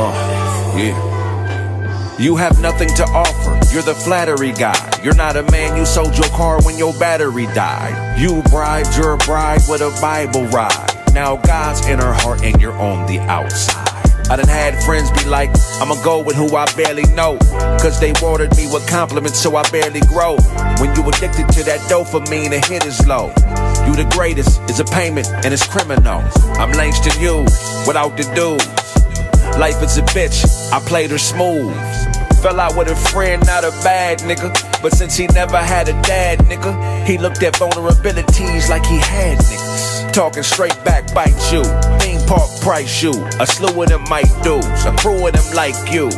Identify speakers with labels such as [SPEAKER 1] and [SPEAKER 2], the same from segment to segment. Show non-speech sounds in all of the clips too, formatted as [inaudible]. [SPEAKER 1] Oh, You have nothing to offer. You're the flattery guy. You're not a man. You sold your car when your battery died. You bribed your bride with a Bible ride. Now God's in her heart and you're on the outside. I done had friends be like, I'ma go with who I barely know. Cause they watered me with compliments, so I barely grow. When you addicted to that dopamine, the hit is low. You the greatest, is a payment, and it's criminal. I'm Langston Hughes, without the dudes. Life is a bitch, I played her smooth. Fell out with a friend, not a bad nigga. But since he never had a dad, nigga, he looked at vulnerabilities like he had niggas talking straight back, bite you. Theme park price you. A slew of them might do. A crew of them like you.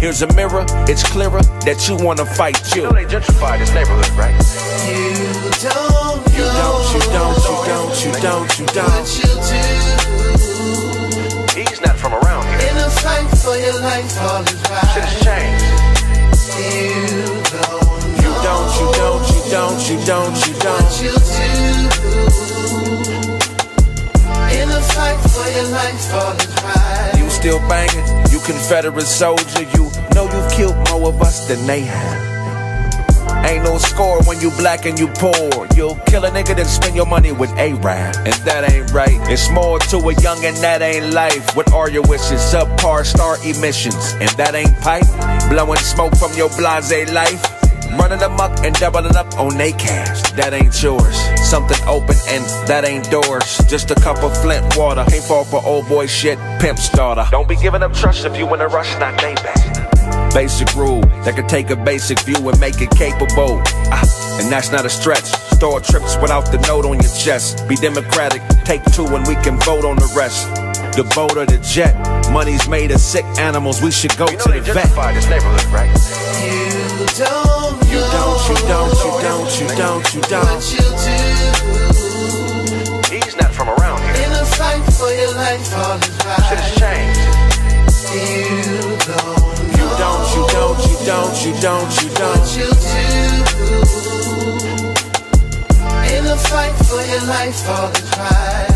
[SPEAKER 1] Here's a mirror, it's clearer that you wanna fight you.
[SPEAKER 2] You know they gentrified this neighborhood, right?
[SPEAKER 3] You don't,
[SPEAKER 1] you don't, you don't, you don't, you don't, you don't.
[SPEAKER 3] What you do
[SPEAKER 2] He's not from around here.
[SPEAKER 3] in a fight for your life, all is
[SPEAKER 2] Shit has
[SPEAKER 3] right.
[SPEAKER 2] changed.
[SPEAKER 3] You don't,
[SPEAKER 1] You don't, you don't, you don't, you don't, you
[SPEAKER 3] what
[SPEAKER 1] don't.
[SPEAKER 3] you do in a fight for your life, all is right.
[SPEAKER 1] You still banging, you Confederate soldier. You know you've killed more of us than they have. Ain't no score when you black and you poor. You'll kill a nigga then spend your money with A-Rap. And that ain't right. It's more to a young and that ain't life. What are your wishes? Subpar star emissions. And that ain't pipe. Blowing smoke from your blase life. Running amok and doubling up on they cash. That ain't yours. Something open and that ain't doors. Just a cup of Flint water. Can't fall for old boy shit. Pimp's daughter.
[SPEAKER 2] Don't be giving up trust if you in a rush, not they back.
[SPEAKER 1] Basic rule that could take a basic view and make it capable. Ah, and that's not a stretch. Store trips without the note on your chest. Be democratic, take two and we can vote on the rest. The boat or the jet, money's made of sick animals. We should go
[SPEAKER 2] You know
[SPEAKER 1] to
[SPEAKER 2] they
[SPEAKER 1] the vet.
[SPEAKER 2] gentrified this neighborhood, right?
[SPEAKER 3] You don't,
[SPEAKER 1] You don't, you don't, you don't, you don't, you
[SPEAKER 3] what
[SPEAKER 1] don't.
[SPEAKER 3] you do
[SPEAKER 2] He's not from around here.
[SPEAKER 3] in a fight for your life, all is
[SPEAKER 2] Shit has
[SPEAKER 3] right.
[SPEAKER 2] changed.
[SPEAKER 3] You don't,
[SPEAKER 1] You don't, you don't, you don't, you don't, you don't.
[SPEAKER 3] what you do in a fight for your life, all is right.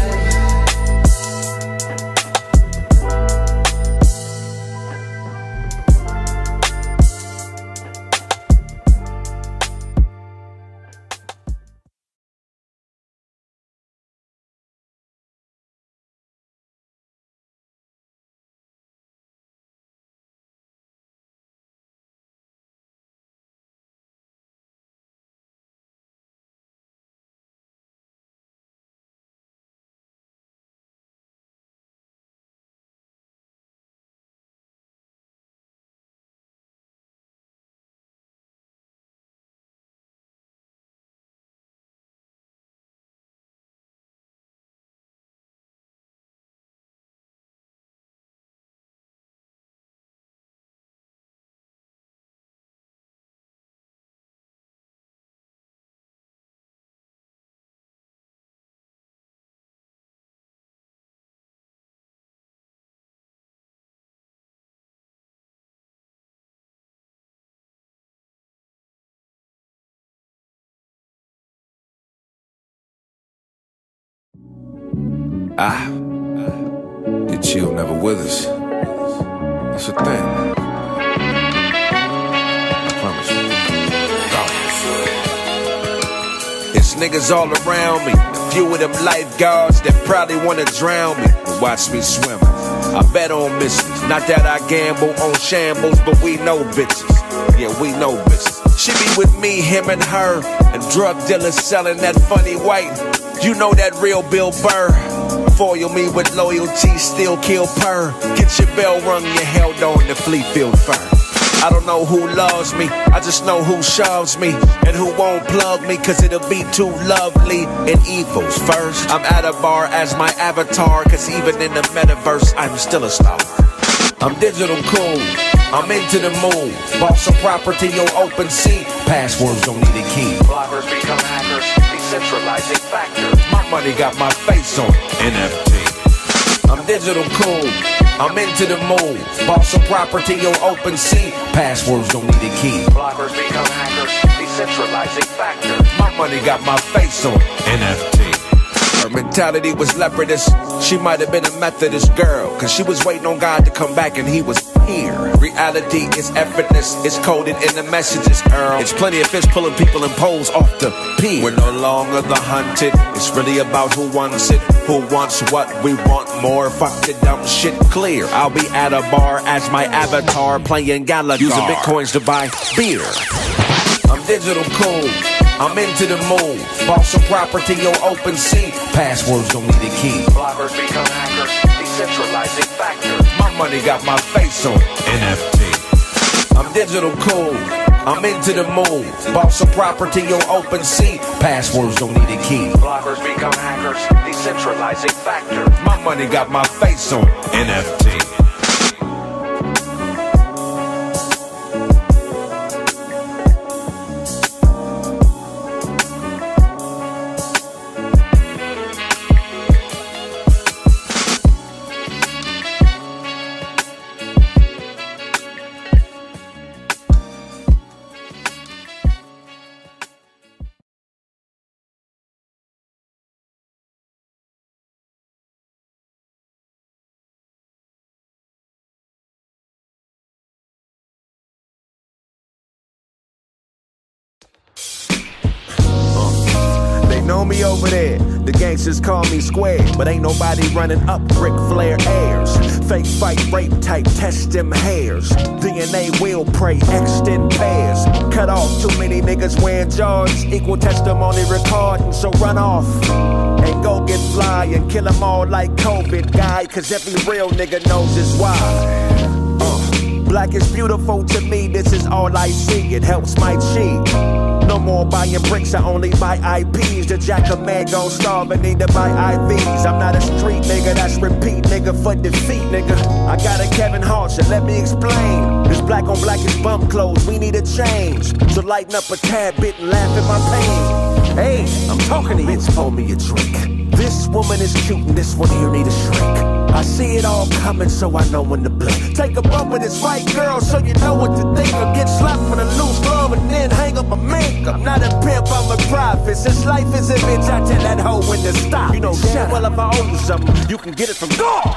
[SPEAKER 4] Ah,
[SPEAKER 1] ah,
[SPEAKER 4] the chill never withers. That's a thing. I promise you.
[SPEAKER 1] It's niggas all around me. A few of them lifeguards that probably wanna drown me and watch me swim. I bet on misses. Not that I gamble on shambles, but we know bitches. Yeah, we know bitches. She be with me, him and her. And drug dealers selling that funny white. You know that real Bill Burr. Foil me with loyalty, still kill purr. Get your bell rung, you held on to Fleetfield fur. I don't know who loves me, I just know who shoves me and who won't plug me, cause it'll be too lovely and evil's first. I'm at a bar as my avatar, cause even in the metaverse, I'm still a star. I'm digital cool, I'm into the mood. Bought some property on open sea. Passwords don't need a key.
[SPEAKER 2] Bloggers become hackers, decentralizing factor.
[SPEAKER 1] My money got my face on it. NFT. I'm digital cool. I'm into the mood. Bought some property on open sea. Passwords don't need a key.
[SPEAKER 2] Bloggers become hackers, decentralizing factor.
[SPEAKER 1] My money got my face on it. NFT. Her mentality was leopardess. She might have been a Methodist girl, cause she was waiting on God to come back and he was
[SPEAKER 5] here. Reality is effortless, it's coded in the messages, Earl. It's plenty of fish pulling people in poles off the pier. We're no longer the hunted, it's really about who wants it, who wants what we want more. Fuck the dumb shit clear. I'll be at a bar as my avatar playing Galaga. Using bitcoins to buy beer. I'm digital cool. I'm into the move. Bought some property on open sea. Passwords don't need a key.
[SPEAKER 6] Bloggers become hackers, decentralizing factors.
[SPEAKER 5] My money got my face on it. NFT. I'm digital cool. I'm into the move. Bought some property on open sea. Passwords don't need a key.
[SPEAKER 6] Bloggers become hackers, decentralizing factors.
[SPEAKER 5] My money got my face on it. NFT.
[SPEAKER 1] Know me over there. The gangsters call me square, but ain't nobody running up Ric Flair airs. Fake fight, rape type, test them hairs. DNA will pray, extend pairs. Cut off too many niggas wearing jars. Equal testimony recording, so run off. And go get fly and kill 'em all like COVID guy, cause every real nigga knows it's why. Black is beautiful to me, this is all I see. It helps my cheek. No more buying bricks, I only buy IPs. The jack of man gon' starve and need to buy IVs. I'm not a street nigga, that's repeat nigga for defeat nigga. I got a Kevin Hart, so let me explain. This black on black is bump clothes, we need a change. So lighten up a tad bit and laugh at my pain. Hey, I'm talking to you. Bitch, pour me a drink. This woman is cute and this one here need a shrink. I see it all coming, so I know when to blink. Take a bump with this white girl, so you know what to think. Or get slapped with a loose glove and then hang up a mink. I'm not a pimp, I'm a prophet. Since life is a bitch, I tell that hoe when to stop. You know, shit, well, if I owe you something, you can get it from God.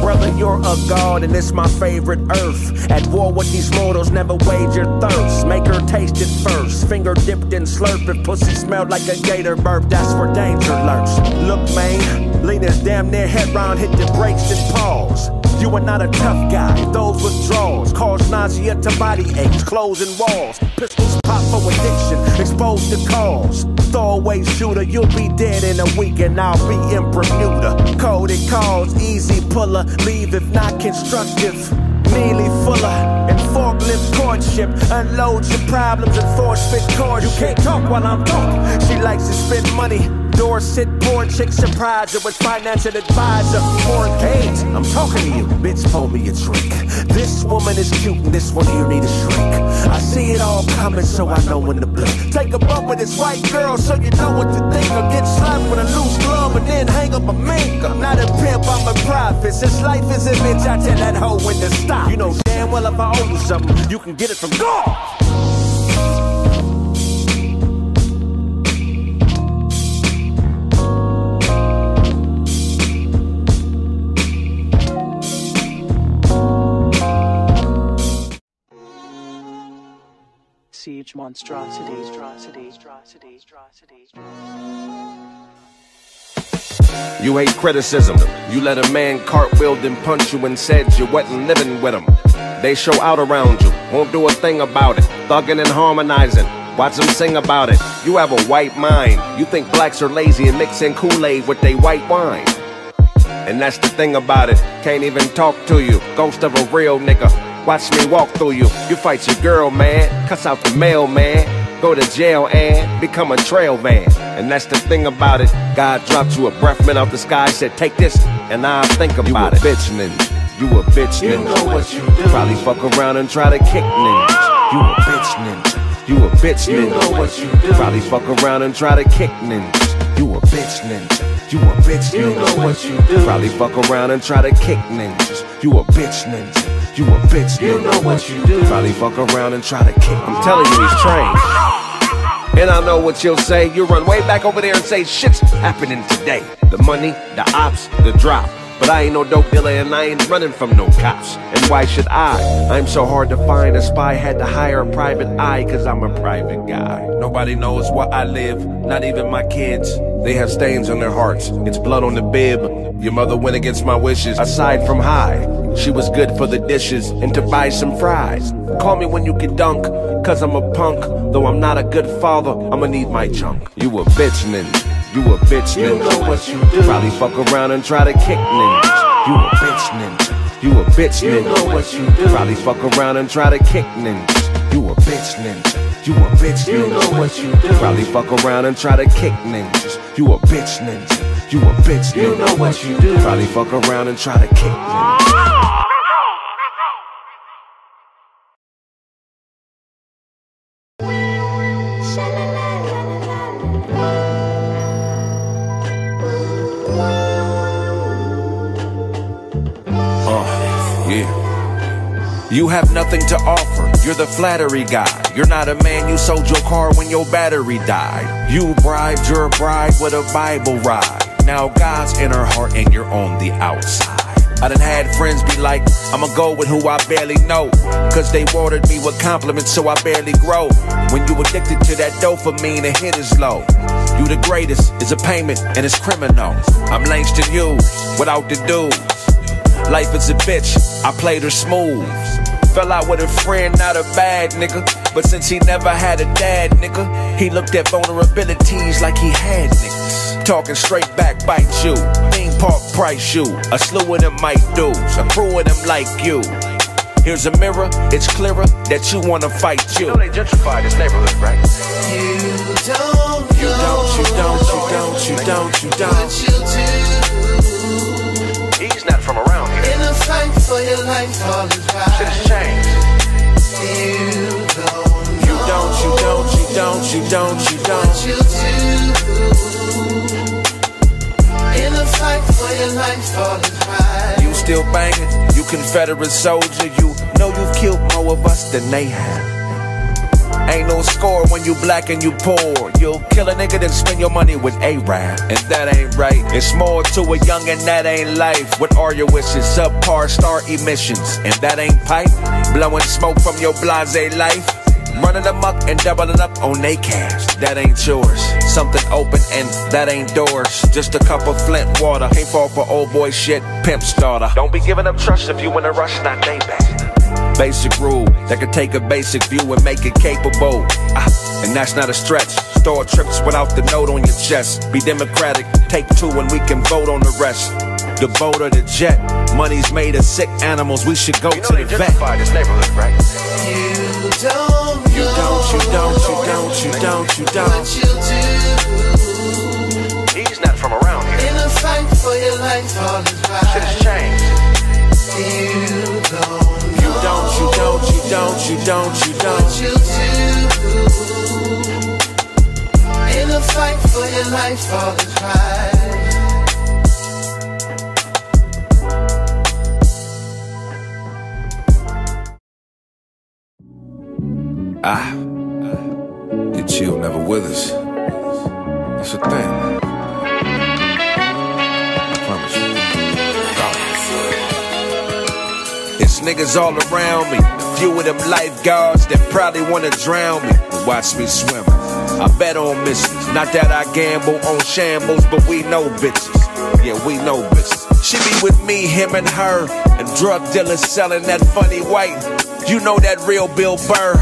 [SPEAKER 1] Brother, you're a god, and it's my favorite earth. At war with these mortals, never wage your thirst. Make her taste it first. Finger dipped in slurp, if pussy smelled like a gator burp, that's where danger lurks. Look, man, lean is damn near head round, hit the brakes and pause. You are not a tough guy, those withdrawals cause nausea to body aches, closing walls. Pistols pop for addiction, exposed to cause. Throwaway shooter, you'll be dead in a week, and I'll be in Bermuda. Coded calls, easy puller, leave if not constructive. Neely Fuller and forklift courtship. Unload your problems and force fit chords. You can't talk while I'm talking. She likes to spend money. Door sit poor chick surprise her with financial advisor. More games. I'm talking to you. Bitch, pour me a drink. This woman is cute and this one here need a shrink. I see it all coming, so I know when to blink. Take a bump with this white girl, so you know what to think. Or get slapped with a loose glove and then hang up a mink. I'm not a pimp, I'm a prophet. Since life is a bitch, I tell that hoe when to stop. You know damn well if I owe you something, you can get it from God.
[SPEAKER 3] Siege monstrosities, atrocities, atrocities, atrocities.
[SPEAKER 5] You hate criticism. You let a man cartwheel and punch you and said you wasn't living with him. They show out around you, won't do a thing about it. Thugging and harmonizing. Watch them sing about it. You have a white mind. You think blacks are lazy and mixing Kool-Aid with they white wine. And that's the thing about it. Can't even talk to you. Ghost of a real nigga. Watch me walk through you. You fight your girl, man. Cuss out the mailman. Go to jail and become a trail man. And that's the thing about it. God dropped you a breath man out the sky. Said, take this, and I'll think about it. Bitch ninja. You a bitch ninja. You know what you do. Probably fuck around and try to kick ninjas. You a bitch ninja. You a bitch ninja. You know what you do. Probably fuck around and try to kick ninjas. You a bitch ninja. You a bitch ninja. You know what you do. Probably fuck around and try to kick ninjas. You a bitch ninja. You a bitch ninja. You know what you do. Probably fuck around and try to kick. I'm telling you, he's trained. And I know what you'll say. You run way back over there and say shit's happening today. The money, the ops, the drop.
[SPEAKER 1] But I ain't no dope dealer and I ain't running from no cops. And why should I? I'm so hard to find, a spy had to hire a private eye, cause I'm a private guy.
[SPEAKER 7] Nobody knows where I live, not even my kids. They have stains on their hearts, it's blood on the bib. Your mother went against my wishes.
[SPEAKER 1] Aside from high, she was good for the dishes and to buy some fries. Call me when you can dunk, cause I'm a punk. Though I'm not a good father, I'ma need my chunk.
[SPEAKER 7] You a bitch ninja, you a bitch
[SPEAKER 1] You
[SPEAKER 7] ninja.
[SPEAKER 1] know what you do. Probably fuck around and try to kick ninjas. You a bitch ninja. You a bitch
[SPEAKER 7] You
[SPEAKER 1] ninja.
[SPEAKER 7] know what you do.
[SPEAKER 1] Probably fuck around and try to kick ninjas. You a bitch ninja. You a bitch ninja.
[SPEAKER 7] You know what you do.
[SPEAKER 1] Probably fuck around and try to kick ninjas. You a bitch ninja. You a bitch ninja.
[SPEAKER 7] You know what you do.
[SPEAKER 1] Probably fuck around and try to kick ninjas.
[SPEAKER 7] Uh, yeah.
[SPEAKER 1] You have nothing to offer. You're the flattery guy. You're not a man. You sold your car when your battery died. You bribed your bride with a Bible ride. Now God's in her heart and you're on the outside. I done had friends be like, I'ma go with who I barely know. Cause they watered me with compliments so I barely grow. When you addicted to that dopamine, the hit is low. You the greatest is a payment and it's criminal. I'm Langston Hughes without the dues. Life is a bitch, I played her smooth. Fell out with a friend, not a bad nigga. But since he never had a dad, nigga, he looked at vulnerabilities like he had niggas. Talking straight back, bite you. Theme park price you. A slew of them might dudes, a crew of them like you. Here's a mirror, it's clearer that you wanna fight you.
[SPEAKER 2] You know they gentrified this neighborhood, right?
[SPEAKER 3] You don't
[SPEAKER 1] You don't, you don't, you don't, you don't, you
[SPEAKER 3] what
[SPEAKER 1] don't.
[SPEAKER 3] you do
[SPEAKER 2] He's not from around here.
[SPEAKER 3] in a fight for your life all is
[SPEAKER 2] Shit has
[SPEAKER 3] right.
[SPEAKER 2] changed.
[SPEAKER 3] You don't
[SPEAKER 1] You don't, you don't, you don't, you don't, you don't.
[SPEAKER 3] what you do in a fight for your life all is right.
[SPEAKER 1] You still banging, you Confederate soldier. You know you've killed more of us than they have. Ain't no score when you black and you poor. You'll kill a nigga then spend your money with A-Rap. And that ain't right. It's more to a young and that ain't life. What are your wishes? Subpar star emissions. And that ain't pipe. Blowing smoke from your blase life. Running amok and doubling up on they cash. That ain't yours. Something open and that ain't doors. Just a cup of Flint water. Can't fall for old boy shit. Pimp's daughter.
[SPEAKER 2] Don't be giving up trust if you in a rush, not they back.
[SPEAKER 1] Basic rule that could take a basic view and make it capable. Ah, and that's not a stretch. Store trips without the note on your chest. Be democratic. Take two and we can vote on the rest. The boat or the jet. Money's made of sick animals. We should go
[SPEAKER 2] You know
[SPEAKER 1] to
[SPEAKER 2] they
[SPEAKER 1] the vet.
[SPEAKER 2] gentrified this neighborhood, right?
[SPEAKER 3] You don't
[SPEAKER 1] You don't, you don't, you don't, you don't, you
[SPEAKER 3] what
[SPEAKER 1] don't.
[SPEAKER 3] you do
[SPEAKER 2] He's not from around here.
[SPEAKER 3] in a fight for your life all is
[SPEAKER 2] Shit has
[SPEAKER 3] right.
[SPEAKER 2] changed.
[SPEAKER 3] You don't
[SPEAKER 1] You don't, you don't, you don't, you don't, you don't.
[SPEAKER 3] what you do in a fight for your life all is right.
[SPEAKER 7] Ah, you chill never with us. That's a thing. I promise you.
[SPEAKER 1] It's niggas all around me. A few of them lifeguards that probably wanna drown me. and Watch me swim. I bet on misses. Not that I gamble on shambles, but we know bitches. Yeah, we know bitches. She be with me, him, and her. And drug dealers selling that funny white. You know that real Bill Burr.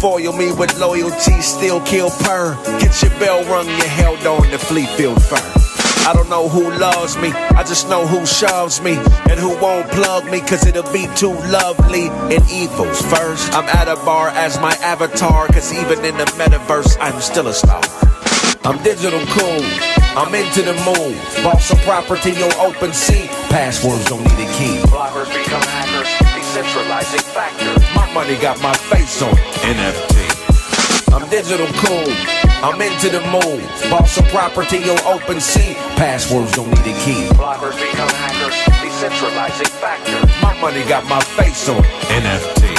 [SPEAKER 1] Foil me with loyalty, still kill purr. Get your bell rung, you held on the flea field fur. I don't know who loves me, I just know who shoves me and who won't plug me, cause it'll be too lovely and evils. First, I'm at a bar as my avatar, cause even in the metaverse, I'm still a star. I'm digital cool, I'm into the move. Bought some property on open sea. Passwords don't need a key.
[SPEAKER 2] Bloggers become hackers. Decentralizing factor.
[SPEAKER 1] My money got my face on it. NFT. I'm digital cool. I'm into the move. Bought some property on open sea. Passwords don't need a key.
[SPEAKER 2] Bloggers become hackers. Decentralizing factor.
[SPEAKER 1] My money got my face on it. NFT.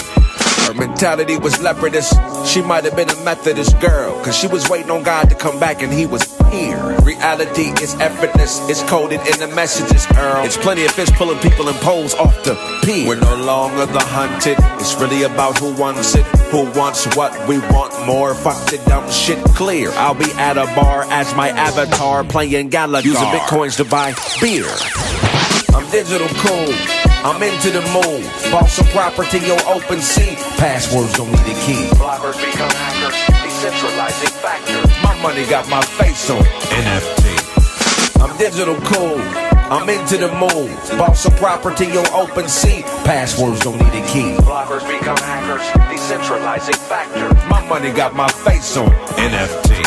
[SPEAKER 7] Her mentality was leopardess. She might have been a Methodist girl, cause she was waiting on God to come back and he was here. Reality is effortless, it's coded in the messages, Earl. It's plenty of fish pulling people in poles off the pier. We're no longer the hunted, it's really about who wants it, who wants what we want more. Fuck the dumb shit clear. I'll be at a bar as my avatar playing Galaga. Using bitcoins to buy beer. I'm digital cool. I'm into the moon. Bought some property on open sea. Passwords don't need a key.
[SPEAKER 8] Bloggers become hackers, decentralizing factors.
[SPEAKER 7] My money got my face on NFT. I'm digital cool. I'm into the moon. Bought some property on open sea. Passwords don't need a key.
[SPEAKER 8] Bloggers become hackers, decentralizing factors.
[SPEAKER 7] My money got my face on NFT.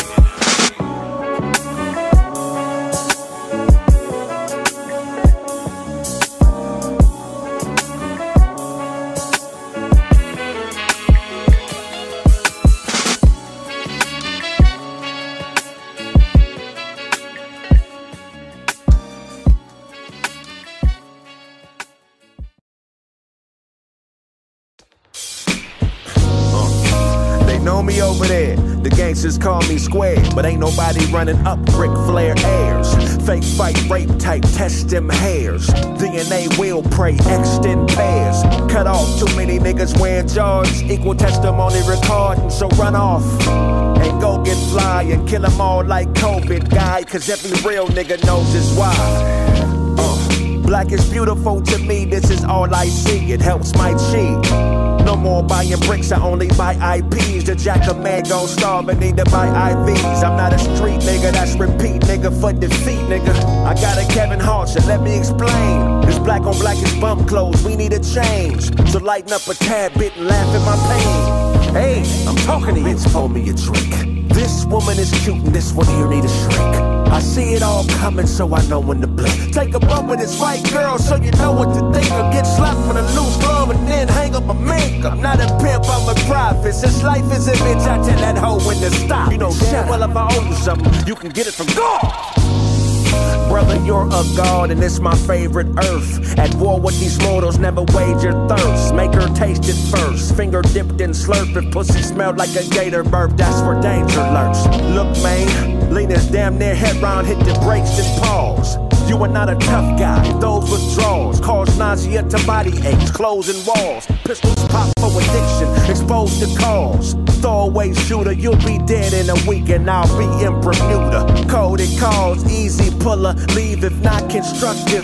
[SPEAKER 1] Uh, They know me over there. The gangsters call me square, but ain't nobody running up Ric Flair airs. Fake fight, rape type, test them hairs. DNA will pray, extend bears. Cut off too many niggas wearing jars. Equal testimony recording, so run off. And go get fly and kill 'em all like COVID guy, cause every real nigga knows his why. Black is beautiful to me, this is all I see. It helps my cheek. No more buying bricks, I only buy IPs. The jack of man gon' starve and need to buy IVs. I'm not a street nigga, that's repeat nigga for defeat nigga. I got a Kevin Hart, so let me explain. This black on black is bum clothes, we need a change. So lighten up a tad bit and laugh at my pain. Hey, I'm talking to you. Bitch, pour me a drink. This woman is cute and this one here need a shrink. I see it all coming, so I know when to blink. Take a bump with this white girl, so you know what to think. Or get slapped with a loose glove and then hang up a mink. I'm not a pimp, I'm a prophet. Since life is a bitch, I tell that hoe when to stop. You know shit, well, if I owe you something, you can get it from God. Brother, you're a god, and it's my favorite earth. At war with these mortals, never wage your thirst. Make her taste it first. Finger dipped in slurp, if pussy smelled like a gator burp, that's where danger lurks. Look, man, lean is damn near head round, hit the brakes, then pause. You are not a tough guy, those withdrawals cause nausea to body aches, closing walls. Pistols pop for addiction, exposed to cause. Throwaway shooter, you'll be dead in a week, and I'll be in Bermuda. Coded calls, easy puller, leave if not constructive.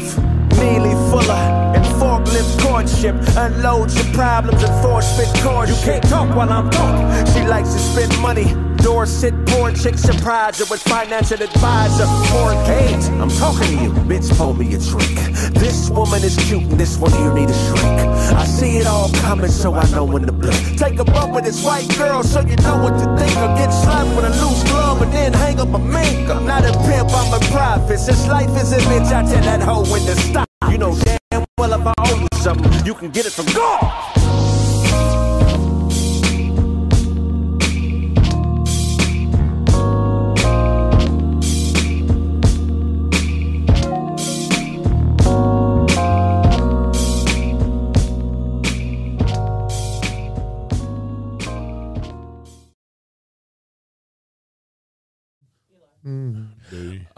[SPEAKER 1] Neely Fuller and forklift courtship. Unload your problems and force-fit cars. You can't talk while I'm talking. She likes to spend money. Door sit poor chick surprise her with financial advisor. Four games. I'm talking to you. Bitch, pour me a drink. This woman is cute and this one here need a shrink. I see it all coming, so I know when to blink. Take a bump with this white girl, so you know what to think. Or get slapped with a loose glove and then hang up a mink. I'm not a pimp, I'm a prophet. Since life is a bitch, I tell that hoe when to stop. You know damn well if I owe you something, you can get it from God.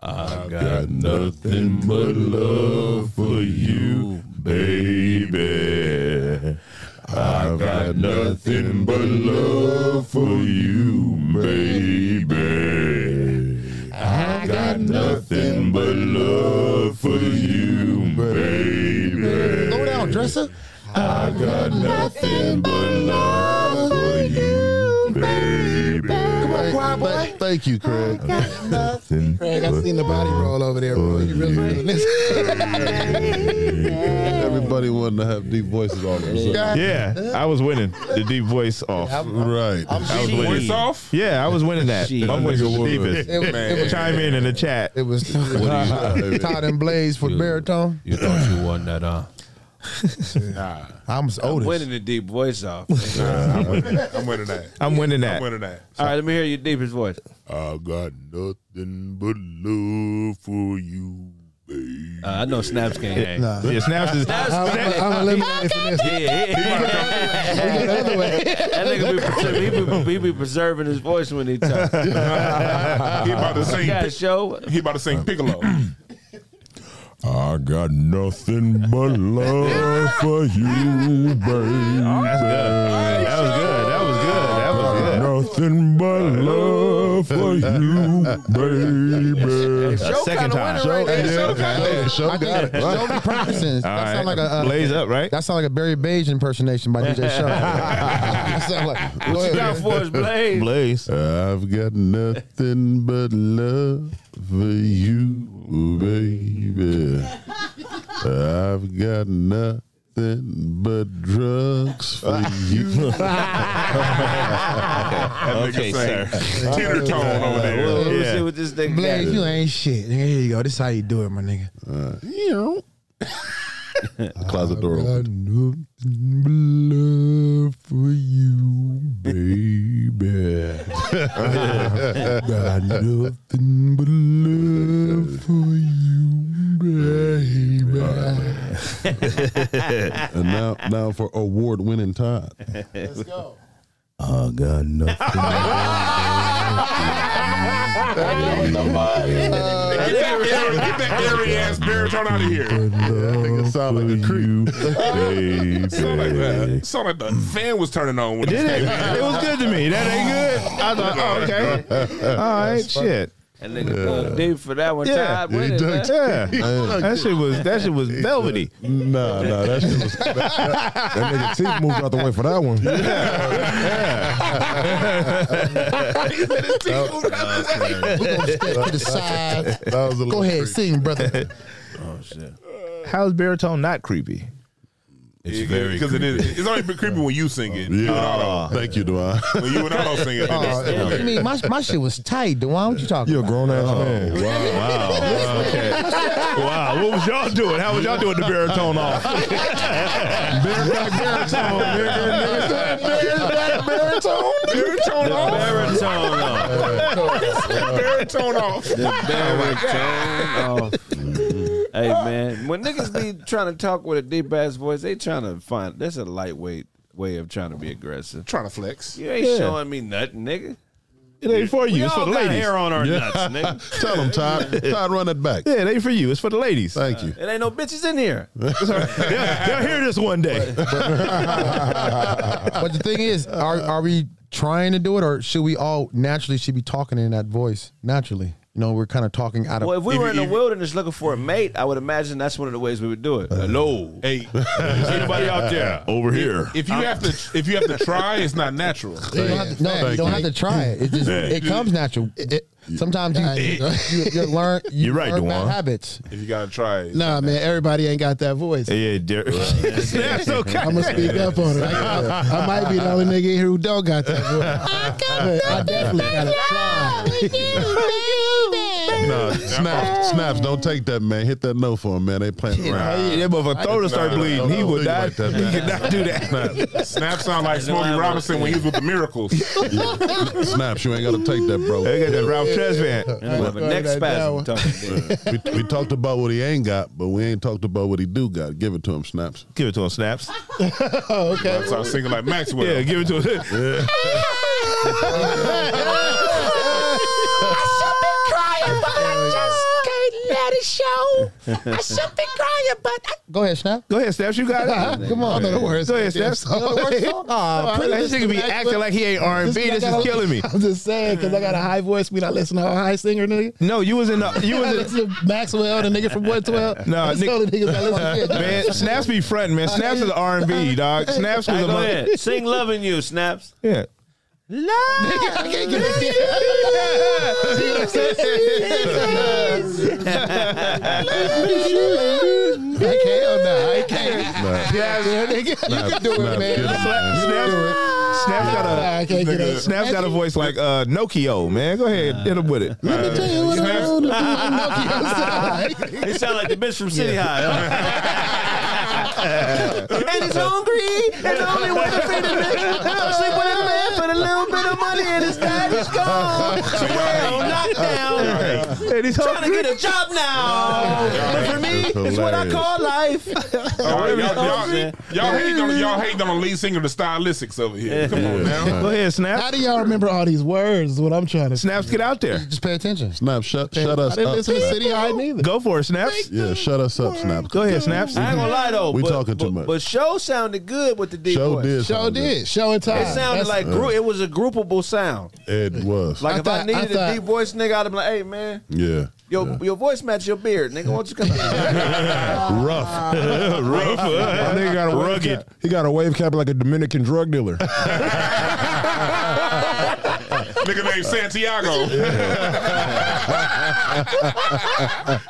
[SPEAKER 4] I got nothing but love for you, baby. I got nothing but love for you, baby. I got nothing but love for you, baby.
[SPEAKER 9] Slow down, dresser.
[SPEAKER 4] I got nothing but love for you, baby.
[SPEAKER 9] Why, boy? Thank you, Craig.
[SPEAKER 4] Nothing
[SPEAKER 9] Craig, I
[SPEAKER 4] but
[SPEAKER 9] seen the body roll over there. bro.
[SPEAKER 4] Oh,
[SPEAKER 9] You really
[SPEAKER 4] yeah.
[SPEAKER 10] [laughs]
[SPEAKER 9] feeling this?
[SPEAKER 11] Everybody wanted to have deep voices all of a sudden.
[SPEAKER 9] God,
[SPEAKER 4] Yeah, I was winning the deep voice off.
[SPEAKER 11] Right.
[SPEAKER 4] I was winning.
[SPEAKER 12] off?
[SPEAKER 4] Yeah, I was winning that. My voice is the
[SPEAKER 11] Nigga
[SPEAKER 4] deepest.
[SPEAKER 9] It was- it was-
[SPEAKER 4] [laughs] Chime in in the chat.
[SPEAKER 9] It was [laughs]
[SPEAKER 11] you-
[SPEAKER 9] Todd and Blaze for baritone.
[SPEAKER 13] You thought you won that, huh?
[SPEAKER 9] I'm Otis.
[SPEAKER 12] Winning the deep voice off. All
[SPEAKER 11] I'm winning that.
[SPEAKER 4] I'm winning that.
[SPEAKER 11] that.
[SPEAKER 12] right, let me hear your deepest voice.
[SPEAKER 11] I got nothing but love for you,
[SPEAKER 1] Uh, I know Snaps can't hang.
[SPEAKER 4] Nah.
[SPEAKER 12] Yeah, [laughs] Snaps is.
[SPEAKER 1] Snaps-
[SPEAKER 4] I'm, I'm gonna let me ask you this.
[SPEAKER 1] Yeah, he-
[SPEAKER 4] Go the other way.
[SPEAKER 1] that
[SPEAKER 14] [laughs]
[SPEAKER 1] nigga be, preserving, he, be, he be preserving his voice when he talks. he
[SPEAKER 14] he about to sing.
[SPEAKER 1] got a show.
[SPEAKER 14] He about to sing Piccolo.
[SPEAKER 11] I got nothing but love for you, baby.
[SPEAKER 12] That's good. That was good. That was good. That was good.
[SPEAKER 11] Nothing but love for you, baby.
[SPEAKER 1] Show
[SPEAKER 12] Second
[SPEAKER 1] kinda
[SPEAKER 12] time.
[SPEAKER 1] winning right there. Show kinda-
[SPEAKER 4] Show,
[SPEAKER 12] I
[SPEAKER 4] show
[SPEAKER 12] think
[SPEAKER 4] got it.
[SPEAKER 12] that's-
[SPEAKER 4] Show me Parkinson's.
[SPEAKER 12] All
[SPEAKER 4] That sound
[SPEAKER 12] right.
[SPEAKER 4] like a uh,
[SPEAKER 12] Blaze up, right?
[SPEAKER 4] That sound like a Barry Beige impersonation by DJ Show. [laughs] that sound like.
[SPEAKER 1] What you got for us, Blaze?
[SPEAKER 12] Blaze.
[SPEAKER 14] I've got nothing but love for you, baby. I've got nothing but drugs for
[SPEAKER 4] [laughs]
[SPEAKER 14] you.
[SPEAKER 12] Okay, sir.
[SPEAKER 14] Tenor tone over
[SPEAKER 1] Let's
[SPEAKER 14] there.
[SPEAKER 1] Oh, see what this nigga got.
[SPEAKER 4] Blaze, you ain't shit. Nigga, Here you go. This is how you do it, my nigga.
[SPEAKER 14] You know. Closet door open.
[SPEAKER 11] Got nothing but love for you,
[SPEAKER 4] [laughs]
[SPEAKER 11] baby. Got nothing but love for you, baby. [laughs]
[SPEAKER 14] And now, now for award-winning Todd.
[SPEAKER 12] Oh,
[SPEAKER 11] I got [laughs] nothing.
[SPEAKER 14] [clears throat] Get that airy- get that airy ass baritone out of here.
[SPEAKER 11] Love
[SPEAKER 14] sound like a
[SPEAKER 11] for you,
[SPEAKER 14] Sound like
[SPEAKER 11] baby.
[SPEAKER 14] that. Sound like the fan was turning on. When
[SPEAKER 12] Did
[SPEAKER 14] this
[SPEAKER 12] it?
[SPEAKER 14] came out.
[SPEAKER 12] It was good to me. That ain't good. I thought, oh, okay.
[SPEAKER 4] [laughs]
[SPEAKER 12] All right,
[SPEAKER 4] oh,
[SPEAKER 12] shit.
[SPEAKER 1] That
[SPEAKER 12] Uh,
[SPEAKER 1] nigga dug deep for
[SPEAKER 14] [laughs]
[SPEAKER 1] Uh, that one.
[SPEAKER 12] Yeah.
[SPEAKER 1] Todd
[SPEAKER 12] He
[SPEAKER 1] winning, man.
[SPEAKER 12] Yeah, that
[SPEAKER 15] [laughs]
[SPEAKER 12] shit was that shit was velvety.
[SPEAKER 11] Nah, nah, that shit was that, that nigga teeth moved out the way for that one.
[SPEAKER 4] To the side.
[SPEAKER 11] That was a
[SPEAKER 4] Go ahead, sing,
[SPEAKER 12] [laughs]
[SPEAKER 4] brother.
[SPEAKER 12] Oh, How's baritone not creepy?
[SPEAKER 14] It's very because it is. It's only creepy when you sing it. You and Otto.
[SPEAKER 11] Thank you, Duan.
[SPEAKER 14] [laughs] When you and Otto sing it, then
[SPEAKER 4] Ah. Oh,
[SPEAKER 14] it's-
[SPEAKER 4] I mean, my, my shit was tight, Dewan. What you talking
[SPEAKER 11] You a
[SPEAKER 4] about?
[SPEAKER 11] grown ass
[SPEAKER 1] Oh,
[SPEAKER 11] man.
[SPEAKER 12] Wow. wow, Okay. Wow. What was y'all doing? How was y'all doing the baritone off?
[SPEAKER 14] baritone, baritone off,
[SPEAKER 1] Baritone off.
[SPEAKER 14] baritone off.
[SPEAKER 1] Baritone off. Hey man, when niggas be trying to talk with a deep ass voice, they trying to find that's a lightweight way of trying to be aggressive.
[SPEAKER 14] Trying to flex.
[SPEAKER 1] You ain't
[SPEAKER 12] Yeah.
[SPEAKER 1] showing me nothing, nigga.
[SPEAKER 12] It ain't for you.
[SPEAKER 1] We
[SPEAKER 12] It's
[SPEAKER 1] all
[SPEAKER 12] for the
[SPEAKER 1] got
[SPEAKER 12] ladies.
[SPEAKER 1] hair on our nuts, nigga.
[SPEAKER 14] Tell him, Todd. Todd, run it back.
[SPEAKER 12] [laughs] Yeah, it ain't for you. It's for the ladies.
[SPEAKER 14] Thank you.
[SPEAKER 1] It ain't no bitches in here.
[SPEAKER 12] they'll, they'll hear this one day.
[SPEAKER 4] But [laughs] the thing is, are are we trying to do it, or should we all naturally should be talking in that voice naturally? You know, we're kind of talking out of.
[SPEAKER 1] Well, if we
[SPEAKER 14] If
[SPEAKER 1] were
[SPEAKER 14] you-
[SPEAKER 1] in the
[SPEAKER 14] if-
[SPEAKER 1] wilderness looking for a mate, I would imagine that's one of the ways we would do it. Hello.
[SPEAKER 14] [laughs] Hey,
[SPEAKER 1] Anybody out there?
[SPEAKER 12] Over here.
[SPEAKER 14] if you have to, if you have to try, it's not natural.
[SPEAKER 4] you don't have to, no, you don't have to try it. It just it comes natural. It, it- sometimes you, you you learn. You
[SPEAKER 12] You're right,
[SPEAKER 4] learn bad
[SPEAKER 12] Dewan.
[SPEAKER 4] habits.
[SPEAKER 14] If you gotta try, it.
[SPEAKER 10] Nah, man, everybody ain't got that voice.
[SPEAKER 12] Yeah, Derek. [laughs] That's
[SPEAKER 10] [laughs]
[SPEAKER 12] okay.
[SPEAKER 10] I'm gonna speak up on it. I, I might be the only nigga in here who don't got that voice. But I definitely gotta try.
[SPEAKER 14] no,
[SPEAKER 11] Snaps, snaps, don't take that, man. Hit that no for him, man. They playing around.
[SPEAKER 12] Hey, that motherfucker throat will start
[SPEAKER 14] Nah,
[SPEAKER 12] bleeding.
[SPEAKER 14] don't
[SPEAKER 12] He will
[SPEAKER 14] do
[SPEAKER 12] die.
[SPEAKER 14] like that,
[SPEAKER 12] he
[SPEAKER 14] man.
[SPEAKER 12] could not do
[SPEAKER 14] [laughs]
[SPEAKER 12] that.
[SPEAKER 14] Snap sound like Smokey
[SPEAKER 1] Wow.
[SPEAKER 14] Robinson when he was with the Miracles.
[SPEAKER 11] Snaps, you ain't got to take that, bro.
[SPEAKER 12] They got that Ralph
[SPEAKER 11] [laughs]
[SPEAKER 12] Tresvant.
[SPEAKER 1] And I have a neck
[SPEAKER 10] Right, that
[SPEAKER 1] spasm.
[SPEAKER 10] one.
[SPEAKER 1] talking dick.
[SPEAKER 11] We, we talked about what he ain't got, but we ain't talked about what he do got. Give it to him, Snaps.
[SPEAKER 12] Give it to him, Snaps.
[SPEAKER 14] That's how I sing like Maxwell.
[SPEAKER 12] Yeah, give it to him.
[SPEAKER 4] Go ahead, snap.
[SPEAKER 12] Go ahead, Snaps. You got it.
[SPEAKER 10] [laughs] Come on, I know the words.
[SPEAKER 12] Go ahead, Ah, Snaps.
[SPEAKER 10] Aw, put
[SPEAKER 12] that
[SPEAKER 10] this
[SPEAKER 12] nigga be
[SPEAKER 10] back
[SPEAKER 12] acting
[SPEAKER 10] with-
[SPEAKER 12] like he ain't R&B.
[SPEAKER 10] I
[SPEAKER 12] This is
[SPEAKER 10] gotta-
[SPEAKER 12] killing me.
[SPEAKER 10] I'm just saying, cause I got a high voice. We not listen to a high singer, nigga.
[SPEAKER 12] No, you was in the uh, you
[SPEAKER 10] I
[SPEAKER 12] was in
[SPEAKER 10] listen to Maxwell, the nigga from
[SPEAKER 12] [laughs]
[SPEAKER 10] 112.
[SPEAKER 12] Nah,
[SPEAKER 10] That's the
[SPEAKER 12] nigga-
[SPEAKER 10] only niggas I listen
[SPEAKER 12] [laughs]
[SPEAKER 10] to.
[SPEAKER 12] man.
[SPEAKER 1] [laughs]
[SPEAKER 12] Snaps be fronting, man. Snaps is R and B, dog. Snaps was
[SPEAKER 1] Hey,
[SPEAKER 12] a
[SPEAKER 1] go
[SPEAKER 12] mo-
[SPEAKER 1] ahead. Sing loving you, snaps.
[SPEAKER 12] yeah.
[SPEAKER 10] I can't get it. I can't. Nah, I can't. Yeah, nigga, you can do it, man.
[SPEAKER 12] Snaps, snaps, snaps
[SPEAKER 10] Nah,
[SPEAKER 12] got
[SPEAKER 10] Ah, I can't get
[SPEAKER 12] a
[SPEAKER 10] it.
[SPEAKER 12] snaps got a voice like uh, Nokio, man. Go ahead, hit him with it.
[SPEAKER 10] Let me tell you what I
[SPEAKER 14] Snaps-
[SPEAKER 10] know to do with Nokia.
[SPEAKER 1] He sound like the bitch from City High. huh? and he's hungry. And the only way to feed him is to sleep
[SPEAKER 14] [laughs]
[SPEAKER 1] with a man for the little bit of money in his daddy's gone. Well, knock down.
[SPEAKER 12] Hey, hey, these
[SPEAKER 3] Trying to get a job now. But for me, it's what I call life.
[SPEAKER 14] Y'all, y'all,
[SPEAKER 4] Oh,
[SPEAKER 14] y'all, y'all hating on, y'all hating on the lead singer of the Stylistics over here. Come on now.
[SPEAKER 12] Go ahead, Snap.
[SPEAKER 10] How do y'all remember all these words? Is what I'm trying to
[SPEAKER 12] Snaps, get out there.
[SPEAKER 4] Just pay attention.
[SPEAKER 11] Snap, shut, shut
[SPEAKER 10] I
[SPEAKER 11] us
[SPEAKER 10] didn't
[SPEAKER 11] up.
[SPEAKER 10] listen to
[SPEAKER 11] Snap.
[SPEAKER 10] City High neither.
[SPEAKER 12] Go for it, Snaps.
[SPEAKER 11] Yeah, shut us up, Snaps.
[SPEAKER 12] Go ahead, Snaps.
[SPEAKER 11] I
[SPEAKER 1] ain't gonna lie though.
[SPEAKER 11] We
[SPEAKER 1] but-
[SPEAKER 11] talking too
[SPEAKER 1] but-
[SPEAKER 11] much.
[SPEAKER 1] But show sounded good with the D
[SPEAKER 11] Show
[SPEAKER 1] voice.
[SPEAKER 11] did
[SPEAKER 10] Show
[SPEAKER 11] sound good.
[SPEAKER 10] did. Show and time.
[SPEAKER 1] It sounded
[SPEAKER 10] That's-
[SPEAKER 1] like group. It was a groupable sound.
[SPEAKER 11] It was.
[SPEAKER 1] Like
[SPEAKER 10] I
[SPEAKER 1] if I
[SPEAKER 10] thought- I
[SPEAKER 1] needed a
[SPEAKER 10] thought-
[SPEAKER 1] deep voice nigga, I'd be like, "Hey man, [laughs]
[SPEAKER 11] Yeah.
[SPEAKER 1] your your voice match your beard, nigga. Why don't
[SPEAKER 11] [laughs]
[SPEAKER 1] you come here?"
[SPEAKER 12] Rough. [laughs] Rough.
[SPEAKER 15] I think he got a wave
[SPEAKER 12] Rugged.
[SPEAKER 15] cap- He got a wave cap like a Dominican drug
[SPEAKER 12] [laughs]
[SPEAKER 15] dealer.
[SPEAKER 14] Nigga named Santiago.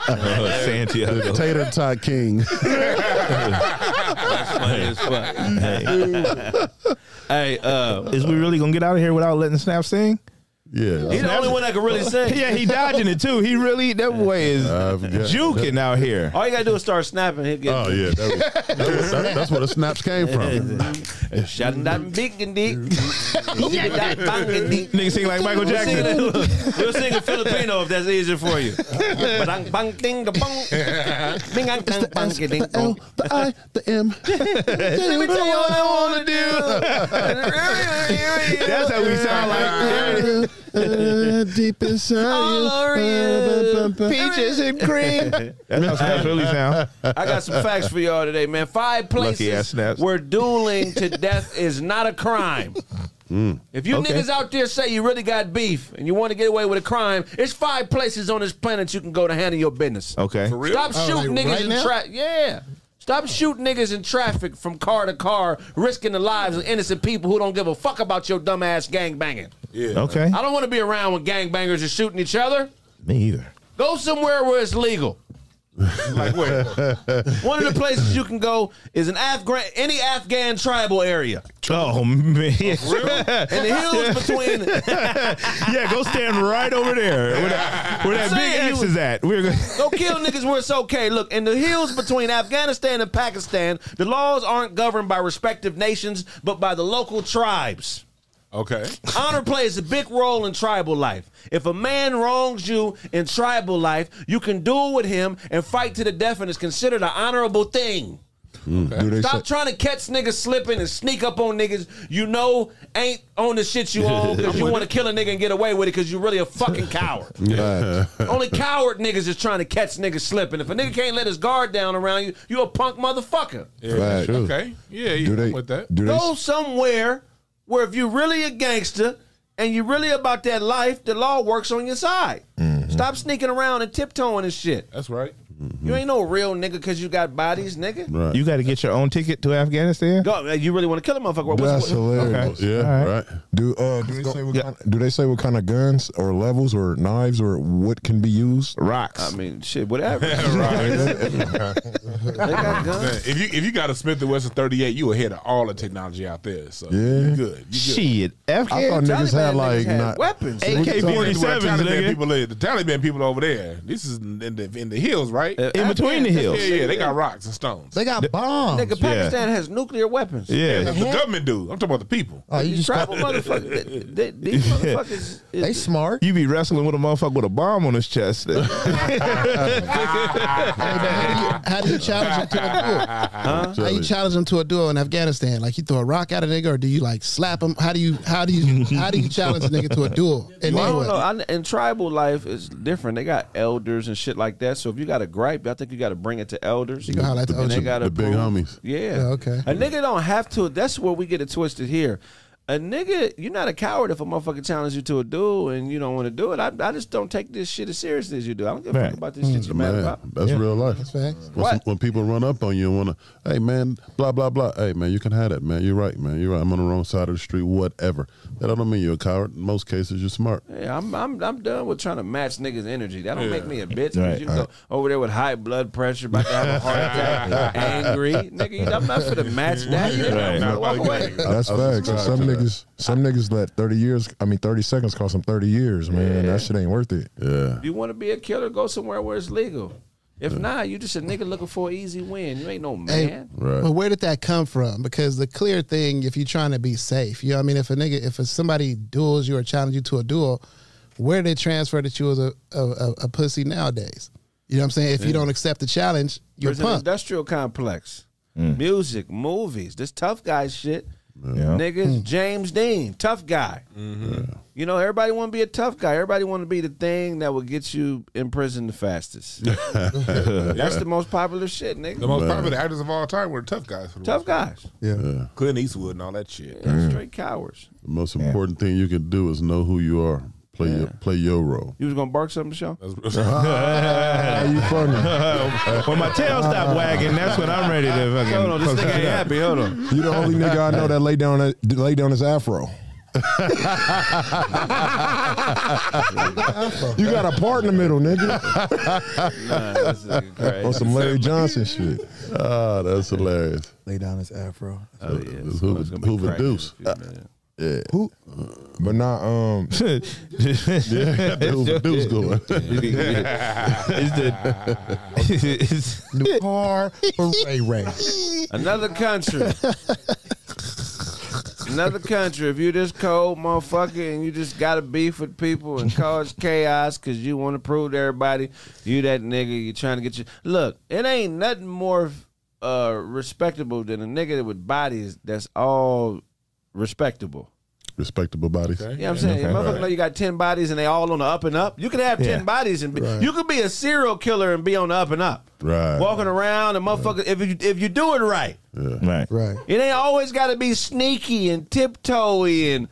[SPEAKER 12] Santiago.
[SPEAKER 11] Tater Tot
[SPEAKER 1] [laughs]
[SPEAKER 11] King.
[SPEAKER 1] Funny as fuck. Hey. Hey, uh,
[SPEAKER 12] Is we really gonna get out of here without letting Snap sing?
[SPEAKER 11] Yeah.
[SPEAKER 1] he the only one that can really sing.
[SPEAKER 12] [laughs] Yeah, he dodging it too. He really that boy is
[SPEAKER 11] I've got-
[SPEAKER 12] juking out here.
[SPEAKER 1] All you gotta do is start snapping. He'll get
[SPEAKER 11] Oh yeah, that was, that was, that, that's where the snaps came from.
[SPEAKER 1] [laughs] shutting that big and
[SPEAKER 11] [laughs]
[SPEAKER 1] dick. Shutting that bang and dick.
[SPEAKER 12] Nigga sing like Michael Jackson.
[SPEAKER 1] We'll sing, we'll sing in Filipino if that's easier for
[SPEAKER 11] [laughs]
[SPEAKER 1] you. Bang bang ding da bang. Bing ang bang bang ding dong.
[SPEAKER 11] the I, the
[SPEAKER 4] [laughs]
[SPEAKER 11] M.
[SPEAKER 1] Let me tell you what I wanna do.
[SPEAKER 12] That's how we sound like.
[SPEAKER 10] Uh, deep
[SPEAKER 1] All
[SPEAKER 10] inside Uh,
[SPEAKER 1] you.
[SPEAKER 10] you. Peaches and cream.
[SPEAKER 12] [laughs] That's how Snaps really sound.
[SPEAKER 1] I got some facts for y'all today, man. Five
[SPEAKER 12] Lucky ass
[SPEAKER 1] places
[SPEAKER 12] snaps.
[SPEAKER 1] where dueling to death is not a crime.
[SPEAKER 4] Mm.
[SPEAKER 1] If you
[SPEAKER 12] Okay.
[SPEAKER 1] niggas out there say you really got beef and you want to get away with a crime, it's five places on this planet you can go to handle your business.
[SPEAKER 12] Okay.
[SPEAKER 14] For real?
[SPEAKER 1] Stop
[SPEAKER 10] Oh,
[SPEAKER 1] shooting
[SPEAKER 10] like
[SPEAKER 1] niggas
[SPEAKER 10] right
[SPEAKER 1] in
[SPEAKER 10] now?
[SPEAKER 1] traffic. Yeah. Stop shooting niggas in traffic from car to car, risking the lives of innocent people who don't give a fuck about your dumb ass gang banging.
[SPEAKER 14] Yeah.
[SPEAKER 12] Okay.
[SPEAKER 1] I don't want to be around when gang bangers are shooting each other.
[SPEAKER 12] Me either.
[SPEAKER 1] Go somewhere where it's legal.
[SPEAKER 14] Like where?
[SPEAKER 1] [laughs] One of the places you can go is an Afghan, any Afghan tribal area.
[SPEAKER 12] Oh
[SPEAKER 1] [laughs]
[SPEAKER 12] man.
[SPEAKER 1] In the hills between.
[SPEAKER 12] [laughs] yeah, go stand right over there where that, where that
[SPEAKER 1] I'm
[SPEAKER 12] big
[SPEAKER 1] saying
[SPEAKER 12] X
[SPEAKER 1] you-
[SPEAKER 12] is at. We're gonna,
[SPEAKER 1] Go kill niggas where it's okay. Look, in the hills between Afghanistan and Pakistan, the laws aren't governed by respective nations, but by the local tribes.
[SPEAKER 14] Okay.
[SPEAKER 1] Honor plays a big role in tribal life. If a man wrongs you in tribal life, you can duel with him and fight to the death, and it's considered an honorable thing.
[SPEAKER 4] Mm.
[SPEAKER 15] Do they
[SPEAKER 1] Stop
[SPEAKER 15] say-
[SPEAKER 1] trying to catch niggas slipping and sneak up on niggas you know ain't on the shit you
[SPEAKER 15] [laughs]
[SPEAKER 1] on because you want to kill a nigga and get away with it because you're really a fucking coward.
[SPEAKER 11] Right.
[SPEAKER 1] Only coward niggas is trying to catch niggas slipping. If a nigga can't let his guard down around you, you a punk motherfucker.
[SPEAKER 11] Right.
[SPEAKER 14] Okay. Yeah, you
[SPEAKER 15] do they
[SPEAKER 14] I'm with that?
[SPEAKER 15] do they
[SPEAKER 1] Go somewhere where if you really a gangster and you really about that life, the law works on your side. Stop sneaking around and tiptoeing and shit. Mm-hmm.
[SPEAKER 14] That's right.
[SPEAKER 1] You ain't no real nigga because you got bodies, nigga.
[SPEAKER 11] Right.
[SPEAKER 12] you got to get your own ticket to Afghanistan.
[SPEAKER 1] Go, man, you really want to kill a motherfucker? What's-
[SPEAKER 15] That's
[SPEAKER 1] what-
[SPEAKER 15] hilarious.
[SPEAKER 11] yeah. Right.
[SPEAKER 15] Do uh do they, say what
[SPEAKER 12] Yeah.
[SPEAKER 15] kind do they say what kind of guns or levels or knives or what can be used?
[SPEAKER 12] Rocks.
[SPEAKER 1] I mean, shit, whatever.
[SPEAKER 15] [laughs]
[SPEAKER 1] They got guns.
[SPEAKER 14] Man, if you if you got a Smith and Wesson 38, you ahead of all the technology out there. So
[SPEAKER 15] Yeah.
[SPEAKER 14] you good. You good.
[SPEAKER 12] Shit,
[SPEAKER 15] I thought
[SPEAKER 12] Afghan.
[SPEAKER 15] niggas had
[SPEAKER 1] Taliban
[SPEAKER 15] like
[SPEAKER 1] niggas had
[SPEAKER 15] not
[SPEAKER 1] weapons.
[SPEAKER 14] Where
[SPEAKER 12] AK-47s,
[SPEAKER 14] the Taliban
[SPEAKER 12] nigga.
[SPEAKER 14] people, is. the Taliban people over there. This is in the, in the hills, right?
[SPEAKER 12] In between the
[SPEAKER 14] yeah,
[SPEAKER 12] hills.
[SPEAKER 14] yeah, they got rocks and stones.
[SPEAKER 10] They got bombs.
[SPEAKER 1] Nigga, Pakistan has nuclear weapons.
[SPEAKER 14] That's
[SPEAKER 12] Yeah.
[SPEAKER 14] the government do. I'm talking about the people.
[SPEAKER 4] Oh, you
[SPEAKER 1] These
[SPEAKER 4] just
[SPEAKER 1] tribal motherfuckers. they- they- These motherfuckers.
[SPEAKER 4] they
[SPEAKER 1] is-
[SPEAKER 4] smart.
[SPEAKER 12] You be wrestling with a motherfucker with a bomb on his [laughs] chest.
[SPEAKER 4] [laughs]
[SPEAKER 10] Hey, man, how, do you, how do you challenge them to a duel? How you challenge them to a duel in Afghanistan? Like you throw a rock at a nigga, or do you like slap him? How do you how do you how
[SPEAKER 12] [laughs]
[SPEAKER 10] do you challenge a nigga to a duel? And
[SPEAKER 1] Well, I
[SPEAKER 10] then
[SPEAKER 1] don't know.
[SPEAKER 10] what?
[SPEAKER 1] I, in tribal life, it's different. They got elders and shit like that. So if you got a gripe, I think you got to bring it to elders. You
[SPEAKER 10] can holler at the elders.
[SPEAKER 1] got
[SPEAKER 11] The big homies.
[SPEAKER 1] Yeah.
[SPEAKER 10] okay.
[SPEAKER 1] A nigga don't have to. That's where we get it twisted here. A nigga, you're not a coward if a motherfucker challenges you to a duel and you don't want to do it. I, I just don't take this shit as seriously as you do. I don't give a
[SPEAKER 12] Right.
[SPEAKER 1] fuck about this shit you're mad
[SPEAKER 11] Mm, Man,
[SPEAKER 1] about.
[SPEAKER 11] that's real life.
[SPEAKER 10] That's facts.
[SPEAKER 11] When,
[SPEAKER 1] What?
[SPEAKER 11] when people run up on you and want to, hey man, blah blah blah. Hey man, you can have that, man. You're right, man. You're right. I'm on the wrong side of the street. Whatever. That don't mean you're a coward. In most cases, you're smart.
[SPEAKER 1] Yeah, I'm I'm I'm done with trying to match niggas' energy. That don't make me a bitch. 'cause
[SPEAKER 12] Right.
[SPEAKER 1] You can go over there with high blood pressure, about to have a
[SPEAKER 12] [laughs]
[SPEAKER 1] heart attack, angry, nigga. you- I'm not for the match that. You
[SPEAKER 12] Right.
[SPEAKER 1] know, walk away.
[SPEAKER 15] That's
[SPEAKER 11] I was
[SPEAKER 15] facts. And
[SPEAKER 11] subscribed
[SPEAKER 15] Some
[SPEAKER 11] to that.
[SPEAKER 15] niggas, some niggas let thirty years. I mean, thirty seconds cost them thirty years, man.
[SPEAKER 1] Yeah.
[SPEAKER 15] That shit ain't worth it.
[SPEAKER 11] Yeah.
[SPEAKER 1] You want to be a killer? Go somewhere where it's legal. If not, you just a nigga looking for an easy win. You ain't no man.
[SPEAKER 11] Right.
[SPEAKER 10] But where did that come from? Because the clear thing, if you're trying to be safe, you know what I mean? If a nigga, if somebody duels you or challenges you to a duel, where they transfer that you was a, a, a, a pussy nowadays. You know what I'm saying? If you
[SPEAKER 1] Yeah.
[SPEAKER 10] don't accept the challenge, you're
[SPEAKER 1] There's an
[SPEAKER 10] pumped.
[SPEAKER 1] industrial complex.
[SPEAKER 12] Mm.
[SPEAKER 1] Music, movies, this tough guy shit.
[SPEAKER 10] Yeah.
[SPEAKER 1] Niggas,
[SPEAKER 12] Mm.
[SPEAKER 1] James Dean, tough guy. You know, everybody want to be a tough guy. Everybody want to be the thing that will get you in prison
[SPEAKER 12] [laughs]
[SPEAKER 1] the fastest. That's the most popular shit, nigga.
[SPEAKER 14] The most popular actors of all time were tough guys. For the
[SPEAKER 1] Tough
[SPEAKER 14] most part.
[SPEAKER 1] guys.
[SPEAKER 11] Yeah. yeah.
[SPEAKER 14] Clint Eastwood and all that shit. Mm.
[SPEAKER 11] Yeah,
[SPEAKER 1] Straight cowards.
[SPEAKER 11] The most important thing you can do is know who you are. Play your play your role.
[SPEAKER 1] You was gonna bark something, Sean?
[SPEAKER 12] [laughs]
[SPEAKER 11] Ah, you funny.
[SPEAKER 12] when my tail stop wagging, that's when I'm ready to fucking.
[SPEAKER 1] Hold on, this nigga ain't happy. Hold on.
[SPEAKER 15] You the only nigga I know that laid down that laid down his afro. you got a part in the middle, nigga. On some Larry
[SPEAKER 12] [laughs]
[SPEAKER 15] Johnson shit.
[SPEAKER 11] Ah, that's hilarious.
[SPEAKER 9] Lay down his afro.
[SPEAKER 11] Oh, yeah. Hoover, Hoover Deuce. yeah.
[SPEAKER 15] Who? But not
[SPEAKER 12] [laughs]
[SPEAKER 15] um. yeah,
[SPEAKER 11] Hoover Deuce
[SPEAKER 1] [laughs]
[SPEAKER 11] going. [laughs]
[SPEAKER 12] It's the it's
[SPEAKER 9] new car for Ray Ray.
[SPEAKER 1] Another country. Another country. If you this cold motherfucker and you just got to beef with people and cause chaos because you want to prove to everybody you that nigga, you trying to get your. Look, it ain't nothing more uh, respectable than a nigga with bodies that's all respectable.
[SPEAKER 11] Respectable bodies.
[SPEAKER 1] You know what I'm saying?
[SPEAKER 11] Okay.
[SPEAKER 1] Motherfucker, know you got 10 bodies and they all on the up and up. You could have 10
[SPEAKER 11] Yeah.
[SPEAKER 1] bodies and be,
[SPEAKER 11] Right.
[SPEAKER 1] you could be a serial killer and be on the up and up.
[SPEAKER 11] Right.
[SPEAKER 1] Walking around and motherfucker, if, you, if you do it right.
[SPEAKER 12] Right.
[SPEAKER 9] Right.
[SPEAKER 1] It ain't always got to be sneaky and tiptoey and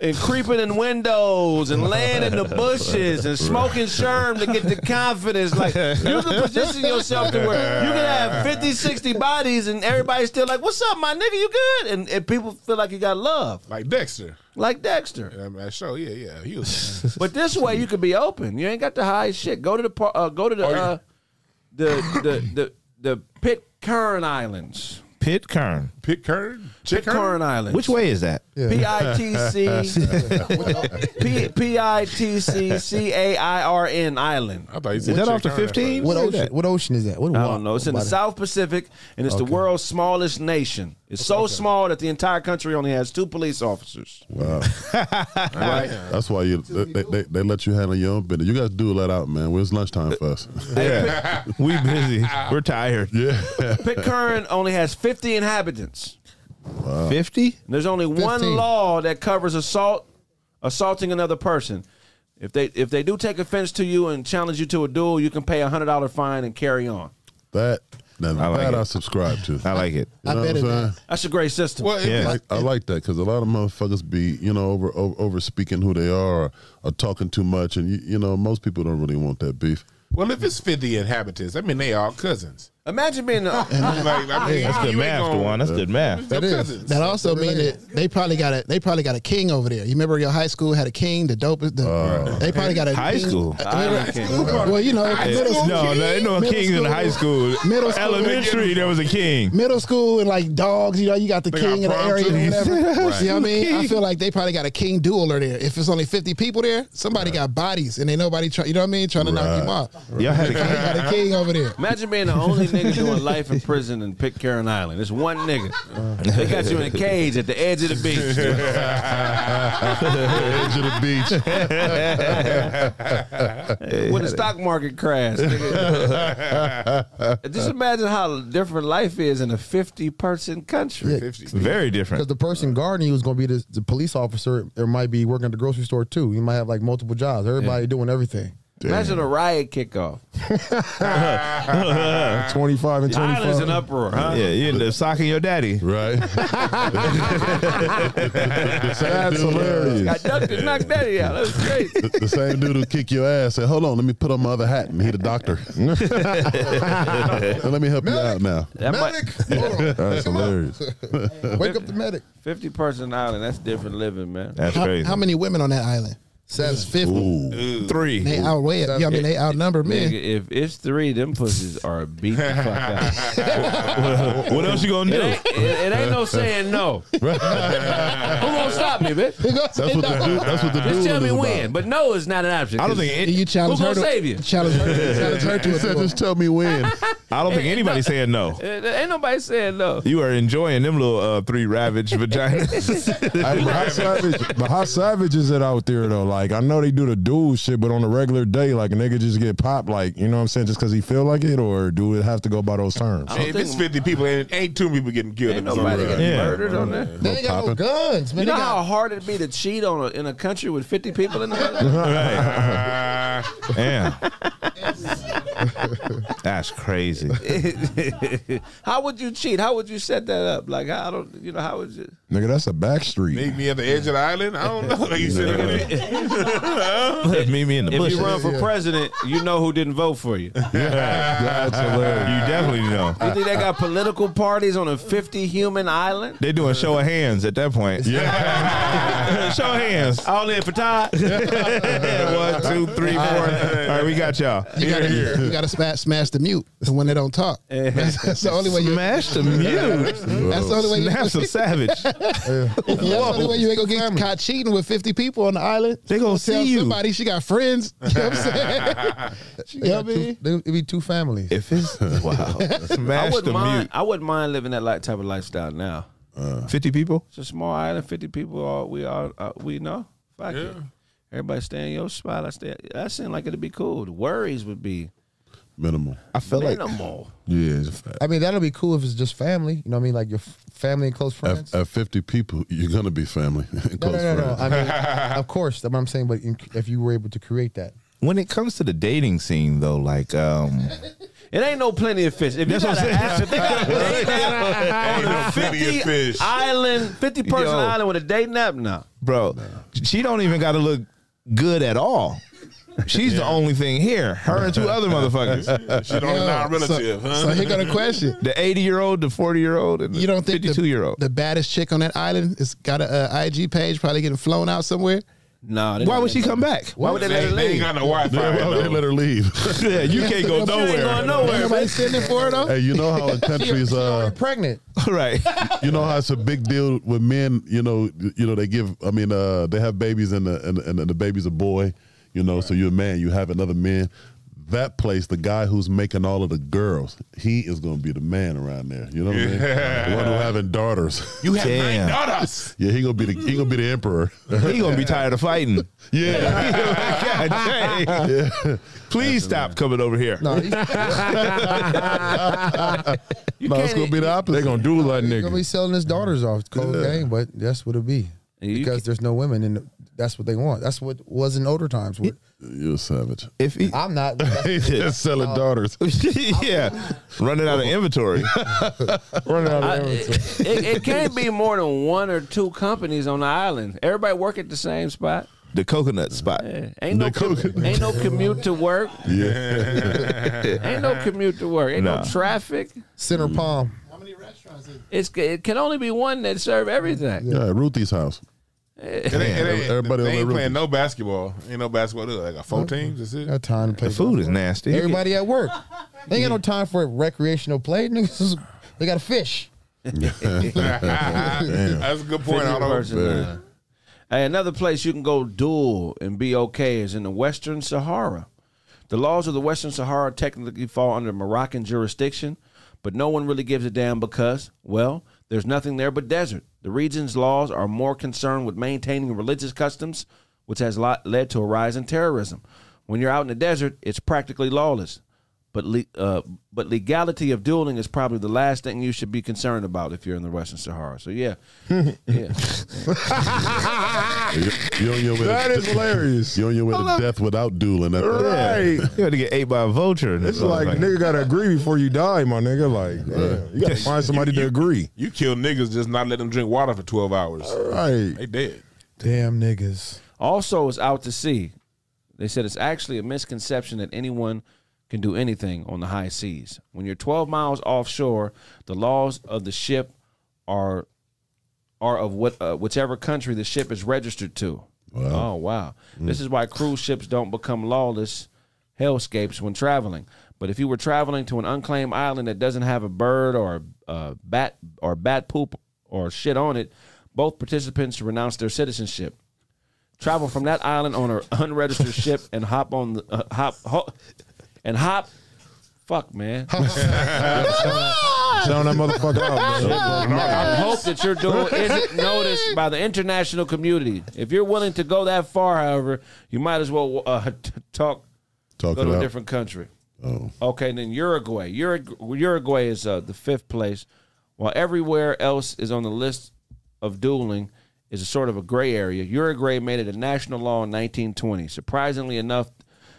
[SPEAKER 1] and creeping in windows and laying in the bushes and smoking sherm to get the confidence. Like you can position yourself to where you can have 50, 60 bodies and everybody's still like, "What's up, my nigga? You good?" And, and people feel like you got love,
[SPEAKER 14] like Dexter,
[SPEAKER 1] like Dexter.
[SPEAKER 14] Yeah, man, show, yeah, yeah. He
[SPEAKER 1] [laughs]
[SPEAKER 14] was.
[SPEAKER 1] But this way, you could be open. You ain't got to hide shit. Go to the par- uh, go to the
[SPEAKER 14] Oh,
[SPEAKER 1] uh, the the the the Pitcairn Islands.
[SPEAKER 12] Pitcairn.
[SPEAKER 14] Pitcairn?
[SPEAKER 1] Pitcairn Islands.
[SPEAKER 12] Which way is that?
[SPEAKER 1] P I T C P P I T C C A I R N Island. I
[SPEAKER 14] thought
[SPEAKER 9] Is that off the 15? What ocean? What ocean is that? What
[SPEAKER 1] I
[SPEAKER 9] wa-
[SPEAKER 1] don't know. It's in the
[SPEAKER 9] about it?
[SPEAKER 1] South Pacific, and it's the world's smallest nation. It's so small that the entire country only has two police officers.
[SPEAKER 11] Wow.
[SPEAKER 12] [laughs]
[SPEAKER 11] That's why you they, they, they, they let you handle your own business. You guys do let out, man. Where's lunchtime for us?
[SPEAKER 12] [laughs]
[SPEAKER 11] [laughs]
[SPEAKER 12] Yeah. we busy. We're tired.
[SPEAKER 11] Yeah.
[SPEAKER 9] [laughs]
[SPEAKER 1] Pitcairn only has 50 inhabitants.
[SPEAKER 11] Wow.
[SPEAKER 12] 50?
[SPEAKER 1] There's only one
[SPEAKER 12] 15.
[SPEAKER 1] law that covers assault, assaulting another person. If they if they do take offense to you and challenge you to a duel, you can pay a hundred dollar fine and carry on.
[SPEAKER 11] That now,
[SPEAKER 12] like
[SPEAKER 11] that
[SPEAKER 12] it.
[SPEAKER 11] I subscribe to.
[SPEAKER 12] I like it.
[SPEAKER 11] You know what I'm saying?
[SPEAKER 1] That's a great system.
[SPEAKER 11] I, like, I like that because a lot of motherfuckers be you know over over, over speaking who they are or, or talking too much, and you, you know most people don't really want that beef.
[SPEAKER 14] well, if it's 50 inhabitants, I mean, they all cousins.
[SPEAKER 1] Imagine being
[SPEAKER 14] [laughs]
[SPEAKER 1] the
[SPEAKER 14] like, I mean,
[SPEAKER 12] That's good
[SPEAKER 14] you
[SPEAKER 12] math,
[SPEAKER 14] ain't gonna-
[SPEAKER 12] Dewan. That's [laughs] good math.
[SPEAKER 14] Your
[SPEAKER 10] That is.
[SPEAKER 14] cousins.
[SPEAKER 10] That also mean that they probably got a they probably got a king over there. You remember your high school had a king, the dopest. The, they probably got a
[SPEAKER 12] Oh. High
[SPEAKER 10] king.
[SPEAKER 12] school?
[SPEAKER 10] Uh,
[SPEAKER 12] I
[SPEAKER 10] remember-
[SPEAKER 12] like king.
[SPEAKER 10] well, you know,
[SPEAKER 12] High
[SPEAKER 10] middle
[SPEAKER 12] school
[SPEAKER 10] school.
[SPEAKER 12] No, no, ain't no
[SPEAKER 10] middle
[SPEAKER 12] kings in
[SPEAKER 10] school,
[SPEAKER 12] high school.
[SPEAKER 10] Middle school.
[SPEAKER 12] Elementary, there was a king.
[SPEAKER 10] [laughs] Middle school and like dogs, you know, you got the
[SPEAKER 12] They got
[SPEAKER 10] king in the
[SPEAKER 12] prom
[SPEAKER 10] area or
[SPEAKER 12] too.
[SPEAKER 10] whatever.
[SPEAKER 12] Right.
[SPEAKER 10] You know what I mean? I
[SPEAKER 12] King.
[SPEAKER 10] feel like they probably got a king dueler there. If it's only fifty people there, somebody got bodies and ain't nobody try, you know what I mean, trying to knock you out.
[SPEAKER 12] Y'all had a
[SPEAKER 10] They got a king over there.
[SPEAKER 1] Imagine being the only nigga doing life in prison in Pitcairn Island. It's one nigga. They got you in a cage at the edge of the beach.
[SPEAKER 11] edge of the
[SPEAKER 1] beach. [laughs] when the stock market
[SPEAKER 12] [laughs]
[SPEAKER 1] crashed. nigga. Just imagine how different life is in a 50 person country.
[SPEAKER 4] Yeah.
[SPEAKER 12] Very different.
[SPEAKER 4] Because the person guarding you is going to be the, the police officer, or might be working at the grocery store too. You might have like multiple jobs. Everybody doing everything.
[SPEAKER 1] Imagine a
[SPEAKER 12] [laughs]
[SPEAKER 1] riot kickoff.
[SPEAKER 15] 25 and
[SPEAKER 1] The
[SPEAKER 15] 25.
[SPEAKER 1] island's in uproar, huh?
[SPEAKER 12] Yeah, you end up socking your daddy.
[SPEAKER 11] Right.
[SPEAKER 12] That's
[SPEAKER 1] Got ducked and knocked daddy out. That's great.
[SPEAKER 11] the, the same dude who kick your ass said, "Hold on, let me put on my other hat," and he the
[SPEAKER 1] [laughs]
[SPEAKER 11] doctor. let me help you out now.
[SPEAKER 1] That might-
[SPEAKER 11] That's hilarious.
[SPEAKER 10] Wake up the medic.
[SPEAKER 1] 50 person island. That's different living, man.
[SPEAKER 10] how, How many women on that island? Seven. fifty.
[SPEAKER 12] Three.
[SPEAKER 10] They outweigh it. Yeah, I mean, they outnumber
[SPEAKER 1] Nigga,
[SPEAKER 10] men.
[SPEAKER 1] if it's three, them pussies are beat the
[SPEAKER 11] [laughs]
[SPEAKER 1] fuck out.
[SPEAKER 12] what else you gonna do?
[SPEAKER 1] It ain't, it- it ain't no saying no. Who gonna stop me, bitch?
[SPEAKER 11] That's what the dude. That's what the dude.
[SPEAKER 1] Just tell me
[SPEAKER 11] is
[SPEAKER 1] when,
[SPEAKER 11] about.
[SPEAKER 1] but no is not an option.
[SPEAKER 11] I don't
[SPEAKER 1] 'cause
[SPEAKER 11] think it- You challenge
[SPEAKER 1] Who [laughs]
[SPEAKER 11] her
[SPEAKER 1] gonna
[SPEAKER 11] to-
[SPEAKER 1] save you?
[SPEAKER 11] [laughs] He said, "Just tell me when."
[SPEAKER 12] I don't think
[SPEAKER 1] Ain't- ain't
[SPEAKER 12] anybody
[SPEAKER 1] no-
[SPEAKER 12] said no.
[SPEAKER 1] Uh, Ain't nobody saying no.
[SPEAKER 12] You are enjoying them little uh, three ravaged vaginas. [laughs]
[SPEAKER 15] Hey, but, how savage, but how savage is it out there though? Like I know they do the dual shit, but on a regular day, like a nigga just get popped, like you know what I'm saying, just because he feel like it, or do it have to go by those terms?
[SPEAKER 14] If it's 50 people, and ain't two people getting killed.
[SPEAKER 1] Ain't
[SPEAKER 14] if it's
[SPEAKER 1] nobody
[SPEAKER 14] on the
[SPEAKER 1] getting
[SPEAKER 14] road.
[SPEAKER 1] murdered on there.
[SPEAKER 14] They ain't got no guns,
[SPEAKER 1] You know how hard it'd be to cheat on a, in a country with fifty
[SPEAKER 11] [laughs]
[SPEAKER 1] people in it.
[SPEAKER 12] right. Damn. [laughs] That's crazy.
[SPEAKER 1] how would you cheat? How would you set that up? Like how- I don't, you know, how would you?
[SPEAKER 15] Nigga, that's a back street.
[SPEAKER 14] Meet me at the edge of the island? I don't know. [laughs] You said
[SPEAKER 12] Meet me in the
[SPEAKER 1] if
[SPEAKER 12] bush.
[SPEAKER 1] you run [laughs] for
[SPEAKER 12] Yeah.
[SPEAKER 1] president, you know who didn't vote for you. [laughs]
[SPEAKER 12] That's hilarious. You definitely know.
[SPEAKER 1] [laughs] You think they got political parties on a fifty human
[SPEAKER 14] [laughs]
[SPEAKER 1] island?
[SPEAKER 12] They doing show of hands at that point. Yeah. show of hands.
[SPEAKER 1] All in
[SPEAKER 14] [laughs]
[SPEAKER 1] for Todd.
[SPEAKER 12] [laughs] One, two, three, four. All right, we got y'all.
[SPEAKER 10] You gotta, you gotta smash, smash the mute the when they don't talk. That's, [laughs] that's the only way you
[SPEAKER 12] smash the mute.
[SPEAKER 10] That's the only way.
[SPEAKER 12] Snap
[SPEAKER 10] [laughs] you,
[SPEAKER 12] some savage.
[SPEAKER 10] That's the only way you ain't gonna get caught cheating with fifty people on the island.
[SPEAKER 12] They gonna
[SPEAKER 10] tell
[SPEAKER 12] see you.
[SPEAKER 10] somebody she got friends. [laughs] You know what I'm saying? you know what I mean?
[SPEAKER 4] It'd be two families.
[SPEAKER 12] If it's
[SPEAKER 4] [laughs]
[SPEAKER 12] wow,
[SPEAKER 1] I
[SPEAKER 12] smash
[SPEAKER 1] wouldn't
[SPEAKER 12] the
[SPEAKER 1] mind.
[SPEAKER 12] mute.
[SPEAKER 1] I wouldn't mind living that like type of lifestyle now.
[SPEAKER 14] Uh.
[SPEAKER 12] Fifty people.
[SPEAKER 1] It's a small island, fifty people. All we all uh, we know. Fuck it. Everybody stay in your spot. I stay. That seemed like it'd be cool. The worries would be
[SPEAKER 11] Minimal.
[SPEAKER 15] I feel
[SPEAKER 1] like- Minimal.
[SPEAKER 15] Yeah, it's a fact.
[SPEAKER 4] I mean, that'll be cool if it's just family. You know what I mean? Like your f- family and close friends.
[SPEAKER 11] At, at 50 people, you're going to be family. [laughs] and
[SPEAKER 4] No,
[SPEAKER 11] close
[SPEAKER 4] no, no, no.
[SPEAKER 11] friends.
[SPEAKER 4] I mean, of course, that's what I'm saying. But in, if you were able to create that,
[SPEAKER 12] When it comes to the dating scene, though, like um,
[SPEAKER 1] It ain't no plenty of fish. If you
[SPEAKER 12] That's what
[SPEAKER 1] got
[SPEAKER 12] I'm
[SPEAKER 1] an
[SPEAKER 12] saying.
[SPEAKER 1] ass, if they got a date app
[SPEAKER 12] Ain't no
[SPEAKER 1] on a
[SPEAKER 12] plenty of
[SPEAKER 1] fifty
[SPEAKER 12] fish.
[SPEAKER 1] island, fifty person
[SPEAKER 12] Yo.
[SPEAKER 4] [laughs]
[SPEAKER 1] island with a dating app now.
[SPEAKER 12] bro, she don't even got to look good at all. She's the only thing here. Her and two
[SPEAKER 14] [laughs]
[SPEAKER 12] other motherfuckers.
[SPEAKER 14] She the only non-relative,
[SPEAKER 10] so,
[SPEAKER 14] huh?
[SPEAKER 10] So here got a question.
[SPEAKER 12] The eighty year old, the forty year old, and the
[SPEAKER 10] You don't think
[SPEAKER 12] fifty two year old.
[SPEAKER 10] the baddest chick on that island has got a uh, IG page, probably getting flown out somewhere.
[SPEAKER 1] No,
[SPEAKER 12] Why would she come back?
[SPEAKER 10] Why would they let her
[SPEAKER 14] They ain't
[SPEAKER 10] leave?
[SPEAKER 14] got no Wi
[SPEAKER 11] Yeah,
[SPEAKER 14] Fi.
[SPEAKER 11] why would they let her leave? [laughs]
[SPEAKER 12] yeah, you can't go
[SPEAKER 10] You ain't
[SPEAKER 12] nowhere.
[SPEAKER 10] going nowhere. Nobody sending for her though.
[SPEAKER 11] Hey, you know
[SPEAKER 10] [laughs]
[SPEAKER 11] how in countries, uh,
[SPEAKER 4] pregnant.
[SPEAKER 12] [laughs] right?
[SPEAKER 11] [laughs] you know how it's a big deal with men. You know, you know they give. I mean, uh, they have babies, and the and, and the baby's a boy. You know, so you're a man. You have another man. That place, the guy who's making all of the girls, he is going to be the man around there. You know what I mean?
[SPEAKER 14] Yeah.
[SPEAKER 11] The one who having daughters.
[SPEAKER 14] You have
[SPEAKER 12] Damn.
[SPEAKER 14] nine daughters.
[SPEAKER 11] yeah, he gonna be the he gonna be the emperor.
[SPEAKER 12] He gonna be tired of fighting.
[SPEAKER 11] [laughs]
[SPEAKER 12] [laughs]
[SPEAKER 11] yeah,
[SPEAKER 12] God dang.
[SPEAKER 1] [laughs]
[SPEAKER 12] Please stop coming over here.
[SPEAKER 4] no, he's
[SPEAKER 11] no, it's gonna be the opposite.
[SPEAKER 15] They gonna do that
[SPEAKER 4] gonna
[SPEAKER 15] nigga.
[SPEAKER 4] be selling his daughters off cold game. But that's what it'll be
[SPEAKER 1] And you
[SPEAKER 4] because there's no women, and that's what they want. That's what was in older times. What-
[SPEAKER 11] You're a savage.
[SPEAKER 12] If he,
[SPEAKER 4] I'm not. that's- Uh,
[SPEAKER 11] He's selling daughters.
[SPEAKER 12] yeah, [laughs] running out of inventory.
[SPEAKER 15] Running out
[SPEAKER 1] I-
[SPEAKER 15] of
[SPEAKER 1] it,
[SPEAKER 15] everything.
[SPEAKER 1] it- it can't be more than one or two companies on the island. Everybody work at the same spot.
[SPEAKER 12] The coconut spot.
[SPEAKER 1] Yeah. Ain't no
[SPEAKER 11] The
[SPEAKER 1] com-
[SPEAKER 11] coconut.
[SPEAKER 1] ain't no commute to work.
[SPEAKER 14] [laughs]
[SPEAKER 1] [laughs]
[SPEAKER 12] [laughs]
[SPEAKER 1] Ain't no commute to work. Ain't
[SPEAKER 12] Nah.
[SPEAKER 1] no traffic.
[SPEAKER 4] Center Palm.
[SPEAKER 1] It's it can only be one that
[SPEAKER 12] [laughs]
[SPEAKER 1] serve everything.
[SPEAKER 11] Yeah, Ruthie's house.
[SPEAKER 14] It ain't, it ain't,
[SPEAKER 11] Everybody on
[SPEAKER 14] they
[SPEAKER 11] their
[SPEAKER 14] ain't
[SPEAKER 11] roof.
[SPEAKER 14] playing no basketball. Ain't no basketball. They got four teams. That's it.
[SPEAKER 4] Got time to play.
[SPEAKER 12] The food is nasty.
[SPEAKER 4] Everybody
[SPEAKER 12] [laughs]
[SPEAKER 4] at work. They ain't got no time for recreational play. Niggas, is- they got to fish.
[SPEAKER 14] [laughs] That's a good point. I don't
[SPEAKER 1] Person, uh, hey, another place you can go dual and be okay is in the Western Sahara. The laws of the Western Sahara technically fall under Moroccan jurisdiction, but no one really gives a damn because, well, there's nothing there but desert. The region's laws are more concerned with maintaining religious customs, which has lot, led to a rise in terrorism. When you're out in the desert, it's practically lawless. But le- uh, but legality of dueling is probably the last thing you should be concerned about if you're in the Western Sahara. So yeah, yeah.
[SPEAKER 11] You're, you're on your way.
[SPEAKER 15] That
[SPEAKER 11] to,
[SPEAKER 15] is hilarious.
[SPEAKER 11] You're on your way to death without dueling. That,
[SPEAKER 15] Right.
[SPEAKER 12] You had to get ate by a vulture. in
[SPEAKER 15] It's
[SPEAKER 12] this
[SPEAKER 15] like
[SPEAKER 12] motherfucker.
[SPEAKER 15] nigga gotta agree before you die, my nigga. Like damn,
[SPEAKER 14] [laughs]
[SPEAKER 15] you gotta find somebody to agree.
[SPEAKER 14] You kill niggas just not let them drink water for twelve hours.
[SPEAKER 1] [laughs]
[SPEAKER 15] Right.
[SPEAKER 14] They dead.
[SPEAKER 4] Damn niggas.
[SPEAKER 1] Also, it's out to sea. They said it's actually a misconception that anyone can do anything on the high seas. When you're 12 miles offshore, the laws of the ship are are of what uh, whichever country the ship is registered to. Oh wow! This is why cruise ships don't become lawless hellscapes when traveling. But if you were traveling to an unclaimed island that doesn't have a bird or a uh, bat or bat poop or shit on it, both participants should renounce their citizenship travel from that island on an unregistered ship and hop on the uh, hop, ho- and hop Fuck, man.
[SPEAKER 15] Sound that motherfucker out, man.
[SPEAKER 1] I hope that your doing isn't noticed by the international community. If you're willing to go that far, however, you might as well uh, [laughs] t- talk,
[SPEAKER 11] Talk
[SPEAKER 1] go
[SPEAKER 11] it
[SPEAKER 1] to a
[SPEAKER 11] out.
[SPEAKER 1] different country. Oh. Okay, and then Uruguay. Urugu- Uruguay is uh, the fifth place, while everywhere else is on the list of dueling is a sort of a gray area. Uruguay made it a national law in 1920. Surprisingly enough,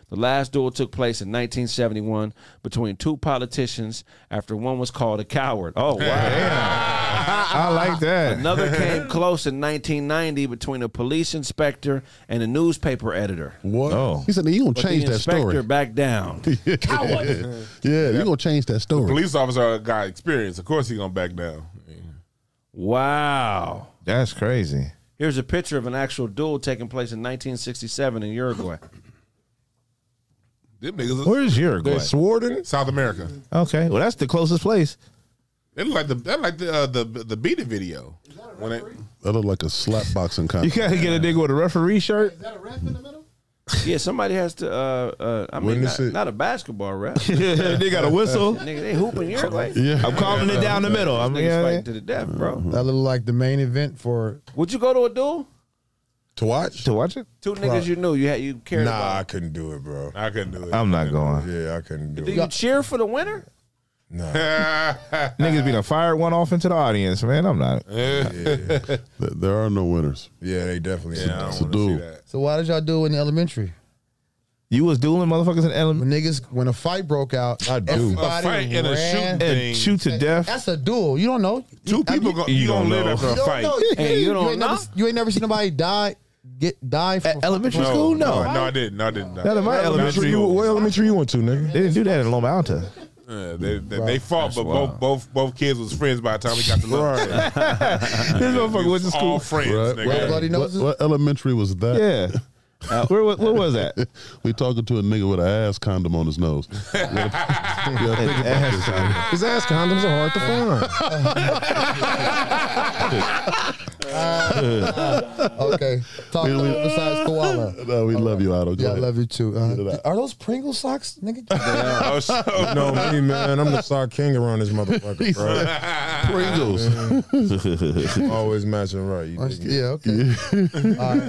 [SPEAKER 1] the last duel took place in 1971 between two politicians after one was called a coward. Oh, wow.
[SPEAKER 12] I like that.
[SPEAKER 11] [laughs]
[SPEAKER 1] Another came close in 1990 between a police inspector and a newspaper editor.
[SPEAKER 11] What?
[SPEAKER 12] Oh.
[SPEAKER 11] He said, "You gonna
[SPEAKER 1] But the
[SPEAKER 11] change that story."
[SPEAKER 1] inspector
[SPEAKER 11] [laughs]
[SPEAKER 1] backed down.
[SPEAKER 11] yeah, you gonna change that story.
[SPEAKER 14] Police officer got experience. Of course, he gonna back down.
[SPEAKER 1] Wow.
[SPEAKER 12] That's crazy.
[SPEAKER 1] Here's a picture of an actual duel taking place in 1967 in Uruguay.
[SPEAKER 14] Them niggas.
[SPEAKER 12] Where is Uruguay?
[SPEAKER 14] They swore in South America.
[SPEAKER 12] Okay, well that's the closest place.
[SPEAKER 14] It look like the that like the uh, the the beat it video. When it,
[SPEAKER 11] That looked like a slap boxing
[SPEAKER 12] You
[SPEAKER 11] contest.
[SPEAKER 12] gotta get a nigga with a referee shirt.
[SPEAKER 1] Yeah, somebody has to. Uh, uh, I mean,
[SPEAKER 12] Witness
[SPEAKER 1] not,
[SPEAKER 12] it.
[SPEAKER 1] not a basketball rap.
[SPEAKER 12] [laughs] They got a whistle.
[SPEAKER 1] Nigga, they hooping Uruguay.
[SPEAKER 12] Yeah. I'm calling it down the middle. I'm-
[SPEAKER 1] These niggas
[SPEAKER 12] yeah, yeah.
[SPEAKER 1] fighting to the death, bro.
[SPEAKER 9] That looked like the main event for.
[SPEAKER 1] Would you go to a duel?
[SPEAKER 15] To watch?
[SPEAKER 12] To watch it?
[SPEAKER 1] Two niggas you knew you had [laughs] you cared
[SPEAKER 15] nah,
[SPEAKER 1] about.
[SPEAKER 15] I couldn't do it, bro.
[SPEAKER 14] I couldn't do it.
[SPEAKER 12] I'm not going.
[SPEAKER 15] Yeah, I couldn't do
[SPEAKER 1] Do
[SPEAKER 15] it.
[SPEAKER 1] you cheer for the winner?
[SPEAKER 12] Niggas be done fired one off into the audience, man. I'm not.
[SPEAKER 11] Th- there are no winners.
[SPEAKER 15] Yeah, they definitely.
[SPEAKER 11] Yeah, I don't wanna see that.
[SPEAKER 9] So why did y'all do it in elementary?
[SPEAKER 12] You was dueling motherfuckers in
[SPEAKER 9] elementary. When niggas, when a fight broke out, I
[SPEAKER 12] do.
[SPEAKER 9] Everybody
[SPEAKER 12] A fight and a
[SPEAKER 9] ran.
[SPEAKER 12] shooting And thing. shoot to death.
[SPEAKER 9] That's a duel. You don't know.
[SPEAKER 14] Two people go- you don't live after a
[SPEAKER 9] You don't
[SPEAKER 14] fight.
[SPEAKER 9] know.
[SPEAKER 14] Hey, you don't
[SPEAKER 9] ain't
[SPEAKER 14] know?
[SPEAKER 9] Never, you ain't never seen nobody die. Get die from
[SPEAKER 12] elementary
[SPEAKER 14] no, I didn't. No, I didn't.
[SPEAKER 12] Not in my
[SPEAKER 14] Not
[SPEAKER 12] elementary.
[SPEAKER 14] school.
[SPEAKER 12] what
[SPEAKER 15] elementary you went to, nigga?
[SPEAKER 12] They didn't do that in Loma Alta.
[SPEAKER 14] Yeah, they, they, they fought, but both both both kids was friends by the time we got to
[SPEAKER 12] [laughs] [laughs]
[SPEAKER 14] lunch.
[SPEAKER 12] this motherfucker went to school.
[SPEAKER 14] All friends, nigga.
[SPEAKER 11] what, what elementary was that?
[SPEAKER 12] Yeah. Uh, where, what, was that?
[SPEAKER 11] [laughs] we talking to a nigga with an ass condom on
[SPEAKER 12] [laughs]
[SPEAKER 11] his nose.
[SPEAKER 15] His ass condoms are hard to
[SPEAKER 4] [laughs]
[SPEAKER 15] find.
[SPEAKER 9] [laughs] okay. Talk
[SPEAKER 11] We- we-
[SPEAKER 9] besides koala.
[SPEAKER 11] [laughs] No, we love you, Otto. Go
[SPEAKER 9] Yeah, I
[SPEAKER 11] ahead.
[SPEAKER 9] love you too. Uh, are those Pringle socks, nigga?
[SPEAKER 14] Oh,
[SPEAKER 15] you
[SPEAKER 1] [laughs]
[SPEAKER 15] know me, man. I'm the sock king around this motherfucker, bro.
[SPEAKER 11] Pringles.
[SPEAKER 15] Always matching right. You dig it?
[SPEAKER 9] yeah, okay.
[SPEAKER 1] [laughs]
[SPEAKER 9] All right,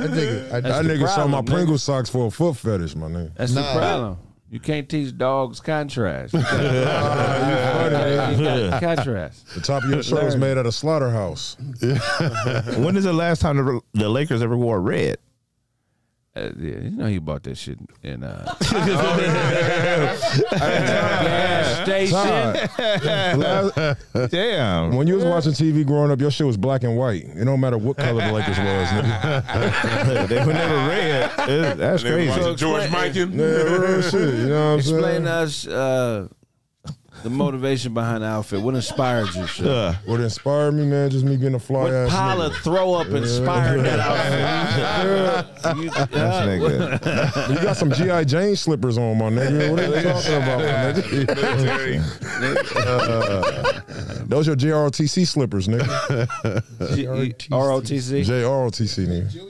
[SPEAKER 9] I dig it. I dig
[SPEAKER 15] that
[SPEAKER 9] it.
[SPEAKER 15] nigga sold my
[SPEAKER 1] nigga.
[SPEAKER 15] Pringle socks for a foot fetish, my nigga.
[SPEAKER 1] That's
[SPEAKER 9] Nah.
[SPEAKER 1] the problem. You can't teach
[SPEAKER 15] [laughs]
[SPEAKER 1] dogs contrast. [laughs] You
[SPEAKER 15] funny, man.
[SPEAKER 1] gotta- contrast.
[SPEAKER 15] The [laughs] top of your shirt was made out of slaughterhouse.
[SPEAKER 12] when is the last time the, the Lakers ever wore red?
[SPEAKER 1] Uh, yeah, you know you bought that shit in uh,
[SPEAKER 15] Oh,
[SPEAKER 1] [laughs] gas station.
[SPEAKER 12] Damn.
[SPEAKER 15] When you was watching TV growing up, your shit was black and white. It don't matter what color the Lakers was, nigga.
[SPEAKER 12] they were never red.
[SPEAKER 1] [laughs]
[SPEAKER 12] It- that's
[SPEAKER 14] And they
[SPEAKER 12] crazy.
[SPEAKER 14] watching George Mikan.
[SPEAKER 15] Yeah, real shit. You know what
[SPEAKER 12] [laughs]
[SPEAKER 15] I'm
[SPEAKER 1] Explain
[SPEAKER 15] saying?
[SPEAKER 1] to us uh, the motivation behind the outfit. What inspired you? Shit?
[SPEAKER 15] What inspired me, man, just me being a fly
[SPEAKER 1] What
[SPEAKER 15] ass [laughs]
[SPEAKER 1] pile
[SPEAKER 15] nigga.
[SPEAKER 1] of throw up inspired
[SPEAKER 15] [laughs]
[SPEAKER 1] that outfit? You- uh,
[SPEAKER 12] This nigga.
[SPEAKER 15] You got some G.I. Jane slippers on, my nigga. What are you talking about, my nigga? Uh, those your JROTC slippers, nigga.
[SPEAKER 1] G- E- ROTC.
[SPEAKER 15] JROTC, nigga.
[SPEAKER 9] Junior.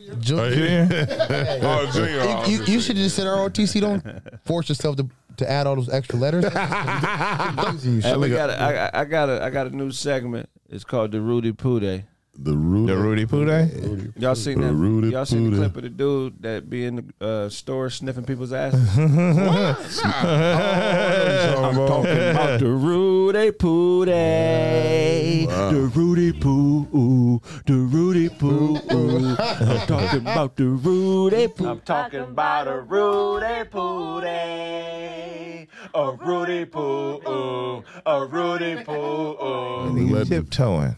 [SPEAKER 14] [laughs] Oh, junior.
[SPEAKER 9] You, you, should have just said ROTC. Don't force yourself to, to add all those extra
[SPEAKER 14] [laughs]
[SPEAKER 9] letters. Confusing you,
[SPEAKER 1] Hey, we
[SPEAKER 9] shit.
[SPEAKER 1] got a, I, I- I got a, I got a new segment. It's called the Rudy Poo Day.
[SPEAKER 11] The Rudy.
[SPEAKER 12] The Rudy Poo Day?
[SPEAKER 1] Y'all seen
[SPEAKER 11] The
[SPEAKER 1] that?
[SPEAKER 11] Rudy
[SPEAKER 1] y'all seen
[SPEAKER 11] Poo Day.
[SPEAKER 1] the clip of the dude that be in the uh, store sniffing people's asses? Oh,
[SPEAKER 15] I'm talking
[SPEAKER 1] about the Rudy Poo Day. The Rudy Poo, ooh, the Rudy Poo, ooh. I'm talking about the Rudy Poo. I'm talking about a Rudy Poo Day. A Rudy Poo, ooh, a Rudy Poo, ooh.
[SPEAKER 12] Nigga tiptoeing.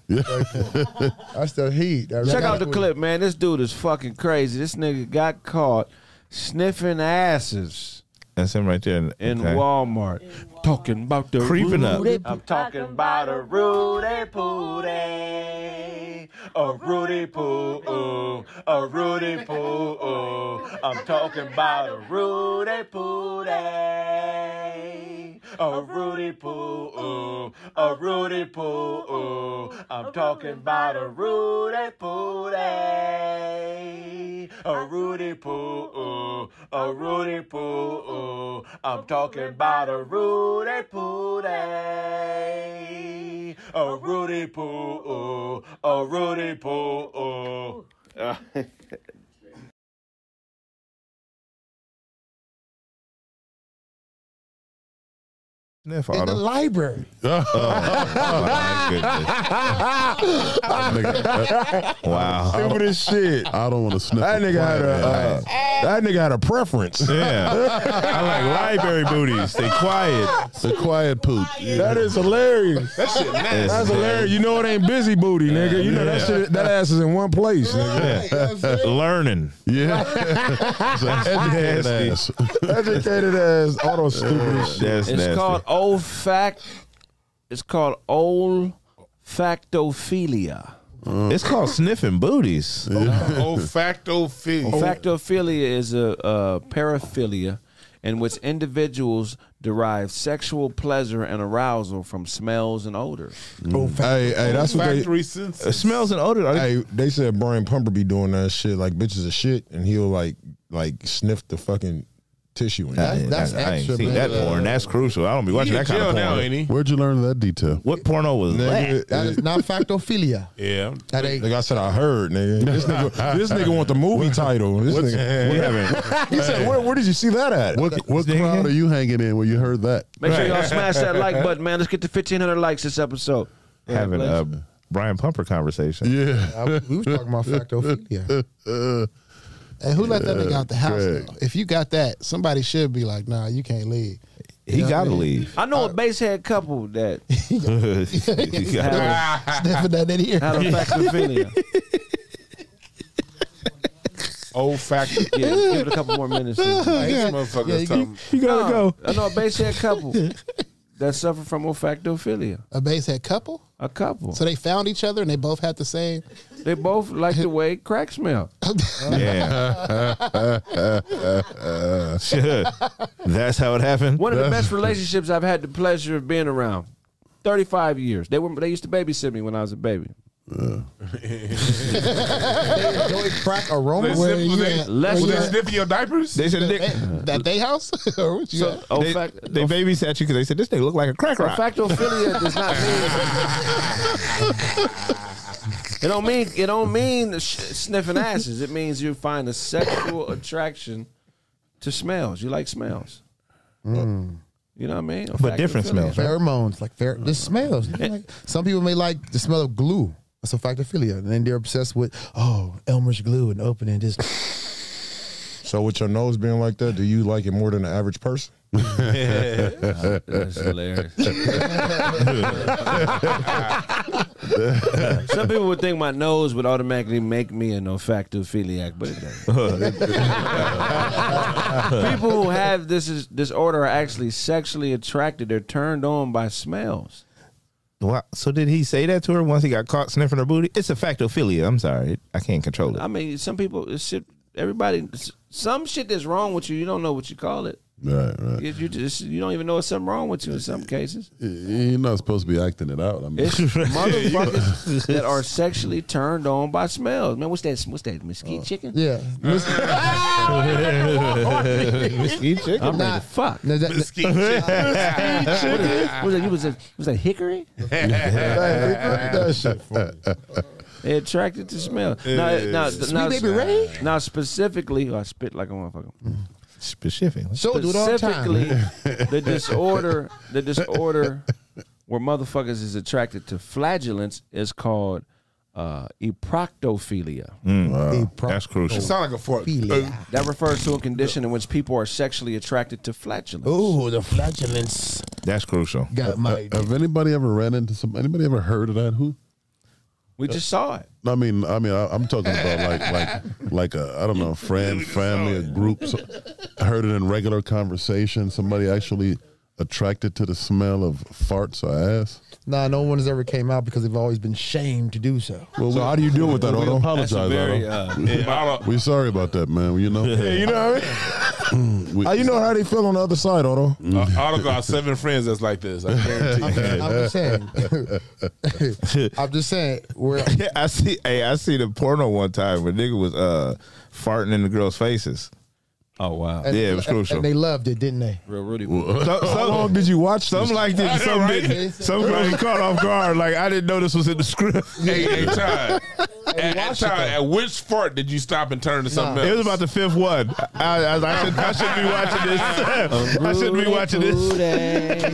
[SPEAKER 9] That's the heat. That-
[SPEAKER 1] Check out the clip, man. This dude is fucking crazy. This nigga got caught sniffing asses
[SPEAKER 12] That's him right there.
[SPEAKER 1] in
[SPEAKER 12] Okay.
[SPEAKER 1] Walmart. Talking about the
[SPEAKER 12] Creeping up.
[SPEAKER 1] Rudy- I'm talking about a Rudy Poo Day. A Rudy Poo, ooh. A Rudy Poo, ooh. I'm talking about a Rudy Poo Day. A Rudy Poo, ooh. A Rudy Poo, ooh. I'm talking about a Rudy Pooty. A Rudy Poo, ooh. A Rudy Poo, ooh. I'm talking about a Rudy Pooty. A Rudy Poo, ooh. A Rudy Poo, ooh.
[SPEAKER 12] Sniff
[SPEAKER 10] in the
[SPEAKER 12] auto.
[SPEAKER 10] library.
[SPEAKER 12] [laughs]
[SPEAKER 1] [laughs]
[SPEAKER 12] wow.
[SPEAKER 15] Stupid as shit.
[SPEAKER 11] I don't want to sniff.
[SPEAKER 15] That nigga had a uh, that nigga had a preference.
[SPEAKER 12] Yeah.
[SPEAKER 15] [laughs]
[SPEAKER 12] I like library booties. They quiet.
[SPEAKER 11] It's a quiet poop.
[SPEAKER 15] That is hilarious. That [laughs] shit
[SPEAKER 12] nasty.
[SPEAKER 15] That's hilarious. You know it ain't busy booty, nigga. You know that
[SPEAKER 12] Yeah.
[SPEAKER 15] shit that ass is in one place, nigga.
[SPEAKER 12] Learning.
[SPEAKER 11] Yeah.
[SPEAKER 15] [laughs]
[SPEAKER 12] educated ass.
[SPEAKER 15] Educated ass, auto stupid as shit.
[SPEAKER 12] That's
[SPEAKER 1] it's
[SPEAKER 12] nasty.
[SPEAKER 1] called old fact. It's called old factophilia.
[SPEAKER 12] It's called sniffing booties.
[SPEAKER 1] Oh, [laughs]
[SPEAKER 14] Olfactophilia.
[SPEAKER 1] Olfactophilia is a, a paraphilia in which individuals derive sexual pleasure and arousal from smells and odors.
[SPEAKER 12] Mm.
[SPEAKER 15] Hey, hey, that's what they.
[SPEAKER 14] Olfactory senses.
[SPEAKER 15] It smells and odor. Hey, they said Brian Pumper be doing that shit like bitches of shit, and he'll like like sniff the fucking tissue. And
[SPEAKER 12] That- that's I ain't extra, seen man. that porn. That's crucial. I don't be watching He in that kind of jail now, porn. ain't he?
[SPEAKER 11] Where'd
[SPEAKER 12] [laughs]
[SPEAKER 11] you learn that detail?
[SPEAKER 12] What porno was
[SPEAKER 15] Nigga,
[SPEAKER 12] that?
[SPEAKER 15] That is
[SPEAKER 12] not factophilia.
[SPEAKER 14] Yeah.
[SPEAKER 12] That ain't.
[SPEAKER 15] Like I said, I heard, nigga. This [laughs] nigga, this nigga want the movie title. This
[SPEAKER 11] what's-
[SPEAKER 15] [laughs] nigga,
[SPEAKER 11] we
[SPEAKER 12] haven't-
[SPEAKER 15] He said, where, "Where did you see that at?"
[SPEAKER 11] What, what crowd are you hanging in when you heard that?
[SPEAKER 1] Make sure y'all smash that like button, man. Let's get to 1,500 likes this episode.
[SPEAKER 12] Having a Brian Pumper conversation.
[SPEAKER 11] Yeah.
[SPEAKER 9] we was talking about
[SPEAKER 12] factophilia.
[SPEAKER 10] And who let that
[SPEAKER 12] Yeah,
[SPEAKER 10] nigga out the house?
[SPEAKER 12] Craig.
[SPEAKER 10] Though? If you got that, somebody should be like, "Nah, you can't leave." You
[SPEAKER 12] He
[SPEAKER 10] know what I
[SPEAKER 12] gotta
[SPEAKER 10] mean?
[SPEAKER 12] leave.
[SPEAKER 1] I know a basehead
[SPEAKER 12] [laughs]
[SPEAKER 1] couple that had
[SPEAKER 10] Sniffing that in here.
[SPEAKER 1] had
[SPEAKER 12] [laughs]
[SPEAKER 1] a factophilia.
[SPEAKER 14] Olfactory.
[SPEAKER 1] Yeah, give it a couple
[SPEAKER 10] [laughs]
[SPEAKER 1] more minutes.
[SPEAKER 14] Hey, this motherfucker
[SPEAKER 1] Yeah,
[SPEAKER 14] is talking-
[SPEAKER 12] gotta
[SPEAKER 1] No, I know a basehead
[SPEAKER 9] [laughs]
[SPEAKER 1] couple that suffer from olfactophilia.
[SPEAKER 10] A basehead couple.
[SPEAKER 1] A couple.
[SPEAKER 10] So they found each other and they both had the same.
[SPEAKER 1] They both like the way crack smell.
[SPEAKER 15] [laughs]
[SPEAKER 12] Yeah. Uh, Shit. That's how it happened.
[SPEAKER 1] One of the best relationships I've had the pleasure of being around. Thirty-five years. They were they used to babysit me when I was a baby.
[SPEAKER 9] Enjoy [laughs] crack aroma.
[SPEAKER 14] They
[SPEAKER 9] Where
[SPEAKER 14] sniff-
[SPEAKER 9] you
[SPEAKER 14] they-
[SPEAKER 9] at?
[SPEAKER 1] Less
[SPEAKER 14] Were they [laughs]
[SPEAKER 1] than-
[SPEAKER 14] sniffing your diapers?
[SPEAKER 12] They said they,
[SPEAKER 10] That, that they house? [laughs] or what you
[SPEAKER 1] So, oh,
[SPEAKER 10] at?
[SPEAKER 1] [laughs]
[SPEAKER 12] they,
[SPEAKER 1] olfact-
[SPEAKER 12] they babysat you because they said this nigga look like a crack rock. [laughs]
[SPEAKER 1] olfactophilia does not mean [laughs] it don't mean it don't mean sh- sniffing asses. It means you find a sexual attraction to smells. You like smells. You know what I mean? Olfactophilia.
[SPEAKER 9] Pheromones, like pher- just smells. You know, like- some people may like the smell of glue. That's a factophilia, and then they're obsessed with oh Elmer's glue and opening this.
[SPEAKER 15] So with your nose being like that, do you like it more than the average
[SPEAKER 12] [laughs]
[SPEAKER 15] person?
[SPEAKER 1] That's
[SPEAKER 15] [laughs]
[SPEAKER 1] hilarious. [laughs] Some people would think my nose would automatically make me an olfactophiliac, but it doesn't. people who have this is, disorder are actually sexually attracted. They're turned on by smells.
[SPEAKER 12] Wow. So did he say that to her once he got caught sniffing her booty? It's a factophilia. I'm sorry, I can't control it.
[SPEAKER 1] I mean,
[SPEAKER 12] [laughs]
[SPEAKER 1] some people, it's shit, everybody, some shit that's wrong with you, you don't know what you call it.
[SPEAKER 11] Right, right.
[SPEAKER 1] You, you just you don't even know there's something wrong with you in
[SPEAKER 11] [laughs]
[SPEAKER 1] some cases.
[SPEAKER 11] You're not supposed to be acting it out. I mean, [laughs]
[SPEAKER 1] It's motherfuckers that are sexually turned on by smells. Man, what's that? What's that? Mesquite chicken?
[SPEAKER 9] Yeah,
[SPEAKER 12] Mesquite Oh. chicken.
[SPEAKER 1] I'm ready to fuck.
[SPEAKER 9] Now that-
[SPEAKER 1] Mesquite chicken. was that? You was that? Was
[SPEAKER 12] [laughs]
[SPEAKER 1] that hickory?
[SPEAKER 15] that shit
[SPEAKER 14] Uh,
[SPEAKER 15] funny.
[SPEAKER 1] They attracted to smell.
[SPEAKER 12] Yeah.
[SPEAKER 1] Now, now,
[SPEAKER 12] Sweet
[SPEAKER 1] now,
[SPEAKER 12] Baby Ray? Mm-hmm.
[SPEAKER 1] Now specifically, oh, I spit like a motherfucker.
[SPEAKER 12] Specific.
[SPEAKER 9] So do it all the time.
[SPEAKER 1] Specifically, [laughs] the disorder, the disorder where motherfuckers is attracted to flagellants is called uh, eproctophilia.
[SPEAKER 12] Mm. That's crucial.
[SPEAKER 14] It sound like a uh, fork.
[SPEAKER 1] That refers to a condition in which people are sexually attracted to flatulence.
[SPEAKER 9] Ooh, the flatulence
[SPEAKER 12] That's crucial.
[SPEAKER 9] got my.
[SPEAKER 11] have anybody ever ran into some? Anybody ever heard of that? Who?
[SPEAKER 1] We just
[SPEAKER 9] [laughs]
[SPEAKER 1] saw it.
[SPEAKER 11] I mean, I mean, I, I'm talking about like, like, like a I don't know, friend, family, a group. So, heard it in regular conversation. Somebody actually attracted to the smell of farts or ass?
[SPEAKER 9] Nah, no one has ever came out because they've always been shamed to do so.
[SPEAKER 11] Well, we- well, We apologize,
[SPEAKER 9] very,
[SPEAKER 11] Otto.
[SPEAKER 9] uh, [laughs] yeah.
[SPEAKER 11] We're sorry about that, man.
[SPEAKER 12] [laughs]
[SPEAKER 11] You know,
[SPEAKER 15] Yeah,
[SPEAKER 11] [clears throat]
[SPEAKER 15] you know what I
[SPEAKER 11] mean?
[SPEAKER 15] How you know how they feel on the other side, Otto?
[SPEAKER 14] Uh, Otto got seven friends that's like this. I
[SPEAKER 9] [laughs]
[SPEAKER 14] guarantee.
[SPEAKER 15] I'm- I'm just saying.
[SPEAKER 12] [laughs] I'm just saying. [laughs] I see. Hey, I see the porno one time where nigga was uh farting in the girls' faces. Oh wow!
[SPEAKER 9] And-
[SPEAKER 12] yeah, it was crucial.
[SPEAKER 9] And they loved it, didn't they?
[SPEAKER 12] Real Rudy.
[SPEAKER 9] [laughs] How long did
[SPEAKER 12] you watch? Some
[SPEAKER 9] this?
[SPEAKER 12] liked it,
[SPEAKER 9] I know,
[SPEAKER 12] some
[SPEAKER 9] right?
[SPEAKER 12] didn't. [laughs] Some got me caught off guard. Like I didn't know this was in the script.
[SPEAKER 14] Hey, hey,
[SPEAKER 12] [laughs]
[SPEAKER 14] Todd. at, at, Todd, at which fart did you stop and turn to something
[SPEAKER 12] It
[SPEAKER 14] else?
[SPEAKER 12] was about [laughs] the fifth one. I, I, was like, I, should, I should be watching
[SPEAKER 14] [laughs]
[SPEAKER 12] this. I should be watching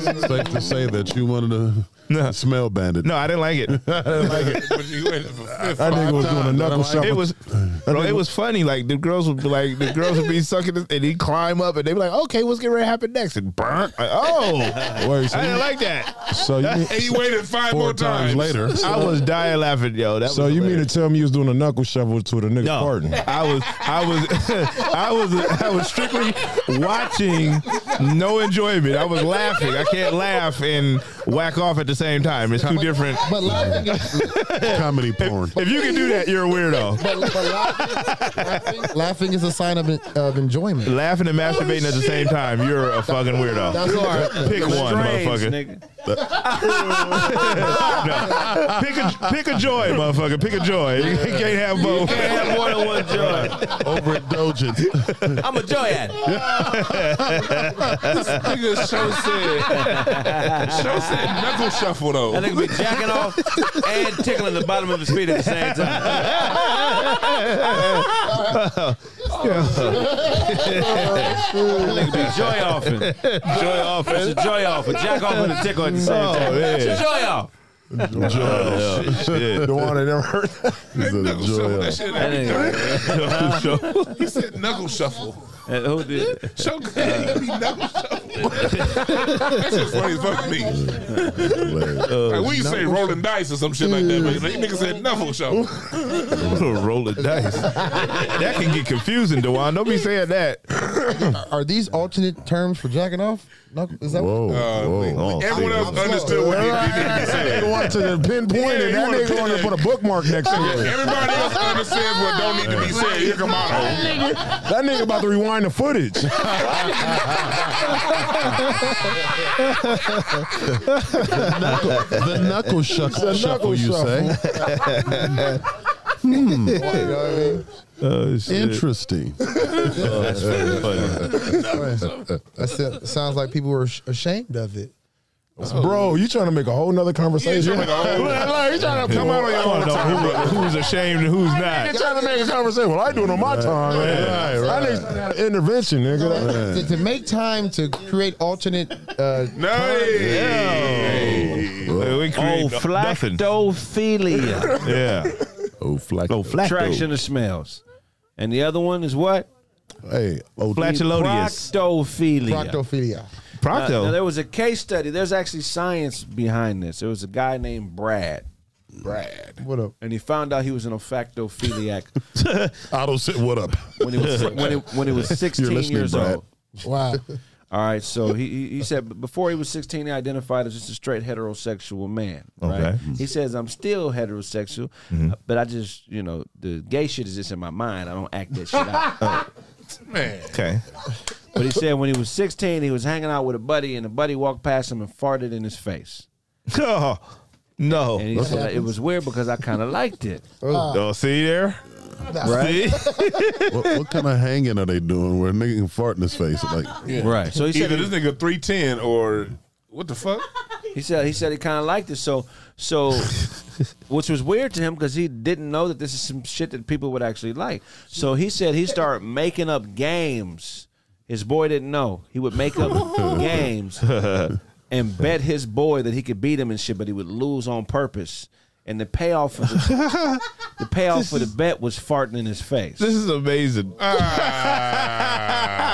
[SPEAKER 12] this.
[SPEAKER 11] Safe to say that you wanted to smell bandit.
[SPEAKER 12] [laughs] No, I didn't like
[SPEAKER 11] [laughs]
[SPEAKER 12] it. I didn't like it.
[SPEAKER 14] That
[SPEAKER 11] nigga was doing a knuckle shuffle.
[SPEAKER 12] It was, bro, it was funny. Like the girls would be like, the girls would be sucking, this, and he'd climb up, and they'd be like, "Okay, what's getting ready to happen next?" And burn. Like, [laughs] oh,
[SPEAKER 15] Wait, so
[SPEAKER 12] I didn't
[SPEAKER 15] you-
[SPEAKER 12] like that. [laughs]
[SPEAKER 15] so [laughs] you- And you waited
[SPEAKER 14] five
[SPEAKER 15] Four more times times. later.
[SPEAKER 12] I was dying laughing, yo. Oh, That
[SPEAKER 15] so
[SPEAKER 12] was
[SPEAKER 15] you
[SPEAKER 12] hilarious.
[SPEAKER 15] mean to tell me you was doing a knuckle shovel to the nigga
[SPEAKER 12] No,
[SPEAKER 15] [laughs] farting?
[SPEAKER 12] I was, I was, [laughs] I was, I was strictly watching, no enjoyment. I was laughing. I can't laugh and whack off at the same time. It's two different.
[SPEAKER 9] But laughing is,
[SPEAKER 12] [laughs]
[SPEAKER 11] comedy porn.
[SPEAKER 12] If you can do that, you're a weirdo.
[SPEAKER 9] but, but laughing, laughing, [laughs] laughing is a sign of, of enjoyment.
[SPEAKER 12] Laughing and masturbating at the same time, you're a fucking weirdo.
[SPEAKER 9] That's You are.
[SPEAKER 12] Pick one,
[SPEAKER 9] Strange,
[SPEAKER 12] motherfucker. No. Pick a pick a joy, motherfucker. Pick a joy. You can't have both.
[SPEAKER 1] have more than one joy.
[SPEAKER 11] Overindulgent.
[SPEAKER 1] [laughs] I'm a joy at it.
[SPEAKER 14] this nigga show said, show said knuckle shuffle though.
[SPEAKER 1] That nigga be
[SPEAKER 12] [laughs]
[SPEAKER 1] jacking off and tickling the bottom of his feet at the same
[SPEAKER 12] [laughs]
[SPEAKER 1] time. That nigga be joy offing. Joy off. It's a joy off. A jack off and a tickle at the same
[SPEAKER 12] Oh,
[SPEAKER 1] time.
[SPEAKER 12] man.
[SPEAKER 1] It's a joy off.
[SPEAKER 11] Joel.
[SPEAKER 12] The
[SPEAKER 15] one that never heard.
[SPEAKER 11] Is it a Joel?
[SPEAKER 14] That shit had me
[SPEAKER 12] [laughs]
[SPEAKER 14] dirty. He said knuckle shuffle.
[SPEAKER 1] Who did?
[SPEAKER 14] Show he be knuckle shuffle. That's just funny as fuck to me.
[SPEAKER 12] Uh,
[SPEAKER 14] Like, we used to say rolling dice or some shit like that, but they niggas said knuckle shuffle.
[SPEAKER 12] Roll the dice. That can get confusing, Dewan. Don't be saying that.
[SPEAKER 9] Are these alternate terms for jacking off? No, is that
[SPEAKER 11] whoa,
[SPEAKER 12] whoa.
[SPEAKER 14] Everyone else understood what he nigga [laughs] said.
[SPEAKER 15] They want to pinpoint it. That
[SPEAKER 14] Yeah, you wanna
[SPEAKER 15] nigga going to
[SPEAKER 14] pinpoint.
[SPEAKER 15] put a bookmark next to it.
[SPEAKER 14] Everybody else understands what don't need to be said. Here come on.
[SPEAKER 15] That nigga about to rewind the footage. [laughs]
[SPEAKER 11] the knuckle shuck-
[SPEAKER 15] The
[SPEAKER 11] shuffle,
[SPEAKER 15] knuckle
[SPEAKER 11] you say?
[SPEAKER 15] shuffle.
[SPEAKER 12] [laughs]
[SPEAKER 11] Hmm.
[SPEAKER 12] Oh,
[SPEAKER 11] Interesting.
[SPEAKER 12] [laughs] That's
[SPEAKER 9] [laughs]
[SPEAKER 12] very
[SPEAKER 9] That's it. Sounds like people were ash- ashamed of it.
[SPEAKER 15] Bro, you trying to make a whole nother conversation?
[SPEAKER 9] Yeah, you trying to make a whole- Like, you trying to come out on your own
[SPEAKER 12] time, who- who's ashamed and who's
[SPEAKER 15] They
[SPEAKER 12] not?
[SPEAKER 15] trying to make a conversation. Well, I do it on my time.
[SPEAKER 12] Right,
[SPEAKER 15] I need intervention, nigga.
[SPEAKER 9] To, to make time to create alternate. Uh,
[SPEAKER 14] No,
[SPEAKER 12] We
[SPEAKER 14] Oh,
[SPEAKER 12] create nothing.
[SPEAKER 1] Olfactophilia.
[SPEAKER 12] Yeah.
[SPEAKER 11] Oh, flack.
[SPEAKER 1] Attraction of smells. And the other one is what?
[SPEAKER 11] Hey,
[SPEAKER 12] Flatulodious.
[SPEAKER 1] Proctophilia.
[SPEAKER 9] Proctophilia.
[SPEAKER 1] Now, now, there was a case study. There's actually science behind this. There was a guy named Brad. Brad.
[SPEAKER 9] What up?
[SPEAKER 1] And he found out he was an olfactophiliac
[SPEAKER 11] [laughs] Otto said, "What up?"
[SPEAKER 1] when he was when he, when he was
[SPEAKER 11] You're
[SPEAKER 1] 16
[SPEAKER 11] listening,
[SPEAKER 1] years
[SPEAKER 11] Brad.
[SPEAKER 1] old.
[SPEAKER 9] Wow.
[SPEAKER 1] [laughs] All right, so he- he he said b- before he was 16, he identified as just a straight heterosexual man. Right?
[SPEAKER 12] Okay.
[SPEAKER 1] He says I'm still heterosexual,
[SPEAKER 12] Mhm.
[SPEAKER 1] but I just you know the gay shit is just in my mind. I don't act that shit out.
[SPEAKER 14] Man.
[SPEAKER 12] Okay.
[SPEAKER 1] But he said when he was 16, he was hanging out with a buddy, and the buddy walked past him and farted in his face.
[SPEAKER 12] [laughs] Oh, no.
[SPEAKER 1] And he
[SPEAKER 12] That's what
[SPEAKER 1] said, it
[SPEAKER 12] happens.
[SPEAKER 1] was weird because I kind of liked it.
[SPEAKER 12] Oh, see there?
[SPEAKER 1] [laughs] Right?
[SPEAKER 11] what, what kind of hanging are they doing where a nigga can fart in his face? Like,
[SPEAKER 1] Right. So he said
[SPEAKER 14] either
[SPEAKER 1] he-
[SPEAKER 14] this nigga three ten or what the fuck?
[SPEAKER 1] [laughs] He said he said he kind of liked it. So so,
[SPEAKER 14] [laughs]
[SPEAKER 1] which was weird to him because he didn't know that this is some shit that people would actually like. So he said he started making up games. His boy didn't know he would make
[SPEAKER 14] [laughs]
[SPEAKER 1] up games and bet his boy that he could beat him and shit, but he would lose on purpose. And the payoff for the, the
[SPEAKER 14] [laughs]
[SPEAKER 1] payoff for the bet was farting in his face.
[SPEAKER 12] This is amazing.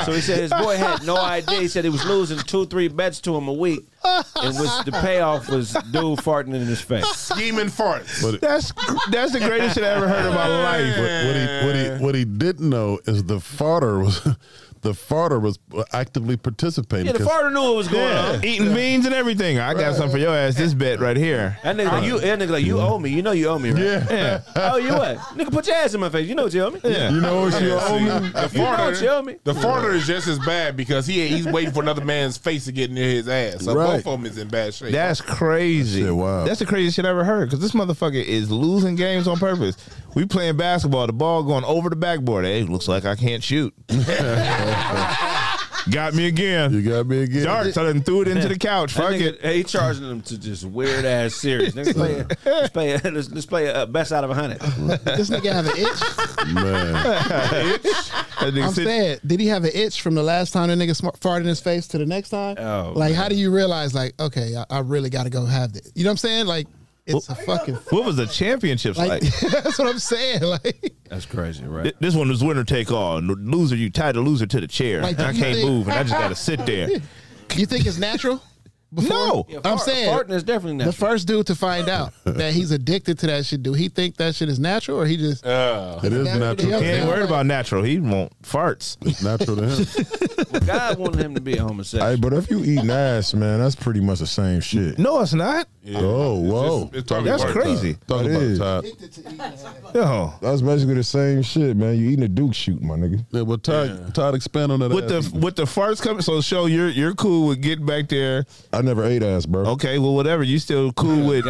[SPEAKER 1] So he said his boy had no idea. He said he was losing two, three bets to him a week, and was the payoff was dude farting in his face.
[SPEAKER 14] Scheming farts.
[SPEAKER 11] But-
[SPEAKER 12] That's that's the greatest shit I ever heard in my life.
[SPEAKER 11] What, what he what he what he didn't know is the farter was [laughs] the farter was actively participating.
[SPEAKER 1] Yeah, the
[SPEAKER 11] 'cause-
[SPEAKER 1] farter knew what was going on.
[SPEAKER 12] Eating beans and everything. I got something for your ass. This bet right here.
[SPEAKER 1] That nigga like you. That nigga like you owe me. You know you owe me, right?
[SPEAKER 12] Yeah. Yeah.
[SPEAKER 1] oh, you what? Nigga, put your ass in my face. You know what you owe me.
[SPEAKER 12] Yeah. You
[SPEAKER 1] Oh,
[SPEAKER 12] know what
[SPEAKER 14] Yeah, see, The
[SPEAKER 1] you know what you owe me.
[SPEAKER 14] farter, the farter is just as bad because he he's waiting for another man's face to get near his ass. So
[SPEAKER 12] Right.
[SPEAKER 14] both of them is in bad shape.
[SPEAKER 12] That's crazy. wow. That's the craziest shit I ever heard. Because this motherfucker is losing games on purpose. We playing basketball, the ball going over the backboard. Hey, looks like I can't
[SPEAKER 11] [laughs]
[SPEAKER 12] shoot. got me again.
[SPEAKER 11] You got me again.
[SPEAKER 12] Darts. I done threw it into the couch.
[SPEAKER 1] That
[SPEAKER 12] Fuck
[SPEAKER 1] nigga-
[SPEAKER 12] it.
[SPEAKER 1] Hey, he charging them to just weird ass series. Nigga, play, a- let's play, [laughs] a- let's, let's play a best out of a hundred.
[SPEAKER 10] This nigga have an
[SPEAKER 1] [laughs]
[SPEAKER 10] itch.
[SPEAKER 1] Man.
[SPEAKER 10] I'm saying, did he have an itch from the last time the nigga smart, farted in his face to the next time?
[SPEAKER 1] Oh,
[SPEAKER 10] like,
[SPEAKER 1] man.
[SPEAKER 10] how do you realize, like, okay, I, I really got to go have this? You know what I'm saying? Like, it's a fucking.
[SPEAKER 12] What was the championships like?
[SPEAKER 10] Like, [laughs] that's what I'm saying. Like,
[SPEAKER 1] That's crazy, right?
[SPEAKER 12] Th- This one was winner take all. And the Loser, you tie the loser to the chair.
[SPEAKER 10] Like, do
[SPEAKER 12] I
[SPEAKER 10] you
[SPEAKER 12] can't
[SPEAKER 10] think-
[SPEAKER 12] move, and I
[SPEAKER 10] [laughs]
[SPEAKER 12] just gotta sit there.
[SPEAKER 10] you think it's natural?
[SPEAKER 12] No.
[SPEAKER 1] Yeah,
[SPEAKER 10] I'm
[SPEAKER 1] fart-
[SPEAKER 10] saying
[SPEAKER 1] farting is definitely natural.
[SPEAKER 10] The first dude to
[SPEAKER 12] [laughs]
[SPEAKER 10] find out that he's addicted to that shit, do he think that shit is natural or he just?
[SPEAKER 12] Uh, It
[SPEAKER 10] is Natural natural. to him.
[SPEAKER 12] He ain't
[SPEAKER 10] [laughs]
[SPEAKER 12] worried about natural. He want farts.
[SPEAKER 11] It's natural
[SPEAKER 12] [laughs]
[SPEAKER 11] to him.
[SPEAKER 1] God wanted him to be a homosexual.
[SPEAKER 15] Hey, but if you eating ass, man, that's pretty much the same shit.
[SPEAKER 12] No, it's not.
[SPEAKER 15] Oh, whoa.
[SPEAKER 14] it's probably That's worth it. crazy.
[SPEAKER 15] Talk about Todd. That's basically the same shit, man. You eating a Duke shoot, my nigga.
[SPEAKER 11] Yeah, well, Todd, Todd expand on that.
[SPEAKER 12] With
[SPEAKER 11] [laughs] ass.
[SPEAKER 12] the with the farts coming, so show you're you're cool with getting back there.
[SPEAKER 15] I never ate ass, bro.
[SPEAKER 12] Okay, well whatever. You still cool with?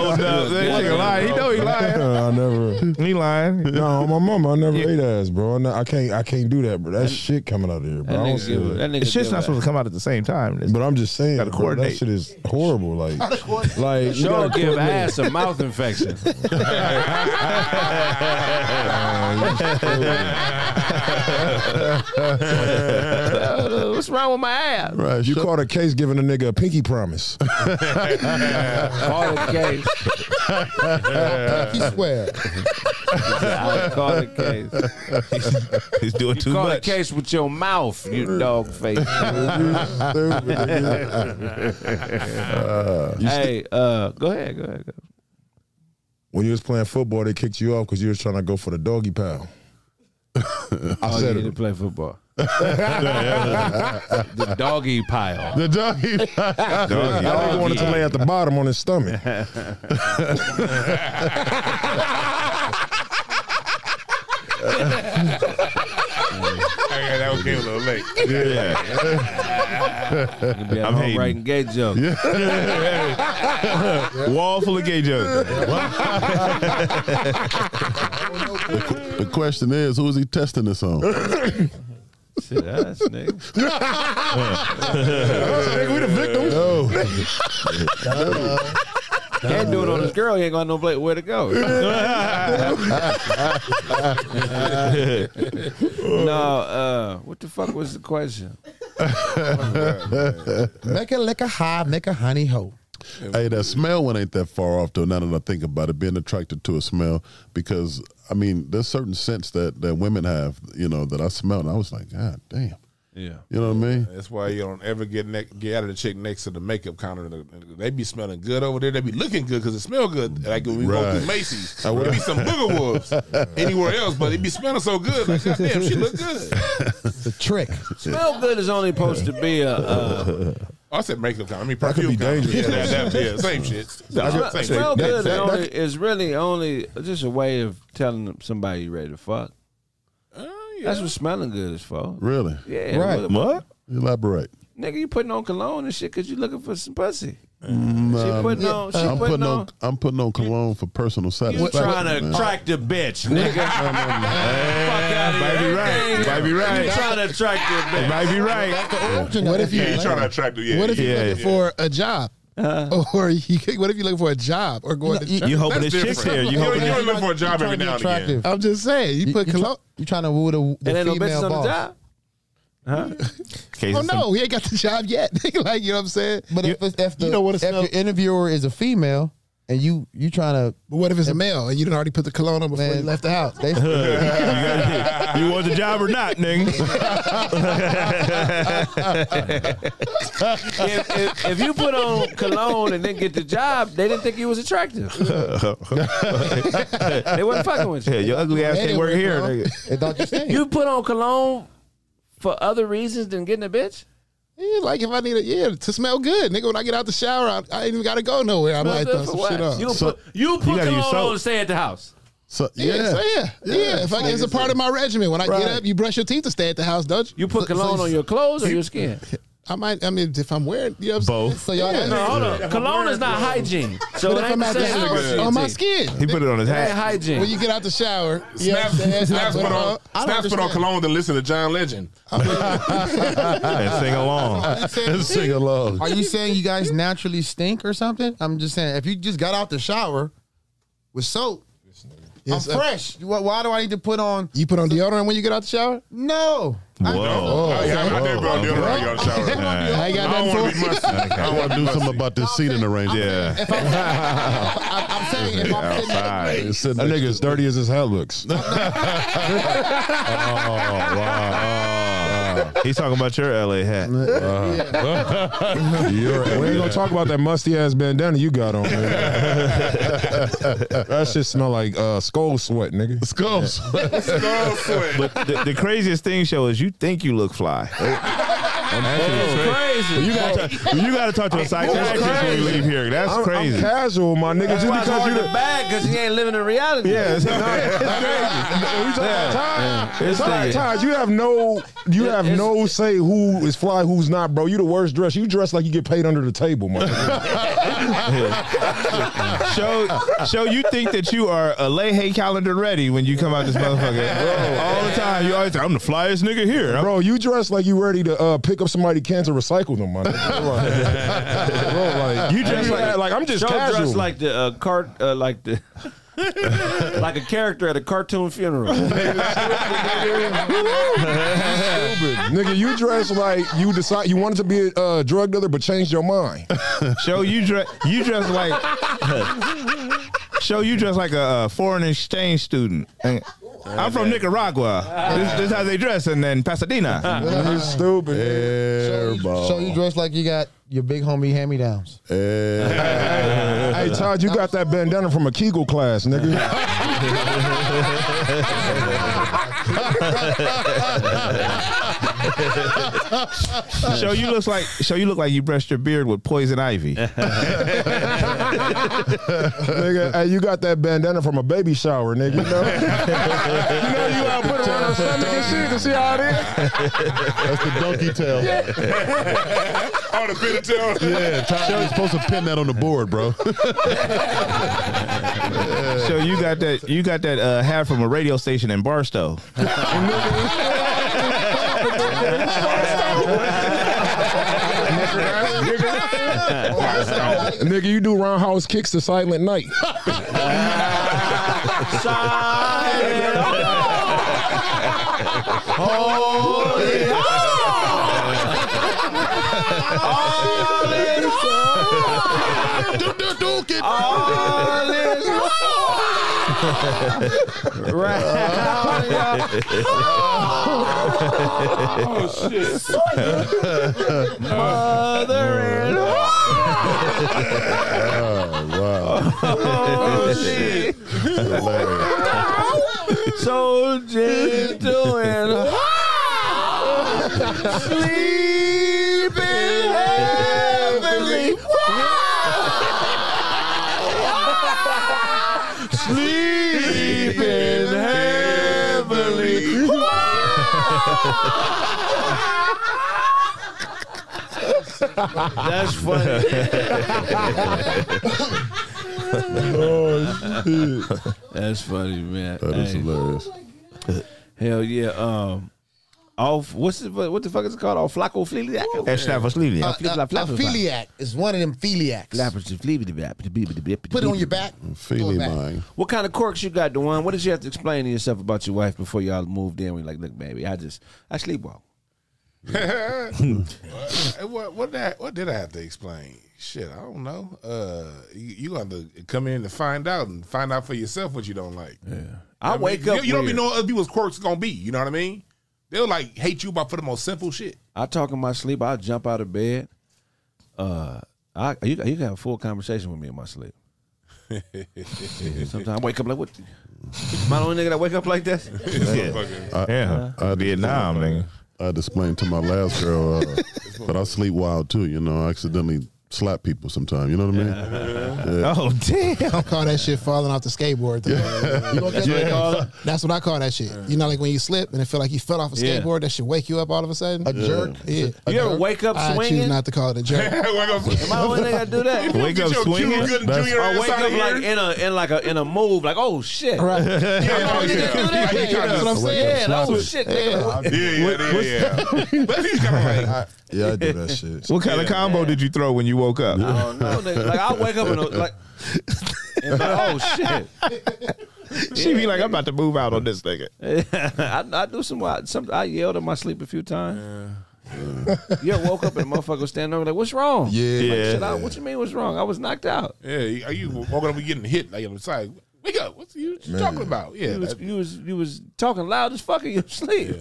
[SPEAKER 12] lying. He know he lying.
[SPEAKER 15] I never.
[SPEAKER 12] He lying.
[SPEAKER 15] No, my mama, I never ate ass, bro. I, ne- I can't, I can't do that, bro. That, shit coming out of here, bro. I don't see it.
[SPEAKER 12] The shit's not supposed to come out at the same time. It's-
[SPEAKER 15] But I'm just saying,
[SPEAKER 12] Gotta
[SPEAKER 15] bro, that
[SPEAKER 12] coordinate.
[SPEAKER 15] shit is horrible. Like, like you
[SPEAKER 1] Sure
[SPEAKER 15] gotta
[SPEAKER 1] give
[SPEAKER 15] coordinate.
[SPEAKER 1] ass a
[SPEAKER 12] [laughs]
[SPEAKER 1] mouth infection.
[SPEAKER 12] What's wrong with my ass?
[SPEAKER 15] Right, you caught a case giving a nigga a pinky [laughs] promise.
[SPEAKER 1] Call the case.
[SPEAKER 10] Pinky swear.
[SPEAKER 1] [laughs] Call the case.
[SPEAKER 12] [laughs] He's doing
[SPEAKER 1] You
[SPEAKER 12] too
[SPEAKER 1] call the
[SPEAKER 12] much.
[SPEAKER 1] case with your mouth, you dog face. hey, uh, go ahead, go ahead. Go.
[SPEAKER 15] When you was playing football, they kicked you off because you was trying to go for the doggy pal. I
[SPEAKER 1] oh,
[SPEAKER 15] said
[SPEAKER 1] you need to
[SPEAKER 15] it.
[SPEAKER 1] play football.
[SPEAKER 12] [laughs]
[SPEAKER 1] the doggy pile.
[SPEAKER 11] The doggy.
[SPEAKER 15] I
[SPEAKER 12] Oh,
[SPEAKER 1] Doggy.
[SPEAKER 15] wanted to lay at the bottom on
[SPEAKER 12] [laughs]
[SPEAKER 15] his stomach.
[SPEAKER 14] Hey, that was getting a little late.
[SPEAKER 12] I'm hating.
[SPEAKER 1] writing gay jokes.
[SPEAKER 12] [laughs]
[SPEAKER 1] [laughs]
[SPEAKER 12] Wall full of gay jokes.
[SPEAKER 11] The question is, who is he testing this on?
[SPEAKER 1] [laughs] Shit, that's
[SPEAKER 14] [laughs]
[SPEAKER 1] nigga.
[SPEAKER 15] we the victims. No.
[SPEAKER 1] Can't do it on this girl. You ain't got no place where to
[SPEAKER 12] [laughs]
[SPEAKER 1] go. [laughs] no, uh, what the fuck was the question?
[SPEAKER 9] Make a lick a high, make a honey hoe.
[SPEAKER 11] Hey, that smell one ain't that far off though. Now that I think about it, being attracted to a smell because I mean, there's certain scents that that women have, you know, that I smell and I was like, God damn,
[SPEAKER 1] Yeah.
[SPEAKER 11] you know what I mean?
[SPEAKER 14] That's why you don't ever get ne- get out of the chick next to the makeup counter. They be smelling good over there. They be looking good because it smell good. Like when we go
[SPEAKER 11] Right.
[SPEAKER 14] through Macy's,
[SPEAKER 11] I
[SPEAKER 14] there
[SPEAKER 11] would-
[SPEAKER 14] be some
[SPEAKER 12] [laughs]
[SPEAKER 14] booger wolves anywhere else, but it be smelling so good. Like goddamn, she look good.
[SPEAKER 9] It's a trick.
[SPEAKER 1] Smell good is only supposed to be a. Uh,
[SPEAKER 14] I said makeup counter. I mean
[SPEAKER 15] That could
[SPEAKER 14] perfume
[SPEAKER 15] be
[SPEAKER 14] counter.
[SPEAKER 15] dangerous.
[SPEAKER 14] Yeah,
[SPEAKER 12] [laughs]
[SPEAKER 14] that, that, yeah, same shit.
[SPEAKER 1] smell,
[SPEAKER 14] same
[SPEAKER 1] smell
[SPEAKER 14] shit.
[SPEAKER 1] good is, only, is really only just a way of telling somebody you ready to fuck.
[SPEAKER 14] Uh,
[SPEAKER 1] That's what smelling good is for.
[SPEAKER 11] Really?
[SPEAKER 1] Yeah.
[SPEAKER 9] Right.
[SPEAKER 12] What?
[SPEAKER 11] Elaborate.
[SPEAKER 1] Nigga, you putting on cologne and shit because you looking for some pussy.
[SPEAKER 11] Nah,
[SPEAKER 1] she putting on. She
[SPEAKER 11] I'm
[SPEAKER 1] putting,
[SPEAKER 11] putting
[SPEAKER 1] on.
[SPEAKER 11] on I'm putting on cologne for personal
[SPEAKER 1] You
[SPEAKER 11] satisfaction.
[SPEAKER 1] trying to
[SPEAKER 11] man.
[SPEAKER 1] attract
[SPEAKER 12] [laughs]
[SPEAKER 1] the bitch, nigga.
[SPEAKER 12] Might be right. Might be
[SPEAKER 1] You
[SPEAKER 12] right.
[SPEAKER 1] trying to attract the bitch.
[SPEAKER 12] Might be right.
[SPEAKER 10] What if you?
[SPEAKER 14] Yeah, you trying to attract her. Yeah,
[SPEAKER 10] What if
[SPEAKER 14] yeah.
[SPEAKER 10] you're
[SPEAKER 12] Yeah,
[SPEAKER 10] looking for a job?
[SPEAKER 1] Uh-huh.
[SPEAKER 10] [laughs] or you, what if you're looking for a job or going to church?
[SPEAKER 12] You hoping this
[SPEAKER 14] That's
[SPEAKER 12] chick's here.
[SPEAKER 14] different.
[SPEAKER 12] You
[SPEAKER 14] You
[SPEAKER 12] hoping
[SPEAKER 14] don't- you
[SPEAKER 12] this-
[SPEAKER 14] don't look for a job
[SPEAKER 9] You
[SPEAKER 14] every
[SPEAKER 9] trying to be
[SPEAKER 14] now and
[SPEAKER 9] attractive.
[SPEAKER 14] again.
[SPEAKER 10] I'm just saying, you
[SPEAKER 9] You,
[SPEAKER 10] put
[SPEAKER 9] you,
[SPEAKER 10] cologne.
[SPEAKER 9] try, you trying to woo the, the
[SPEAKER 1] And ain't no
[SPEAKER 9] female
[SPEAKER 1] bitches on
[SPEAKER 9] boss.
[SPEAKER 1] the job. [laughs]
[SPEAKER 12] Okay,
[SPEAKER 10] Oh
[SPEAKER 12] some-
[SPEAKER 10] no, he ain't got the job yet. [laughs] like you know what I'm saying?
[SPEAKER 9] But if, it's- if the
[SPEAKER 10] you don't wanna
[SPEAKER 9] if
[SPEAKER 10] smell-
[SPEAKER 9] your interviewer is a female, and you you trying to.
[SPEAKER 10] But what if it's a male and you didn't already put the cologne on before you left the house?
[SPEAKER 9] They, [laughs]
[SPEAKER 12] you want the job or not,
[SPEAKER 1] nigga? if, if, if you put on cologne and then get the job, they didn't think you was attractive.
[SPEAKER 12] they
[SPEAKER 1] wasn't fucking with
[SPEAKER 12] [laughs]
[SPEAKER 1] you.
[SPEAKER 12] Yeah, your ugly ass
[SPEAKER 1] They
[SPEAKER 12] can't
[SPEAKER 1] didn't
[SPEAKER 12] work
[SPEAKER 1] work
[SPEAKER 12] here,
[SPEAKER 1] well.
[SPEAKER 12] nigga.
[SPEAKER 9] It don't just
[SPEAKER 1] You put on cologne for other reasons than getting a bitch.
[SPEAKER 10] Yeah, like if I need it, yeah, to smell good, nigga. When I get out the shower, I, I ain't even gotta go nowhere. I might throw
[SPEAKER 1] For
[SPEAKER 10] some
[SPEAKER 1] what?
[SPEAKER 10] shit on.
[SPEAKER 1] You put you put cologne on and stay at the house.
[SPEAKER 11] So
[SPEAKER 10] Yeah, yeah, so yeah, yeah. If I, it's a part of my regimen. When I
[SPEAKER 1] Right.
[SPEAKER 10] get up, you brush your teeth to stay at the house, don't you?
[SPEAKER 1] You put cologne on your clothes or your skin?
[SPEAKER 10] [laughs] I might. I mean, if I'm wearing, you know, what I'm
[SPEAKER 12] Both.
[SPEAKER 10] saying? So y'all,
[SPEAKER 1] No, hold on. Cologne is not hygiene. So
[SPEAKER 10] but
[SPEAKER 1] it
[SPEAKER 10] if
[SPEAKER 1] ain't
[SPEAKER 10] I'm
[SPEAKER 1] the
[SPEAKER 10] out the
[SPEAKER 1] same as brushing
[SPEAKER 10] house,
[SPEAKER 1] your
[SPEAKER 10] on my
[SPEAKER 1] teeth.
[SPEAKER 10] skin,
[SPEAKER 12] He put it on his
[SPEAKER 1] It ain't
[SPEAKER 12] hat.
[SPEAKER 1] hygiene.
[SPEAKER 10] when you get out the shower, you know what I'm
[SPEAKER 14] Snaps,
[SPEAKER 10] saying?
[SPEAKER 14] Snaps
[SPEAKER 10] I
[SPEAKER 14] put on,
[SPEAKER 10] I don't
[SPEAKER 14] Snaps put on
[SPEAKER 10] understand.
[SPEAKER 14] cologne to listen to
[SPEAKER 10] [laughs]
[SPEAKER 14] John Legend.
[SPEAKER 12] and sing
[SPEAKER 9] [laughs]
[SPEAKER 12] along.
[SPEAKER 11] sing along.
[SPEAKER 9] Are you saying you guys naturally stink or something? I'm just saying if you just got out the shower with soap,
[SPEAKER 10] Yes,
[SPEAKER 9] I'm
[SPEAKER 10] I-
[SPEAKER 9] fresh. Why, why do I need to put on?
[SPEAKER 10] You put on deodorant when you get out the shower?
[SPEAKER 9] No.
[SPEAKER 12] Whoa.
[SPEAKER 14] Oh, yeah, I, I did put on deodorant when I got out of the shower.
[SPEAKER 10] I ain't got
[SPEAKER 14] I don't
[SPEAKER 10] nothing
[SPEAKER 14] want
[SPEAKER 10] for
[SPEAKER 14] to be musty. I
[SPEAKER 11] [laughs]
[SPEAKER 14] don't
[SPEAKER 11] I
[SPEAKER 14] want
[SPEAKER 11] want to do something about this seating arrangement.
[SPEAKER 12] Yeah.
[SPEAKER 11] [laughs]
[SPEAKER 10] I'm saying if I'm sitting
[SPEAKER 12] Outside.
[SPEAKER 11] Sitting
[SPEAKER 15] That
[SPEAKER 11] next
[SPEAKER 15] nigga's dirty as his hat looks. Oh,
[SPEAKER 12] He's talking about your LA hat.
[SPEAKER 15] oh. [laughs] You're- we ain't gonna talk about that musty ass bandana you got on. Nigga. that shit smell like uh, skull sweat, nigga.
[SPEAKER 11] Skull sweat.
[SPEAKER 12] But the, the craziest thing, show, is you think you look fly. That's
[SPEAKER 1] Crazy.
[SPEAKER 12] You gotta, talk, you gotta talk to a psychiatrist when you leave here. That's
[SPEAKER 15] I'm,
[SPEAKER 12] crazy.
[SPEAKER 15] I'm casual, my nigga.
[SPEAKER 1] That's
[SPEAKER 15] Just
[SPEAKER 1] why it's
[SPEAKER 15] because
[SPEAKER 1] hard
[SPEAKER 15] you
[SPEAKER 1] to
[SPEAKER 15] the
[SPEAKER 1] bag because he ain't living in reality.
[SPEAKER 15] yeah,
[SPEAKER 1] [laughs]
[SPEAKER 15] it's, not, it's crazy. We talking about Taj.
[SPEAKER 12] It's
[SPEAKER 15] Ty,
[SPEAKER 12] nigga-
[SPEAKER 15] Taj, you have no, you have no say who is fly, who's not, bro. You the worst dress. You dress like you get paid under the table, my
[SPEAKER 12] [laughs]
[SPEAKER 15] nigga.
[SPEAKER 12] show, show you think that you are a Leahy calendar ready when you come out this motherfucker. All the time. You always say, I'm the flyest nigga here. I'm-
[SPEAKER 15] bro. You dress like you ready to uh, pick up somebody cans and recycle them,
[SPEAKER 12] [laughs]
[SPEAKER 15] my nigga. Like, bro, like
[SPEAKER 12] You dress like,
[SPEAKER 15] like I'm just
[SPEAKER 1] Joe
[SPEAKER 15] casual.
[SPEAKER 1] dressed like the uh, cart, uh, like the [laughs] like a character at a
[SPEAKER 15] [laughs]
[SPEAKER 1] cartoon funeral. [laughs]
[SPEAKER 15] stupid. Nigga, you dress like you decide you wanted to be a uh, drug dealer but changed your
[SPEAKER 12] [laughs]
[SPEAKER 15] mind.
[SPEAKER 12] Show you dress. You dress like. show you dress like a uh, foreign exchange student. And I'm from Nicaragua. This, this how they dress, and then Pasadena.
[SPEAKER 15] You're stupid.
[SPEAKER 12] Oh.
[SPEAKER 11] Airball.
[SPEAKER 9] So you dress like you got your big homie hand me downs.
[SPEAKER 15] Hey Todd, you got that bandana from a Kegel
[SPEAKER 12] [laughs]
[SPEAKER 15] class, nigga. [laughs]
[SPEAKER 12] show you looks like. Show you look like you brushed your beard with poison ivy.
[SPEAKER 15] nigga, hey, you got that bandana from a baby shower, nigga. You know,
[SPEAKER 12] [laughs]
[SPEAKER 15] you, know you out put it around her stomach and shit to see how it is.
[SPEAKER 11] That's the donkey tail. Yeah,
[SPEAKER 14] Oh, the bitter tail.
[SPEAKER 11] Ty, you're supposed to pin that on the board,
[SPEAKER 12] [laughs]
[SPEAKER 11] bro.
[SPEAKER 12] show you got that. You got that uh, hat from a radio station in Barstow.
[SPEAKER 15] nigga, you do roundhouse kicks to
[SPEAKER 12] [laughs]
[SPEAKER 15] Silent Night.
[SPEAKER 14] Oh, shit.
[SPEAKER 11] oh,
[SPEAKER 1] [laughs]
[SPEAKER 11] wow.
[SPEAKER 1] Oh shit!
[SPEAKER 11] Hilarious.
[SPEAKER 1] So gentle and sleeping heavily. Sleeping heavily. [laughs] That's funny.
[SPEAKER 15] Oh,
[SPEAKER 1] That's funny, man.
[SPEAKER 11] That is
[SPEAKER 1] Hey,
[SPEAKER 11] hilarious.
[SPEAKER 1] Hell yeah. Um, off. What's it, what what the fuck is it called? Off flaco fliliac.
[SPEAKER 12] Established.
[SPEAKER 1] Flip-flop,
[SPEAKER 9] a
[SPEAKER 1] flip-flop.
[SPEAKER 9] philiac Uh, is one of them philiacs. Put it on your back.
[SPEAKER 11] Feely mine.
[SPEAKER 1] What kind of quirks you got, Dewan? What did you have to explain to yourself about your wife before y'all moved in? We're like, look, baby, I just I sleepwalk.
[SPEAKER 14] I, what what that what did I have to explain? Shit, I don't know. Uh, you, you gonna have to come in and find out and find out for yourself what you don't like. Yeah,
[SPEAKER 1] I wake up
[SPEAKER 14] You, you don't even
[SPEAKER 1] weird.
[SPEAKER 14] know what other people's quirks gonna be. You know what I mean? They'll like hate you about for the most simple shit.
[SPEAKER 1] I talk in my sleep. I jump out of bed. Uh, I you, you can have a full conversation with me in my sleep. Sometimes I wake up like what? the- Am I the only nigga that wake up like that?
[SPEAKER 11] I,
[SPEAKER 1] Yeah.
[SPEAKER 11] I, Vietnam, nigga. I had to explain to my last girl, uh, but I sleep wild too. You know, I accidentally slap people sometimes. You know what I mean? Yeah.
[SPEAKER 12] Oh damn!
[SPEAKER 10] I call that shit falling off the skateboard. though. You know what that
[SPEAKER 11] Yeah.
[SPEAKER 10] is? That's what I call that shit. You know, like when you slip and it feel like you fell off a
[SPEAKER 1] Yeah.
[SPEAKER 10] skateboard. That should wake you up all of a sudden.
[SPEAKER 1] A jerk?
[SPEAKER 10] Yeah.
[SPEAKER 1] You ever wake up
[SPEAKER 10] I
[SPEAKER 1] swinging?
[SPEAKER 10] choose not to call it a
[SPEAKER 1] [laughs]
[SPEAKER 10] jerk.
[SPEAKER 1] Am I the only nigga that do that?
[SPEAKER 10] Wake Get up your Cuban swinging? Gooding
[SPEAKER 1] That's-
[SPEAKER 10] Jr.
[SPEAKER 1] Or
[SPEAKER 10] ass
[SPEAKER 1] wake
[SPEAKER 10] outta
[SPEAKER 1] up like
[SPEAKER 10] here.
[SPEAKER 1] in a in like a in a move, like oh shit.
[SPEAKER 10] Right.
[SPEAKER 1] Am I the only nigga that do that? That's what I'm saying. Oh shit, [laughs] nigga. [laughs]
[SPEAKER 15] yeah, I do that shit.
[SPEAKER 12] What kind of combo did you throw when you woke up? I
[SPEAKER 1] don't know, nigga. Like I wake up and I'm like, and like, oh shit.
[SPEAKER 12] She be like, I'm about to move out on this nigga.
[SPEAKER 1] I, [laughs] I do some, I, some. I yelled in my sleep a few times. Yeah. You woke up and motherfucker standing over like, what's wrong?
[SPEAKER 15] Yeah.
[SPEAKER 1] Like,
[SPEAKER 15] Yeah.
[SPEAKER 1] shit, I, what you mean? What's wrong? I was knocked out.
[SPEAKER 14] Yeah, you- are you walking up and getting hit like on the side? Wake up! What's you
[SPEAKER 1] Man.
[SPEAKER 14] talking about? Yeah,
[SPEAKER 1] you was,
[SPEAKER 14] that-
[SPEAKER 1] you was you was talking loud as fuck in your sleep.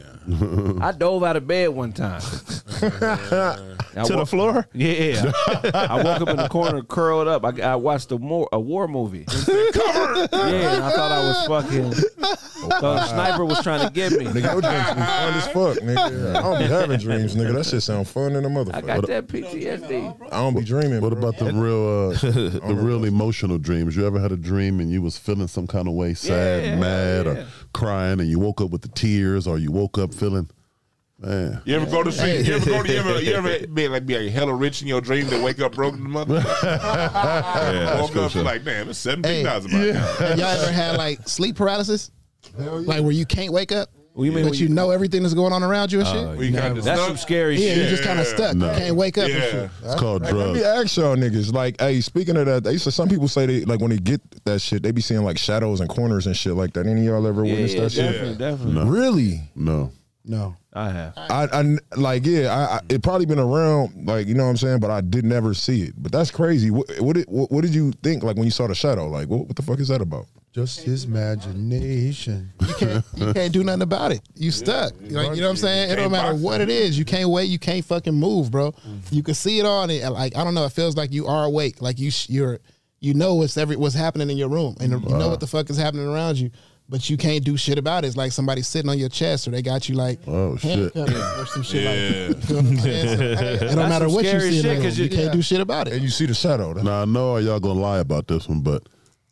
[SPEAKER 1] I dove out of bed
[SPEAKER 15] [laughs]
[SPEAKER 1] one time. I
[SPEAKER 12] To the
[SPEAKER 1] woke-
[SPEAKER 12] floor?
[SPEAKER 1] Yeah, I woke up in the corner, curled up. I, I watched a more a
[SPEAKER 12] [laughs]
[SPEAKER 1] war movie. Yeah, and I thought I was fucking. thought a sniper Uh, was trying to get me.
[SPEAKER 15] Nigga, your dreams be fun as fuck, [laughs] nigga. I don't be having dreams, nigga. That shit sound fun in a motherfucker.
[SPEAKER 1] I got that PTSD.
[SPEAKER 15] I don't be dreaming.
[SPEAKER 11] What about the real, uh, the real emotional dreams? You ever had a dream and you was feeling some kind of way, sad,
[SPEAKER 1] Yeah,
[SPEAKER 11] mad,
[SPEAKER 1] yeah.
[SPEAKER 11] or crying, and you woke up with the tears, or you woke up feeling, man.
[SPEAKER 14] You ever go to sleep? You ever go to? You ever?
[SPEAKER 1] [laughs]
[SPEAKER 14] You ever be like be like hella rich in your dream to wake up broke in the mother?
[SPEAKER 11] that's
[SPEAKER 14] Woke
[SPEAKER 11] cool
[SPEAKER 14] up
[SPEAKER 11] shit.
[SPEAKER 14] like damn, it's
[SPEAKER 10] Hey,
[SPEAKER 14] seventeen thousand. [laughs]
[SPEAKER 10] have y'all ever had like sleep paralysis? Like where you can't wake up,
[SPEAKER 1] you mean
[SPEAKER 10] but
[SPEAKER 1] when
[SPEAKER 10] you, know everything that's going on around you and
[SPEAKER 1] Oh,
[SPEAKER 10] shit.
[SPEAKER 1] you That's kinda some stuck? scary
[SPEAKER 10] yeah,
[SPEAKER 1] shit.
[SPEAKER 10] you just kind of stuck.
[SPEAKER 15] No.
[SPEAKER 10] You can't wake up.
[SPEAKER 15] Yeah.
[SPEAKER 10] And shit.
[SPEAKER 15] It's
[SPEAKER 11] called
[SPEAKER 15] Hey, Let me ask y'all niggas. Like, hey, speaking of that, they so some people say they like when they get that shit, they be seeing like shadows and corners and shit like that. Any of y'all ever
[SPEAKER 1] Yeah,
[SPEAKER 15] witnessed
[SPEAKER 1] yeah,
[SPEAKER 15] that shit?
[SPEAKER 1] definitely, definitely. No.
[SPEAKER 15] Really?
[SPEAKER 11] No.
[SPEAKER 10] No.
[SPEAKER 1] I have.
[SPEAKER 15] I, I like yeah. I, I it probably been around like you know what I'm saying, but I did never see it. But that's crazy. What what did, what, what did you think like when you saw the shadow? Like what, what the fuck is that [laughs] about?
[SPEAKER 9] Just his imagination.
[SPEAKER 10] You
[SPEAKER 12] [laughs]
[SPEAKER 10] can't, you can't do nothing about it. You stuck. Like, you know what I'm saying? It don't
[SPEAKER 9] Can't
[SPEAKER 10] matter
[SPEAKER 9] box
[SPEAKER 10] what
[SPEAKER 9] it.
[SPEAKER 10] it is. You can't wait. You can't fucking move, bro. You can see it all, and it, like I don't know. It feels like you are awake. Like you, sh- you're, you know what's every what's happening in your room, and you know what the fuck is happening around you, but you can't do shit about it. It's like somebody sitting on your chest, or they got you like
[SPEAKER 11] oh
[SPEAKER 10] shit, or some shit like. [laughs] You know what I'm saying? So, hey, it
[SPEAKER 11] That's
[SPEAKER 10] don't matter
[SPEAKER 11] some
[SPEAKER 10] what you
[SPEAKER 11] scary
[SPEAKER 10] see.
[SPEAKER 11] shit,
[SPEAKER 10] in that room.
[SPEAKER 11] 'cause
[SPEAKER 10] You
[SPEAKER 11] you-
[SPEAKER 10] can't
[SPEAKER 11] yeah.
[SPEAKER 10] do shit about it.
[SPEAKER 15] And you see the shadow.
[SPEAKER 11] Now I know y'all gonna lie about this one, but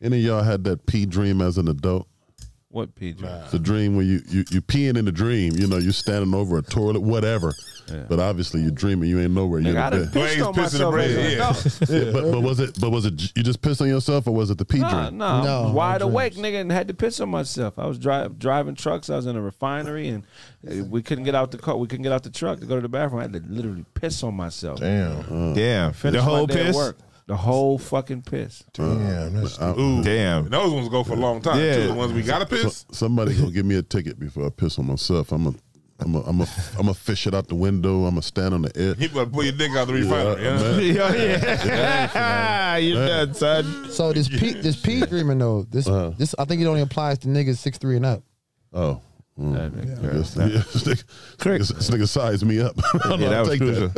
[SPEAKER 11] any of y'all had that pee dream as an adult?
[SPEAKER 1] What PJ?
[SPEAKER 11] It's a dream where you you you peeing in the dream. You know, you're standing over a toilet, whatever. But obviously, you're dreaming. You ain't nowhere. You're
[SPEAKER 1] Nigga, I done
[SPEAKER 11] in
[SPEAKER 1] pissed on Blaze pissing myself bread, as an yeah.
[SPEAKER 11] yeah.
[SPEAKER 1] adult.
[SPEAKER 11] But but was it but was it you just pissed on yourself or was it the pee
[SPEAKER 1] Nah,
[SPEAKER 11] dream?
[SPEAKER 1] nah, I was wide awake, nigga, and had to piss on myself. I was dri- driving trucks. I was in a refinery, and uh, we couldn't get out the car. We couldn't get out the truck to go to the bathroom. I had to literally piss on myself.
[SPEAKER 12] Damn. Damn.
[SPEAKER 1] Finish
[SPEAKER 12] The
[SPEAKER 1] my
[SPEAKER 12] whole
[SPEAKER 1] day at
[SPEAKER 12] piss?
[SPEAKER 1] work. The whole fucking piss.
[SPEAKER 15] Damn, that's
[SPEAKER 14] Ooh,
[SPEAKER 12] damn.
[SPEAKER 14] Those ones go for a long time. Too. The ones we gotta
[SPEAKER 11] So-
[SPEAKER 14] piss.
[SPEAKER 11] somebody gonna give me a ticket before I piss on myself. I'm a I'm a I'm a I'm a fish it out the window. I'm a stand on the edge.
[SPEAKER 14] You better pull your dick out the refinery.
[SPEAKER 11] Yeah,
[SPEAKER 14] huh?
[SPEAKER 1] [laughs]
[SPEAKER 11] man. Yeah,
[SPEAKER 12] Ah, you done, son.
[SPEAKER 9] So this P, this P dreaming though, this this I think it only applies to niggas six three and up.
[SPEAKER 11] Uh-huh. Oh. Mm.
[SPEAKER 9] Yeah.
[SPEAKER 11] This, this [laughs] nigga- this nigga sized me up. [laughs]
[SPEAKER 1] [laughs]
[SPEAKER 12] Yeah,
[SPEAKER 11] I'll
[SPEAKER 12] that was
[SPEAKER 11] take
[SPEAKER 12] crucial.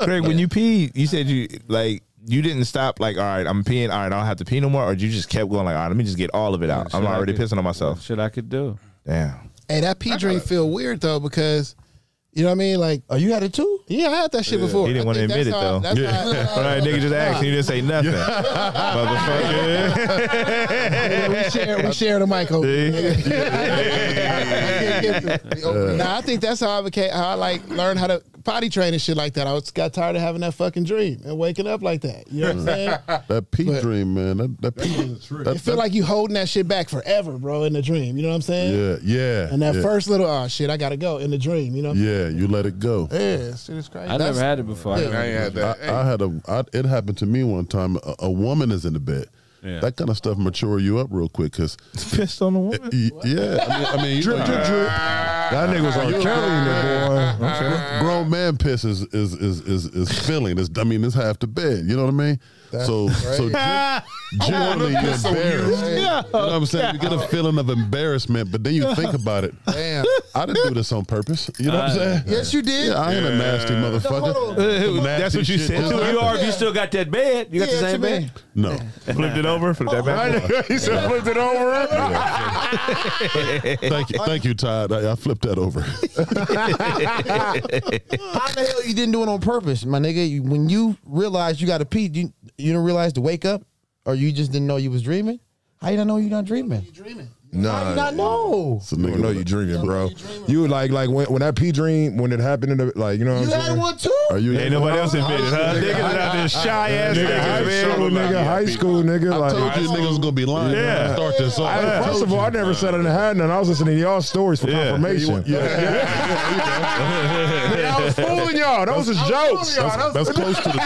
[SPEAKER 12] Craig, when you pee, you said you like you didn't stop. Like, all right, I'm peeing. All right, I don't have to pee no more. Or you just kept going. Like, all right, let me just get all of it out. I'm
[SPEAKER 1] shit I
[SPEAKER 12] already
[SPEAKER 1] could-
[SPEAKER 12] pissing on myself.
[SPEAKER 1] Shit, I could do.
[SPEAKER 12] Damn.
[SPEAKER 10] Hey, that P dream feel weird though because you know what I mean. Like,
[SPEAKER 9] oh, you had it too?
[SPEAKER 10] Yeah, I had that shit before.
[SPEAKER 12] He
[SPEAKER 10] I
[SPEAKER 12] didn't want to admit
[SPEAKER 10] think
[SPEAKER 12] it
[SPEAKER 10] that's
[SPEAKER 12] though.
[SPEAKER 10] how- that's how-
[SPEAKER 12] [laughs] all right, nigga, just asked. and He didn't say nothing. Motherfucker.
[SPEAKER 10] [laughs] Yeah, we share we share the mic over. Nah, I think [laughs] that's how I became how I like learned how to potty train and shit like that. I was got tired of having that fucking dream and waking up like that. [laughs] You know what I'm saying?
[SPEAKER 11] [laughs] that pee dream, man. That that pee.
[SPEAKER 10] It feel like you holding that shit back forever, bro, in the dream. You know what I'm saying?
[SPEAKER 11] yeah, yeah.
[SPEAKER 10] And that
[SPEAKER 11] yeah.
[SPEAKER 10] first little oh shit, I gotta go in the dream. You know?
[SPEAKER 11] Yeah, you let it go.
[SPEAKER 10] Yeah, shit is crazy.
[SPEAKER 1] I never had it before.
[SPEAKER 10] Yeah.
[SPEAKER 11] I, I had a. I, it happened to me one time. A, a woman is in the bed.
[SPEAKER 1] Yeah.
[SPEAKER 11] That kind of stuff mature you up real quick because
[SPEAKER 12] pissed on a woman.
[SPEAKER 11] yeah, I mean, I mean you
[SPEAKER 12] Drip,
[SPEAKER 11] know,
[SPEAKER 12] drip,
[SPEAKER 11] you-
[SPEAKER 12] drip.
[SPEAKER 15] That nigga was on Kelly in there, boy.
[SPEAKER 11] Grown man piss is is is is, is filling. It's, I mean, it's half the bed. You know what I mean?
[SPEAKER 15] That's
[SPEAKER 11] so so
[SPEAKER 15] right.
[SPEAKER 11] gen- generally
[SPEAKER 15] I wanna
[SPEAKER 11] you're
[SPEAKER 15] piss on you.
[SPEAKER 11] embarrassed. You know what I'm saying? You get a
[SPEAKER 15] Yeah.
[SPEAKER 11] feeling of embarrassment, but then you think about it.
[SPEAKER 9] Damn.
[SPEAKER 11] I didn't do this on purpose. Uh, You
[SPEAKER 1] Uh,
[SPEAKER 11] know what I'm saying?
[SPEAKER 9] Yes, you did.
[SPEAKER 11] Yeah, I ain't a nasty
[SPEAKER 9] Yeah.
[SPEAKER 11] motherfucker. Some
[SPEAKER 1] That's
[SPEAKER 11] nasty
[SPEAKER 1] what you
[SPEAKER 11] shit
[SPEAKER 1] said.
[SPEAKER 11] just
[SPEAKER 1] too. You
[SPEAKER 11] happened.
[SPEAKER 1] are. You still got that bed. You got
[SPEAKER 11] Yeah,
[SPEAKER 1] the same
[SPEAKER 11] it's a
[SPEAKER 1] bed.
[SPEAKER 11] No.
[SPEAKER 12] [laughs] Flipped it over. Flipped that back.
[SPEAKER 11] [laughs]
[SPEAKER 4] [laughs]
[SPEAKER 15] he said flipped it over.
[SPEAKER 1] [laughs]
[SPEAKER 11] Thank you, thank you, Todd. I, I flipped that over.
[SPEAKER 9] How the hell you didn't do it on purpose, my nigga? You- When you realized you got to pee, you you didn't realize to wake up, or you just didn't know you was dreaming. How you don't know you're not dreaming?
[SPEAKER 15] Nah,
[SPEAKER 9] How you not know?
[SPEAKER 15] So nigga, know you dreaming, bro. You like like when, when that P dream when it happened in the like you know what
[SPEAKER 9] You
[SPEAKER 15] I'm
[SPEAKER 9] had
[SPEAKER 15] saying?
[SPEAKER 9] one too.
[SPEAKER 15] Are you
[SPEAKER 12] Ain't nobody else invented, huh? Niggas out there shy ass
[SPEAKER 15] Nigga,
[SPEAKER 12] niggas,
[SPEAKER 15] high
[SPEAKER 12] man.
[SPEAKER 15] school nigga, high school nigga.
[SPEAKER 11] I
[SPEAKER 15] like,
[SPEAKER 11] told you niggas was gonna be lying. when I
[SPEAKER 15] Yeah.
[SPEAKER 11] Start this off.
[SPEAKER 15] I- first of all, I never said I didn't have none. I was listening to y'all stories for confirmation. I was fooling y'all. Those is jokes.
[SPEAKER 11] That's, that's close to the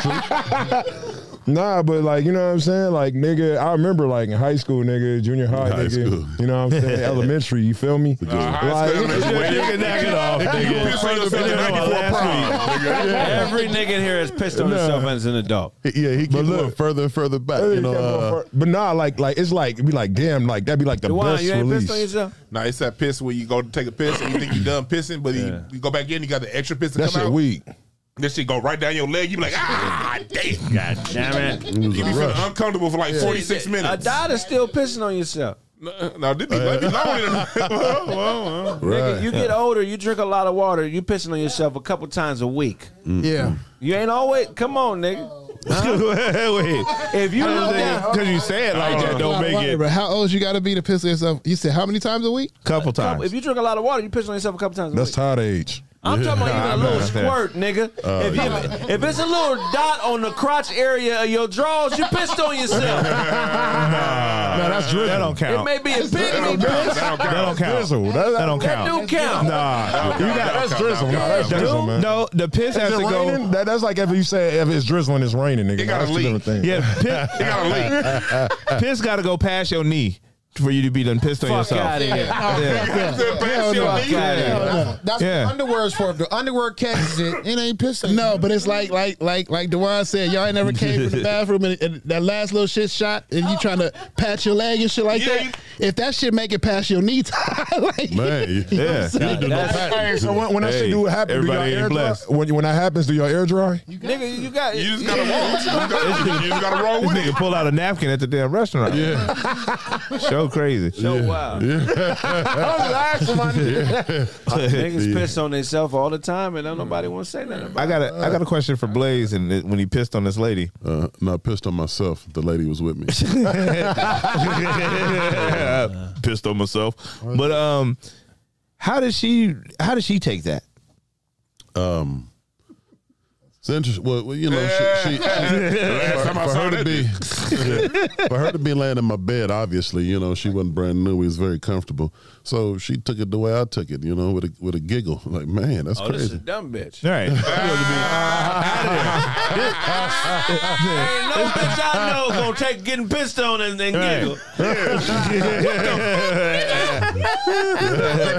[SPEAKER 11] truth.
[SPEAKER 15] [laughs] Nah, but like you know what I'm saying. Like nigga, I remember like in high school, nigga, junior high,
[SPEAKER 11] High
[SPEAKER 15] nigga.
[SPEAKER 11] school.
[SPEAKER 15] You know what I'm saying? elementary. You feel me?
[SPEAKER 14] high school,
[SPEAKER 15] Like-
[SPEAKER 14] elementary.
[SPEAKER 12] You can knock it off, nigga.
[SPEAKER 14] Piss on yourself
[SPEAKER 12] Been
[SPEAKER 14] the
[SPEAKER 12] here
[SPEAKER 14] night
[SPEAKER 12] all
[SPEAKER 14] before
[SPEAKER 12] last
[SPEAKER 14] prom,
[SPEAKER 12] week.
[SPEAKER 14] nigga.
[SPEAKER 1] Every nigga in here has pissed on
[SPEAKER 15] Nah.
[SPEAKER 1] himself as an adult.
[SPEAKER 11] Yeah, he keeps going further and further back. You know, uh,
[SPEAKER 15] but nah, like like it's like it'd be like damn, like that'd be like the
[SPEAKER 1] Why
[SPEAKER 15] best
[SPEAKER 1] you ain't pissed on
[SPEAKER 15] release.
[SPEAKER 1] yourself?
[SPEAKER 14] Nah, it's that piss where you go to take a piss and
[SPEAKER 12] [clears throat]
[SPEAKER 14] you think you done pissing, but you, you go back in, you got the extra piss to
[SPEAKER 15] That
[SPEAKER 14] come
[SPEAKER 15] shit
[SPEAKER 14] out.
[SPEAKER 15] weak.
[SPEAKER 14] This shit go right down your leg. You be like, ah, damn.
[SPEAKER 1] God damn it!
[SPEAKER 14] You be feeling uncomfortable for like 46
[SPEAKER 1] A
[SPEAKER 14] minutes.
[SPEAKER 1] dot is still pissing on yourself.
[SPEAKER 14] No, no, this be,
[SPEAKER 4] Uh,
[SPEAKER 14] that be longer [laughs] than well, well, well.
[SPEAKER 1] Nigga,
[SPEAKER 12] [laughs]
[SPEAKER 1] you get older, you drink a lot of water, you pissing on yourself a couple times a week.
[SPEAKER 12] Mm.
[SPEAKER 9] Yeah.
[SPEAKER 1] You ain't always. Come on, nigga.
[SPEAKER 12] [laughs] Wait,
[SPEAKER 1] If you Uh, look down,
[SPEAKER 12] because you
[SPEAKER 9] [laughs]
[SPEAKER 12] say it like
[SPEAKER 1] Oh.
[SPEAKER 12] that, don't make it.
[SPEAKER 10] But how old you got to be to piss yourself? You said how many times a week?
[SPEAKER 12] Couple
[SPEAKER 1] couple-
[SPEAKER 12] times.
[SPEAKER 1] if you drink a lot of water, you piss on yourself a couple times. A
[SPEAKER 15] That's
[SPEAKER 1] week.
[SPEAKER 15] Todd age.
[SPEAKER 1] I'm talking
[SPEAKER 12] Nah, Uh,
[SPEAKER 1] about
[SPEAKER 12] I'm
[SPEAKER 1] even a little
[SPEAKER 12] not saying.
[SPEAKER 1] squirt, nigga. if, you- if it's a little dot on the crotch area of your drawers, you pissed on yourself.
[SPEAKER 15] no, that's drizzle.
[SPEAKER 12] [laughs] That don't
[SPEAKER 1] it
[SPEAKER 12] count.
[SPEAKER 1] may be a
[SPEAKER 14] That
[SPEAKER 1] pygmy
[SPEAKER 12] That
[SPEAKER 14] don't
[SPEAKER 1] piss.
[SPEAKER 14] count.
[SPEAKER 12] don't count.
[SPEAKER 15] Drizzle. That,
[SPEAKER 12] That don't
[SPEAKER 1] That do
[SPEAKER 12] count.
[SPEAKER 1] count.
[SPEAKER 12] Nah,
[SPEAKER 14] You
[SPEAKER 15] Nah, that's drizzle. Nah, that's drizzle, man.
[SPEAKER 12] no. The piss
[SPEAKER 15] Is
[SPEAKER 12] has
[SPEAKER 15] it
[SPEAKER 12] to go.
[SPEAKER 15] raining? That, that's like if you say if it's drizzling, it's raining, nigga.
[SPEAKER 14] It gotta
[SPEAKER 15] that's two
[SPEAKER 14] leak.
[SPEAKER 15] different things. [laughs]
[SPEAKER 12] Yeah, piss,
[SPEAKER 14] You got a
[SPEAKER 11] [laughs]
[SPEAKER 14] leak.
[SPEAKER 12] piss got to go past your knee for you to be done pissed on
[SPEAKER 1] Fuck
[SPEAKER 12] yourself.
[SPEAKER 1] out of here.
[SPEAKER 12] Yeah.
[SPEAKER 14] Pass your knee.
[SPEAKER 9] That's
[SPEAKER 12] Yeah.
[SPEAKER 9] what underwear's for. If the underwear catches it, it ain't pissing.
[SPEAKER 10] [laughs] No, but it's like like like like Dewan said, y'all ain't never came from the bathroom and, and that last little shit shot, and you trying to pat your leg and shit like
[SPEAKER 14] Yeah,
[SPEAKER 10] that. If that shit make it past your knee, [laughs] like,
[SPEAKER 11] man,
[SPEAKER 12] Yeah.
[SPEAKER 11] yeah.
[SPEAKER 15] Hey, so when, when that
[SPEAKER 12] Hey,
[SPEAKER 15] shit do happen, do y'all
[SPEAKER 12] everybody ain't
[SPEAKER 15] air dry?
[SPEAKER 12] blessed.
[SPEAKER 15] When, when that happens, do y'all air dry?
[SPEAKER 1] [laughs] Nigga, you got
[SPEAKER 14] You just gotta roll. You just gotta- You just
[SPEAKER 1] [laughs]
[SPEAKER 14] gotta roll
[SPEAKER 12] This
[SPEAKER 14] with
[SPEAKER 12] nigga
[SPEAKER 14] it.
[SPEAKER 12] pulled out a napkin at the damn restaurant. Yeah. [laughs] so crazy.
[SPEAKER 1] So
[SPEAKER 12] [laughs]
[SPEAKER 1] wild. [laughs] Niggas piss on themselves all the time, and don't nobody want to say nothing about
[SPEAKER 12] I got a I got a question for Blaze and it- when he pissed on this lady.
[SPEAKER 11] Uh, no, I pissed on myself. The lady was with me.
[SPEAKER 12] [laughs] pissed on myself. But um how did she how did she take that?
[SPEAKER 11] Um, it's interesting. Well, well, you know, she, she, she-
[SPEAKER 14] Last
[SPEAKER 11] for,
[SPEAKER 14] time I
[SPEAKER 11] for
[SPEAKER 14] saw
[SPEAKER 11] her to
[SPEAKER 14] that
[SPEAKER 11] be for her to be laying in my bed, obviously, you know, she wasn't brand new. It was very comfortable, so she took it the way I took it, you know, with a with a giggle. Like, man, that's
[SPEAKER 1] Oh, this is a
[SPEAKER 11] crazy.
[SPEAKER 1] dumb bitch.
[SPEAKER 12] All right.
[SPEAKER 1] Ain't no bitch I know gonna take getting pissed on and
[SPEAKER 12] [laughs]
[SPEAKER 1] then giggle.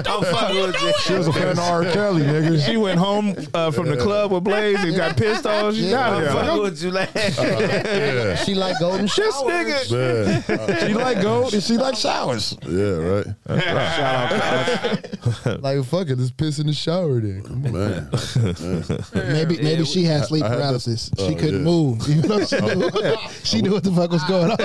[SPEAKER 1] Don't fuck with you.
[SPEAKER 15] She was a fan of R. Kelly, nigga.
[SPEAKER 12] She went home [laughs] uh, from the club with
[SPEAKER 4] [laughs]
[SPEAKER 12] Blaze and got pissed
[SPEAKER 1] Oh,
[SPEAKER 12] on. She's out
[SPEAKER 1] Don't
[SPEAKER 12] of
[SPEAKER 1] fuck
[SPEAKER 12] here. Uh,
[SPEAKER 1] with you, like.
[SPEAKER 12] [laughs]
[SPEAKER 9] [laughs] She like golden shit.
[SPEAKER 12] This nigga.
[SPEAKER 11] Man,
[SPEAKER 9] [laughs]
[SPEAKER 15] She like gold and she
[SPEAKER 1] [laughs]
[SPEAKER 15] like showers.
[SPEAKER 11] yeah, right.
[SPEAKER 9] [laughs] Like fuck it, just piss in the shower then. Come on.
[SPEAKER 11] [laughs] Man,
[SPEAKER 10] maybe maybe she had sleep
[SPEAKER 11] I had this-
[SPEAKER 10] paralysis.
[SPEAKER 11] oh,
[SPEAKER 10] she couldn't
[SPEAKER 11] yeah.
[SPEAKER 10] move. You know, she, knew, [laughs] she knew what the fuck was going on.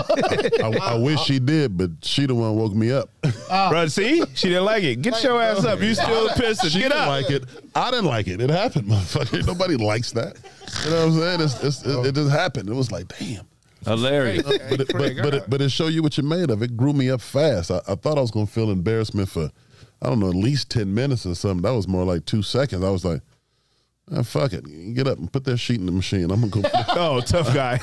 [SPEAKER 10] [laughs]
[SPEAKER 11] [laughs] I, I wish she did, but she the one woke me up.
[SPEAKER 12] Bro, see? She didn't like it. Get your ass up. You
[SPEAKER 11] [laughs]
[SPEAKER 12] still pissing.
[SPEAKER 11] She
[SPEAKER 12] Get
[SPEAKER 11] didn't
[SPEAKER 12] up.
[SPEAKER 11] like it. I didn't like it. It happened, [laughs] motherfucker. Nobody likes that. You know what I'm saying? It's, it's, it, it just happened. It was like, damn.
[SPEAKER 1] Hilarious.
[SPEAKER 11] but it, but but it, but it show you what you're made of. It grew me up fast. I, I thought I was gonna feel embarrassment for, I don't know, at least ten minutes or something. That was more like two seconds. I was like, ah, fuck it, get up and put that sheet in the machine. I'm gonna
[SPEAKER 12] [laughs]
[SPEAKER 11] go. [laughs]
[SPEAKER 12] Oh, tough
[SPEAKER 1] [laughs]
[SPEAKER 12] guy.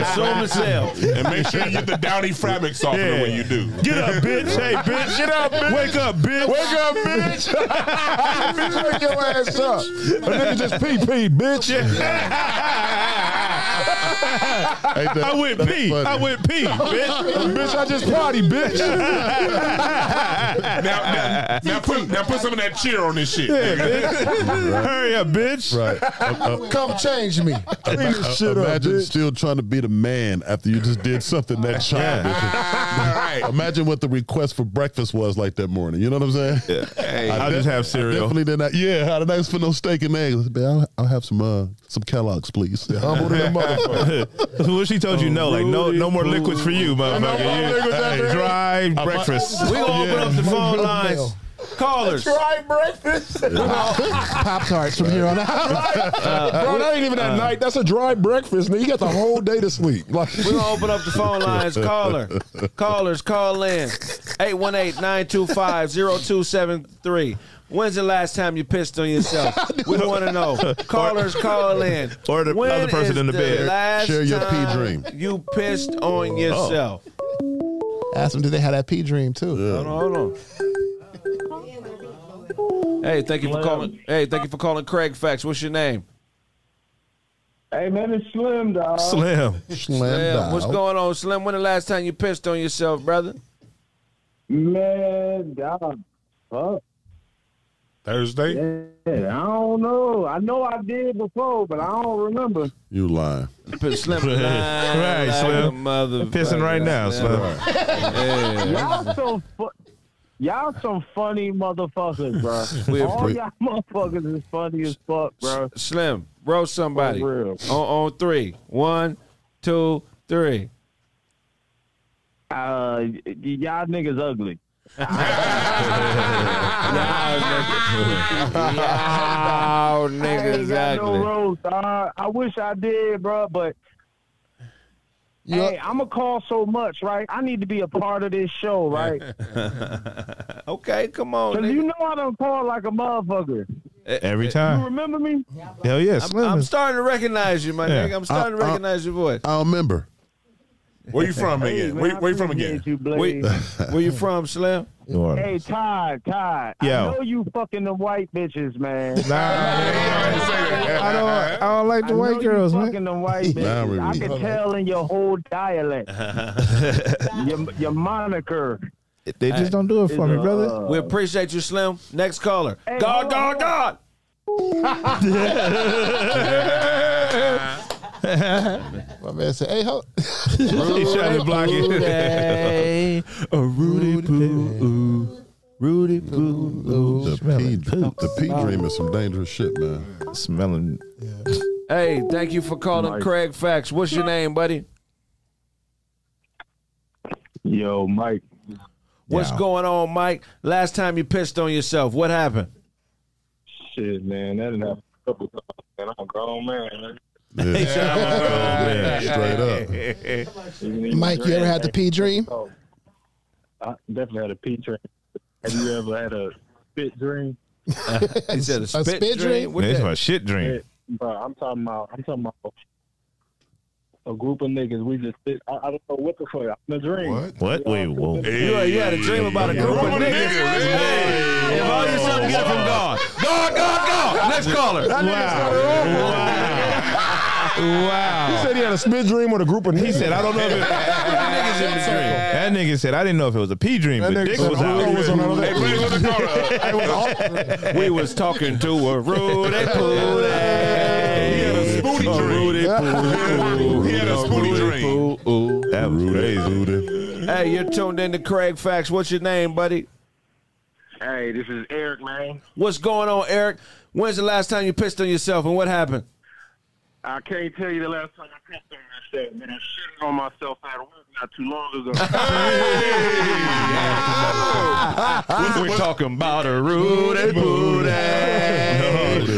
[SPEAKER 1] Assume itself.
[SPEAKER 14] And make sure you get the Downy Fabric softener
[SPEAKER 12] Yeah.
[SPEAKER 14] when you do.
[SPEAKER 12] Get up, bitch. Hey, bitch. Get up, bitch. Wake up, bitch. Wake up, bitch. [laughs]
[SPEAKER 15] Wake your ass up. A nigga just pee pee, bitch.
[SPEAKER 12] Yeah. I went pee. I went pee, bitch. bitch, I just party, bitch.
[SPEAKER 14] now, now, now put now put some of that cheer on this shit. [laughs]
[SPEAKER 12] Yeah,
[SPEAKER 14] nigga.
[SPEAKER 12] bitch. Hurry up, bitch.
[SPEAKER 11] Right.
[SPEAKER 9] [laughs] Come change me.
[SPEAKER 11] Clean this shit
[SPEAKER 9] up,
[SPEAKER 11] Imagine
[SPEAKER 9] bitch.
[SPEAKER 11] still trying to beat a man after you just did something that childish. Imagine what the request for breakfast was like that morning. You know what I'm saying? Yeah.
[SPEAKER 12] Hey, I'll just have cereal.
[SPEAKER 11] definitely did not. Yeah, I didn't ask for no steak and eggs. Man, I'll, I'll have some uh, some Kellogg's, please. Humble to the motherfucker.
[SPEAKER 12] what she told you? No, like no, no more liquids for you,
[SPEAKER 11] No more
[SPEAKER 12] motherfucker. You-
[SPEAKER 11] liquids out there.
[SPEAKER 12] dry
[SPEAKER 11] might-
[SPEAKER 12] breakfast.
[SPEAKER 1] We gonna open up the phone lines.
[SPEAKER 12] [laughs]
[SPEAKER 1] Callers.
[SPEAKER 10] Try breakfast.
[SPEAKER 15] [laughs] Pop tarts from here on out. [laughs] Bro, that ain't even at
[SPEAKER 1] uh,
[SPEAKER 15] night. That's a dry breakfast. Nigga. You got the whole day to sleep. Like,
[SPEAKER 1] We're gonna open up the phone lines. Caller.
[SPEAKER 15] [laughs]
[SPEAKER 1] Callers, call in. 818-925-0273. When's the last time you pissed on yourself?
[SPEAKER 12] [laughs]
[SPEAKER 1] We want to know. Callers, call in.
[SPEAKER 12] Or the
[SPEAKER 1] When
[SPEAKER 12] other person
[SPEAKER 1] is
[SPEAKER 12] in the bed.
[SPEAKER 1] last
[SPEAKER 11] Share your pee
[SPEAKER 1] time
[SPEAKER 11] dream.
[SPEAKER 1] You pissed on
[SPEAKER 12] Oh.
[SPEAKER 1] yourself.
[SPEAKER 10] Ask them, did they have that P dream too?
[SPEAKER 1] Hold on, hold on. Hey, thank you for calling. Hey, thank you for calling Craig Facts. What's your name?
[SPEAKER 7] Hey man, it's Slim dog.
[SPEAKER 1] Slim what's going on, Oh, Slim? When the last time you pissed on yourself, brother?
[SPEAKER 7] Man, dog. Fuck.
[SPEAKER 14] Thursday.
[SPEAKER 7] Yeah, I don't know. I know I did before, but I don't remember.
[SPEAKER 11] You lying.
[SPEAKER 12] [laughs]
[SPEAKER 1] Slim
[SPEAKER 12] Right,
[SPEAKER 1] lying like
[SPEAKER 12] Slim.
[SPEAKER 1] a mother-
[SPEAKER 12] Pissing right now, Slim. [laughs]
[SPEAKER 1] Yeah.
[SPEAKER 7] Y'all so fu- y'all some funny motherfuckers,
[SPEAKER 1] [laughs]
[SPEAKER 7] bro.
[SPEAKER 1] We
[SPEAKER 7] All
[SPEAKER 1] appre-
[SPEAKER 7] y'all motherfuckers is funny as fuck, bro.
[SPEAKER 1] Slim, roast somebody.
[SPEAKER 7] For
[SPEAKER 1] On, on three. One, two, three.
[SPEAKER 7] Uh, y- y'all niggas
[SPEAKER 1] [laughs]
[SPEAKER 7] ugly. I
[SPEAKER 1] Y'all
[SPEAKER 7] ain't
[SPEAKER 1] niggas
[SPEAKER 7] got no
[SPEAKER 1] ugly.
[SPEAKER 7] roast. Uh, I wish I did, bro, but hey, I'm gonna call so much, right? I need to be a part of this
[SPEAKER 1] [laughs]
[SPEAKER 7] show, right?
[SPEAKER 1] okay, come on.
[SPEAKER 7] Cause you know I don't call like a motherfucker.
[SPEAKER 12] Every
[SPEAKER 7] You
[SPEAKER 12] time.
[SPEAKER 7] remember me?
[SPEAKER 12] Hell yeah,
[SPEAKER 1] I'm,
[SPEAKER 12] Slim.
[SPEAKER 1] I'm
[SPEAKER 12] is-
[SPEAKER 1] starting to recognize you, my
[SPEAKER 12] Yeah.
[SPEAKER 1] nigga. I'm starting to
[SPEAKER 12] I- I-
[SPEAKER 1] recognize your voice.
[SPEAKER 11] I remember.
[SPEAKER 14] Where you from
[SPEAKER 7] Hey,
[SPEAKER 14] again?
[SPEAKER 7] man,
[SPEAKER 14] Where,
[SPEAKER 7] I
[SPEAKER 14] where you from
[SPEAKER 7] appreciate
[SPEAKER 14] again?
[SPEAKER 7] you,
[SPEAKER 1] Where,
[SPEAKER 7] Blaze.
[SPEAKER 1] where you from, Slim?
[SPEAKER 7] Hey, Todd, Todd.
[SPEAKER 12] Yo.
[SPEAKER 7] I know you fucking the white bitches, man. Nah,
[SPEAKER 12] I don't. I don't like the white girls,
[SPEAKER 7] you
[SPEAKER 12] man.
[SPEAKER 7] fucking the
[SPEAKER 12] [laughs]
[SPEAKER 7] white
[SPEAKER 12] Nah,
[SPEAKER 7] bitches.
[SPEAKER 12] we-
[SPEAKER 7] I can tell in your whole dialect, [laughs] your, your moniker. uh,
[SPEAKER 12] They just don't do it for me, brother.
[SPEAKER 1] We appreciate you, Slim. Next caller.
[SPEAKER 12] [laughs]
[SPEAKER 1] [laughs]
[SPEAKER 7] Hey,
[SPEAKER 1] God,
[SPEAKER 7] hold on,
[SPEAKER 1] Oh, God, God.
[SPEAKER 10] My man said, hey, ho.
[SPEAKER 12] He's trying to block it.
[SPEAKER 1] A Rudy Poo. Rudy
[SPEAKER 11] Poo. The pee, the pee dream is some dangerous shit, man.
[SPEAKER 12] Smelling.
[SPEAKER 1] Hey, thank you for calling
[SPEAKER 7] Mike.
[SPEAKER 1] Craig Facts. What's your name, buddy?
[SPEAKER 7] Yo, Mike.
[SPEAKER 1] What's going on, Mike? Last time you pissed on yourself, what happened?
[SPEAKER 7] Shit, man, that didn't happen a couple times, man. I'm a grown man.
[SPEAKER 10] [laughs]
[SPEAKER 11] Straight
[SPEAKER 7] up.
[SPEAKER 10] Mike, you ever had the P dream?
[SPEAKER 7] Oh, I definitely had a pee dream. Have you ever had a spit dream?
[SPEAKER 1] [laughs] he said a spit,
[SPEAKER 10] spit
[SPEAKER 1] dream.
[SPEAKER 10] dream?
[SPEAKER 1] What
[SPEAKER 12] That's
[SPEAKER 1] that-
[SPEAKER 12] my shit dream.
[SPEAKER 7] Yeah, bro, I'm talking about. I'm talking about a group of niggas. We just. Sit, I, I don't know what the fuck. I'm in a dream.
[SPEAKER 12] What? Wait, whoa.
[SPEAKER 1] You, had- you had a dream about a group of niggas. Hey, if all you something get it from God. God, God, God. Next caller.
[SPEAKER 12] Wow.
[SPEAKER 15] He said he had a spit dream with a group of niggas.
[SPEAKER 12] He said, I don't know if it, that nigga said, I didn't know if it was a pee dream,
[SPEAKER 15] That
[SPEAKER 12] but
[SPEAKER 15] nigga
[SPEAKER 12] dick
[SPEAKER 15] said,
[SPEAKER 12] was
[SPEAKER 15] "Oh, it was on
[SPEAKER 12] out. [laughs]
[SPEAKER 15] another-
[SPEAKER 1] We was talking to a [laughs] Rudy Poo. [laughs]
[SPEAKER 12] That was crazy.
[SPEAKER 1] Hey, you're tuned in to Craig Facts. What's your name, buddy?
[SPEAKER 7] Hey, this is Eric, man.
[SPEAKER 1] What's going on, Eric? When's the last time you pissed on yourself and what happened?
[SPEAKER 7] I can't tell you the last time I pissed on myself, man. I shitted on myself at work not too long ago.
[SPEAKER 1] We're talking about a
[SPEAKER 4] [laughs]
[SPEAKER 1] Rudy [laughs] Poo.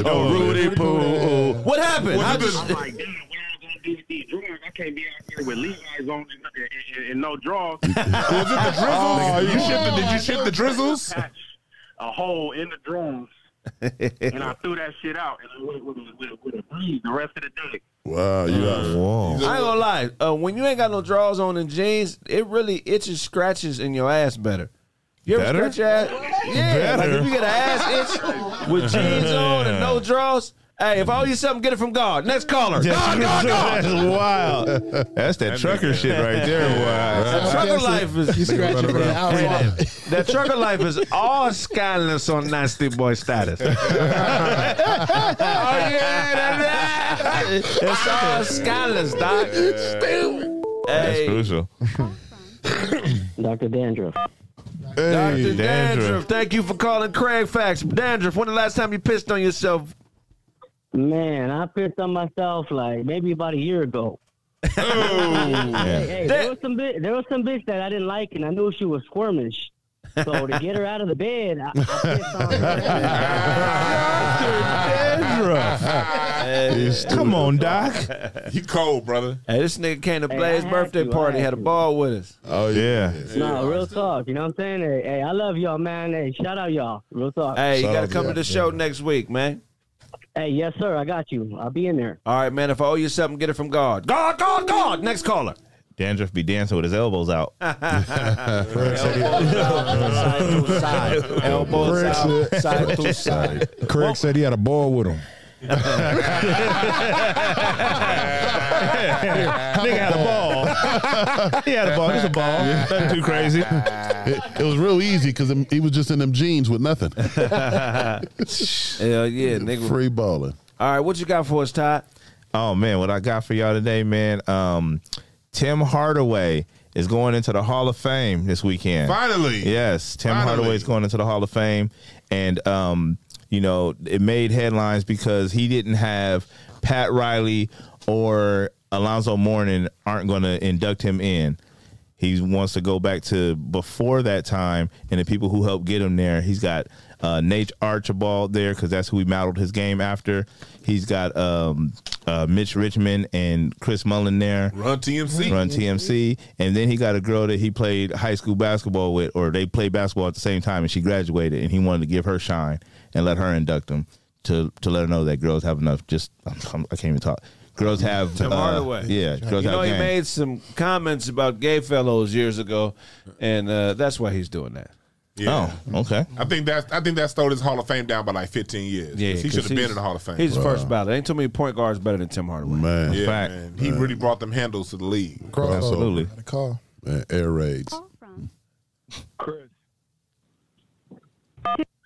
[SPEAKER 12] Oh, Rudy Poo.
[SPEAKER 1] What happened? How
[SPEAKER 7] I'm
[SPEAKER 1] did-
[SPEAKER 7] like, damn, what am I gonna do with these drawers? I can't be out here with Levi's on and, and, and, and no drawers.
[SPEAKER 14] [laughs] Was it
[SPEAKER 12] [laughs]
[SPEAKER 14] the drizzles?
[SPEAKER 12] Oh,
[SPEAKER 14] you shit the, did you shit the drizzles?
[SPEAKER 7] a hole in the drawers, and I threw that shit out and with, with, with, with a breeze the rest of the day.
[SPEAKER 11] Wow, you got
[SPEAKER 1] I ain't gonna lie. Uh, when you ain't got no drawers on and jeans, it really itches, scratches in your ass better. You ever
[SPEAKER 12] Better?
[SPEAKER 1] scratch your ass? Yeah. Like
[SPEAKER 12] Better? [laughs] Oh,
[SPEAKER 1] if you get an ass itch with jeans on and no drawers, Hey, if I owe you something, get it from God. Next caller.
[SPEAKER 12] Yes.
[SPEAKER 1] God, God, God.
[SPEAKER 12] [laughs] That's wild. That's that trucker shit
[SPEAKER 1] [laughs]
[SPEAKER 12] right there. Wow.
[SPEAKER 1] That trucker life is
[SPEAKER 12] You scratch it, man. I'll
[SPEAKER 1] Hey, That trucker life is all scandalous on nasty boy status. it's all scandalous, doc. Stupid.
[SPEAKER 12] That's
[SPEAKER 4] [laughs]
[SPEAKER 12] crucial.
[SPEAKER 4] Dr. Dandruff.
[SPEAKER 1] Dr. Dandruff, thank you for calling Craig Facts. Dandruff, when the last time you pissed on yourself?
[SPEAKER 4] Man, I pissed on myself like maybe about a year ago.
[SPEAKER 14] Oh.
[SPEAKER 4] Hey, hey, there was some bi- there was some bitch that I didn't like, and I knew she was squirmish. So to get her out of the bed, I, I pissed on
[SPEAKER 12] Come on, Doc.
[SPEAKER 14] You cold, brother.
[SPEAKER 1] Hey, this nigga came to
[SPEAKER 4] Hey,
[SPEAKER 1] Blaze's
[SPEAKER 4] I had
[SPEAKER 1] birthday
[SPEAKER 4] to, I
[SPEAKER 1] party,
[SPEAKER 4] had
[SPEAKER 1] had a
[SPEAKER 4] to.
[SPEAKER 1] ball with us.
[SPEAKER 12] Oh yeah.
[SPEAKER 4] No, real talk. You know what I'm saying? Hey, hey, I love y'all, man. Hey, shout out y'all. Real talk.
[SPEAKER 1] Hey, you gotta come to the show next week, man.
[SPEAKER 4] Hey, yes, sir. I got you. I'll be in there.
[SPEAKER 1] All right, man. If I owe you something, get it from God. God, God, God. Next caller.
[SPEAKER 12] Dandruff be dancing with his elbows
[SPEAKER 1] [laughs]
[SPEAKER 12] out.
[SPEAKER 1] side. Elbows
[SPEAKER 15] Craig
[SPEAKER 1] out,
[SPEAKER 15] said-
[SPEAKER 1] side to side.
[SPEAKER 15] [laughs] Craig said he had a ball [laughs] with him.
[SPEAKER 12] Nigga had a ball. he had a ball. Just a ball. Nothing too crazy.
[SPEAKER 11] It, it was real easy because he was just in them jeans with
[SPEAKER 1] [laughs]
[SPEAKER 11] nothing. [laughs]
[SPEAKER 1] Hell yeah, nigga.
[SPEAKER 11] Free balling.
[SPEAKER 1] All right, what you got for us, Todd?
[SPEAKER 12] Oh man, what I got for y'all today, man. Um, Tim Hardaway is going into the Hall of Fame this weekend.
[SPEAKER 14] Finally.
[SPEAKER 12] yes, Tim
[SPEAKER 14] Finally.
[SPEAKER 12] Hardaway is going into the Hall of Fame, and um, you know, it made headlines because he didn't have Pat Riley or Alonzo Mourning aren't going to induct him in. He wants to go back to before that time and the people who helped get him there. He's got uh, Nate Archibald there because that's who he modeled his game after. He's got um, uh, Mitch Richmond and Chris Mullen there.
[SPEAKER 14] Run TMC.
[SPEAKER 12] Run TMC. And then he got a girl that he played high school basketball with, or they played basketball at the same time, and she graduated, and he wanted to give her shine and let her induct him to to let her know that girls have enough. Just I'm, I'm, I can't even talk. [laughs] Girls have
[SPEAKER 1] Tim
[SPEAKER 12] uh,
[SPEAKER 1] Hardaway.
[SPEAKER 12] Yeah, girls
[SPEAKER 1] you know
[SPEAKER 12] have
[SPEAKER 1] he
[SPEAKER 12] game.
[SPEAKER 1] made some comments about gay fellows years ago, and uh, that's why he's doing that.
[SPEAKER 12] Oh, okay.
[SPEAKER 14] I think that's I think that stole his Hall of Fame down by like 15 years.
[SPEAKER 1] Yeah,
[SPEAKER 14] he
[SPEAKER 1] 'cause
[SPEAKER 14] should have been
[SPEAKER 1] he's-
[SPEAKER 14] in the Hall of Fame.
[SPEAKER 1] He's the first ballot. Ain't too many point guards better than Tim Hardaway.
[SPEAKER 11] Man.
[SPEAKER 14] Yeah, man. He really brought them handles to the league.
[SPEAKER 12] Absolutely.
[SPEAKER 16] The call.
[SPEAKER 11] Man, air raids.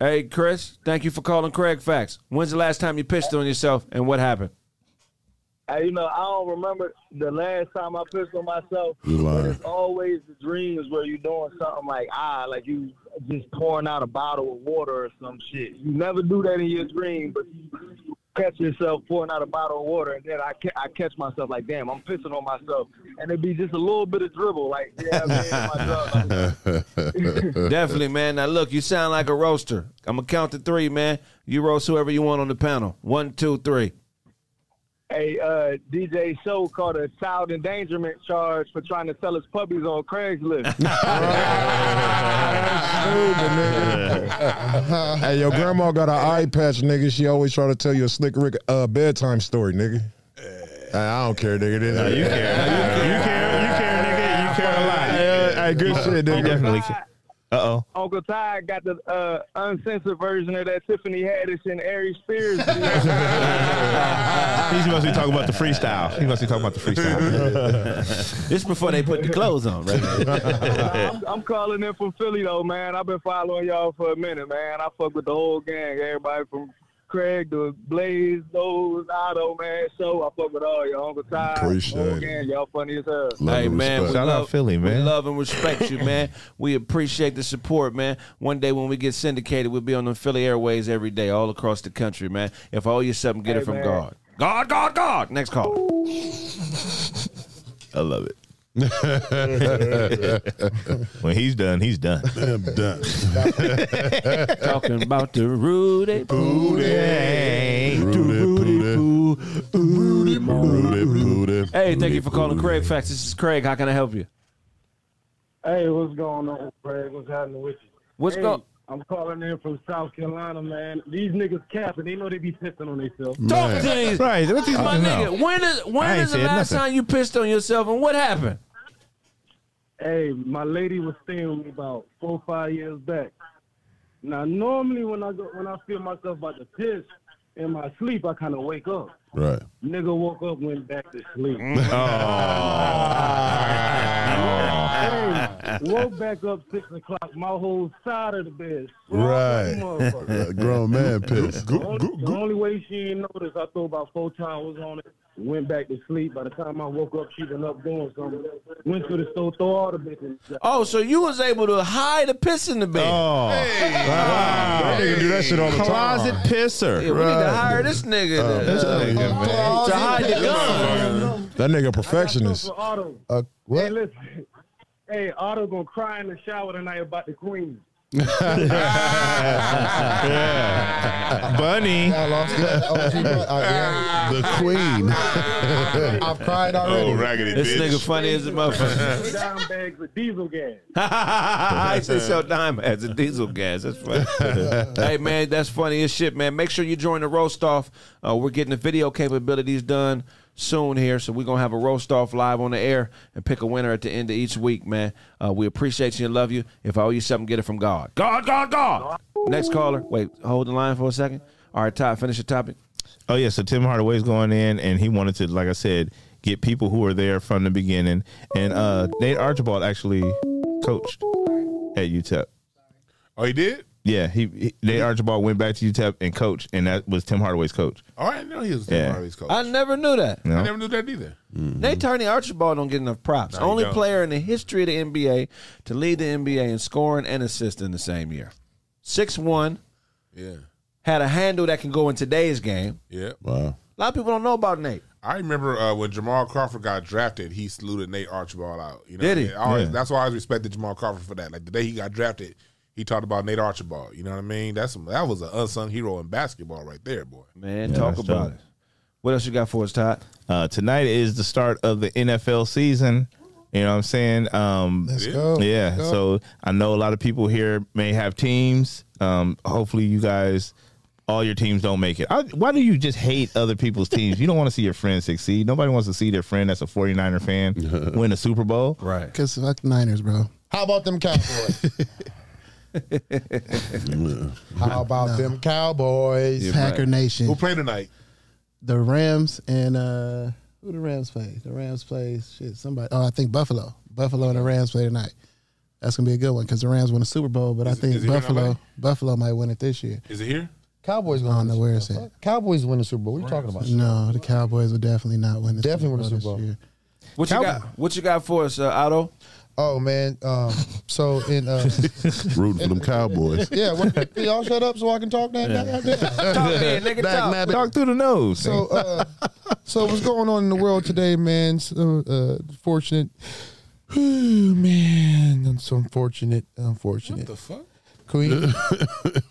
[SPEAKER 1] Hey, Chris, thank you for calling Craig Facts. When's the last time you pissed on yourself, and what happened?
[SPEAKER 7] Hey, you know, I don't remember the last time I pissed on myself.
[SPEAKER 11] You
[SPEAKER 7] but
[SPEAKER 11] lying.
[SPEAKER 7] It's always the dreams where you're doing something like ah, like you just pouring out a bottle of water or some shit. You never do that in your dream, but you catch yourself pouring out a bottle of water, and then I, ca- I catch myself like, damn, I'm pissing on myself, and it'd be just a little bit of dribble, like
[SPEAKER 11] [laughs]
[SPEAKER 7] yeah, I mean,
[SPEAKER 1] [laughs]
[SPEAKER 7] my dog.
[SPEAKER 1] Definitely, man. Now look, you sound like a roaster. I'm gonna count to three, man. You roast whoever you want on the panel. One, two, three.
[SPEAKER 7] Hey, uh, DJ Show caught a child endangerment charge for trying to sell his puppies on
[SPEAKER 1] [laughs]
[SPEAKER 7] Craigslist.
[SPEAKER 15] hey, your grandma got an eye patch, nigga. She always try to tell you a slick Rick uh, bedtime story, nigga. Hey, I don't care, nigga. This you Hey, good shit, nigga.
[SPEAKER 12] Definitely. Uh oh.
[SPEAKER 7] [laughs] Uncle Ty got the uh, uncensored version of that Tiffany Haddish and Ari
[SPEAKER 1] [laughs]
[SPEAKER 7] Spears.
[SPEAKER 12] He's mostly talking about the freestyle. He must be talking about the freestyle.
[SPEAKER 1] [laughs] this before they put the clothes on,
[SPEAKER 12] right?
[SPEAKER 7] I'm, I'm calling in from Philly though, man. I've been following y'all for a minute, man. I fuck with the whole gang, everybody from Craig to Blaze, those Otto, man. So I fuck with all y'all. Uncle Ty, whole
[SPEAKER 12] Appreciate it.
[SPEAKER 7] gang, y'all funny as hell.
[SPEAKER 1] hey man, we
[SPEAKER 12] Shout out
[SPEAKER 1] love-
[SPEAKER 12] Philly,
[SPEAKER 1] We
[SPEAKER 12] man.
[SPEAKER 1] love and respect you, man. We appreciate the support, man. One day when we get syndicated, we'll be on the Philly Airways every day, all across the country, man. If I owe you something, get
[SPEAKER 7] Hey,
[SPEAKER 1] it from
[SPEAKER 7] man.
[SPEAKER 1] God. God, God, God. Next call.
[SPEAKER 12] [laughs] I love it. [laughs] when he's done, he's done. I'm done.
[SPEAKER 15] [laughs]
[SPEAKER 1] Talking about the Rudy Poo Day.
[SPEAKER 11] Rudy
[SPEAKER 1] Poo. Rudy
[SPEAKER 11] Poo.
[SPEAKER 1] Hey, thank you for calling Craig Facts. This is Craig. How can I help you?
[SPEAKER 17] Hey, what's going on, Craig? What's happening with you?
[SPEAKER 1] What's
[SPEAKER 17] hey,
[SPEAKER 1] go-
[SPEAKER 17] I'm calling in from South Carolina, man. These niggas capping. They know they be pissing on themselves.
[SPEAKER 1] Talk to these. my nigga. When is
[SPEAKER 17] I
[SPEAKER 1] when
[SPEAKER 17] ain't
[SPEAKER 1] is the
[SPEAKER 17] said
[SPEAKER 1] last
[SPEAKER 17] nothing.
[SPEAKER 1] time you pissed on yourself and what happened?
[SPEAKER 17] Hey, my lady was staying with me about four, five years back. Now, normally when I go, when I feel myself about to piss,
[SPEAKER 18] in my sleep, I kind of wake up.
[SPEAKER 11] Right.
[SPEAKER 18] Nigga woke up, went back to
[SPEAKER 1] [laughs]
[SPEAKER 18] sleep.
[SPEAKER 1] Oh.
[SPEAKER 18] Hey, woke back up six o'clock. My whole side of the bed. swollen
[SPEAKER 11] Right.
[SPEAKER 18] motherfucker.
[SPEAKER 11] [laughs] Grown man piss.
[SPEAKER 18] Only- the only way she didn't notice, I threw about four towels on it, went back to sleep. By the time I woke up, she been up doing something. Went to the store, throw all the bitches.
[SPEAKER 1] Oh, so you was able to hide a piss in the bed.
[SPEAKER 12] Oh.
[SPEAKER 15] That nigga do that shit all the time.
[SPEAKER 12] Closet pisser.
[SPEAKER 15] [laughs]
[SPEAKER 1] Yeah, we need to hire this nigga to, uh, to hide the gun.
[SPEAKER 15] That nigga perfectionist.
[SPEAKER 18] Auto.
[SPEAKER 15] Uh,
[SPEAKER 18] Hey, listen. Hey, Otto gonna cry in the shower tonight about the queen.
[SPEAKER 12] yeah. Bunny.
[SPEAKER 9] I lost it. Oh, she- uh, yeah.
[SPEAKER 11] The queen.
[SPEAKER 9] I've
[SPEAKER 1] oh,
[SPEAKER 9] cried already.
[SPEAKER 1] This nigga funny as a motherfucker. [laughs]
[SPEAKER 18] Down bags of diesel gas.
[SPEAKER 1] I say sell dime as a diesel gas. That's [laughs] funny. hey man, that's funny as shit, man. Make sure you join the roast off. Uh, we're getting the video capabilities done soon here, so we're gonna have a roast off live on the air and pick a winner at the end of each week, man. Uh, we appreciate you and love you. If I owe you something, get it from God. God, God, God. Next caller. Wait, hold the line for a second. All right, Todd, finish your topic.
[SPEAKER 12] Oh yeah, so Tim Hardaway's going in, and he wanted to, like I said, get people who were there from the beginning. And uh, Nate Archibald actually coached at UTEP.
[SPEAKER 14] Oh, he did.
[SPEAKER 12] Yeah, he, he Nate Archibald went back to UTEP and coached, and that was Tim Hardaway's coach.
[SPEAKER 14] All right, no, he was
[SPEAKER 12] Yeah.
[SPEAKER 14] yeah. Marley's coach.
[SPEAKER 1] I never knew that. Mm-hmm.
[SPEAKER 12] No.
[SPEAKER 14] I never knew that either.
[SPEAKER 1] Nate Turney Archibald don't get enough props.
[SPEAKER 14] No, he
[SPEAKER 1] Only
[SPEAKER 14] don't.
[SPEAKER 1] player in the history of the NBA to lead the NBA in scoring and assist in the same year. Six one
[SPEAKER 14] Yeah,
[SPEAKER 1] had a handle that can go in today's game.
[SPEAKER 14] yeah.
[SPEAKER 11] Wow.
[SPEAKER 1] A lot of people don't know about Nate.
[SPEAKER 14] I remember uh, when Jamal Crawford got drafted, he saluted Nate Archibald out. You know,
[SPEAKER 1] Did he?
[SPEAKER 14] I always-
[SPEAKER 1] Yeah.
[SPEAKER 14] That's why I always respected Jamal Crawford for that. Like the day he got drafted, he talked about Nate Archibald. You know what I mean? That's that was an unsung hero in basketball right there, boy.
[SPEAKER 1] Man, talk about it. What else you got for us, Todd?
[SPEAKER 12] Uh, tonight is the start of the NFL season. You know what I'm saying? Um,
[SPEAKER 10] Let's go.
[SPEAKER 12] Yeah.
[SPEAKER 10] Let's go.
[SPEAKER 12] So I know a lot of people here may have teams. Um, hopefully, you guys, all your teams don't make it. I, why do you just hate other people's teams? You don't want to see your friends succeed. Nobody wants to see their friend that's a 49er
[SPEAKER 14] [laughs]
[SPEAKER 12] fan win a Super Bowl.
[SPEAKER 1] Right.
[SPEAKER 10] Because fuck the Niners, bro.
[SPEAKER 9] How about them Cowboys?
[SPEAKER 10] [laughs]
[SPEAKER 11] [laughs]
[SPEAKER 10] How
[SPEAKER 9] about them Cowboys?
[SPEAKER 10] Packer Nation.
[SPEAKER 14] Who play tonight?
[SPEAKER 10] The Rams and uh who the Rams play? The Rams play shit. Somebody.
[SPEAKER 9] uh,
[SPEAKER 10] Oh, I think Buffalo. Buffalo and the Rams play tonight. That's gonna be a good one because the Rams won the Super Bowl, but I think
[SPEAKER 14] is it here in
[SPEAKER 10] Buffalo
[SPEAKER 14] LA?
[SPEAKER 10] Buffalo might win it this year.
[SPEAKER 14] Is it here?
[SPEAKER 9] Cowboys
[SPEAKER 10] I don't know where it's at.
[SPEAKER 9] Cowboys win the Super Bowl. What are you talking about?
[SPEAKER 10] No, the Cowboys will definitely not win. The
[SPEAKER 9] Definitely win the
[SPEAKER 10] this
[SPEAKER 9] Super Bowl.
[SPEAKER 10] year.
[SPEAKER 1] What you got? What you got for us, uh, Otto?
[SPEAKER 9] Oh man. Um, so in uh,
[SPEAKER 11] [laughs] Rooting for them Cowboys.
[SPEAKER 9] [laughs] yeah, what, can y'all shut up so I can talk that.
[SPEAKER 1] man, nigga, talk.
[SPEAKER 12] Talk through the nose.
[SPEAKER 9] So, uh, so what's going on in the world today, man? So, uh, fortunate, man. I'm so unfortunate. Unfortunate. What the
[SPEAKER 14] fuck?
[SPEAKER 9] Queen.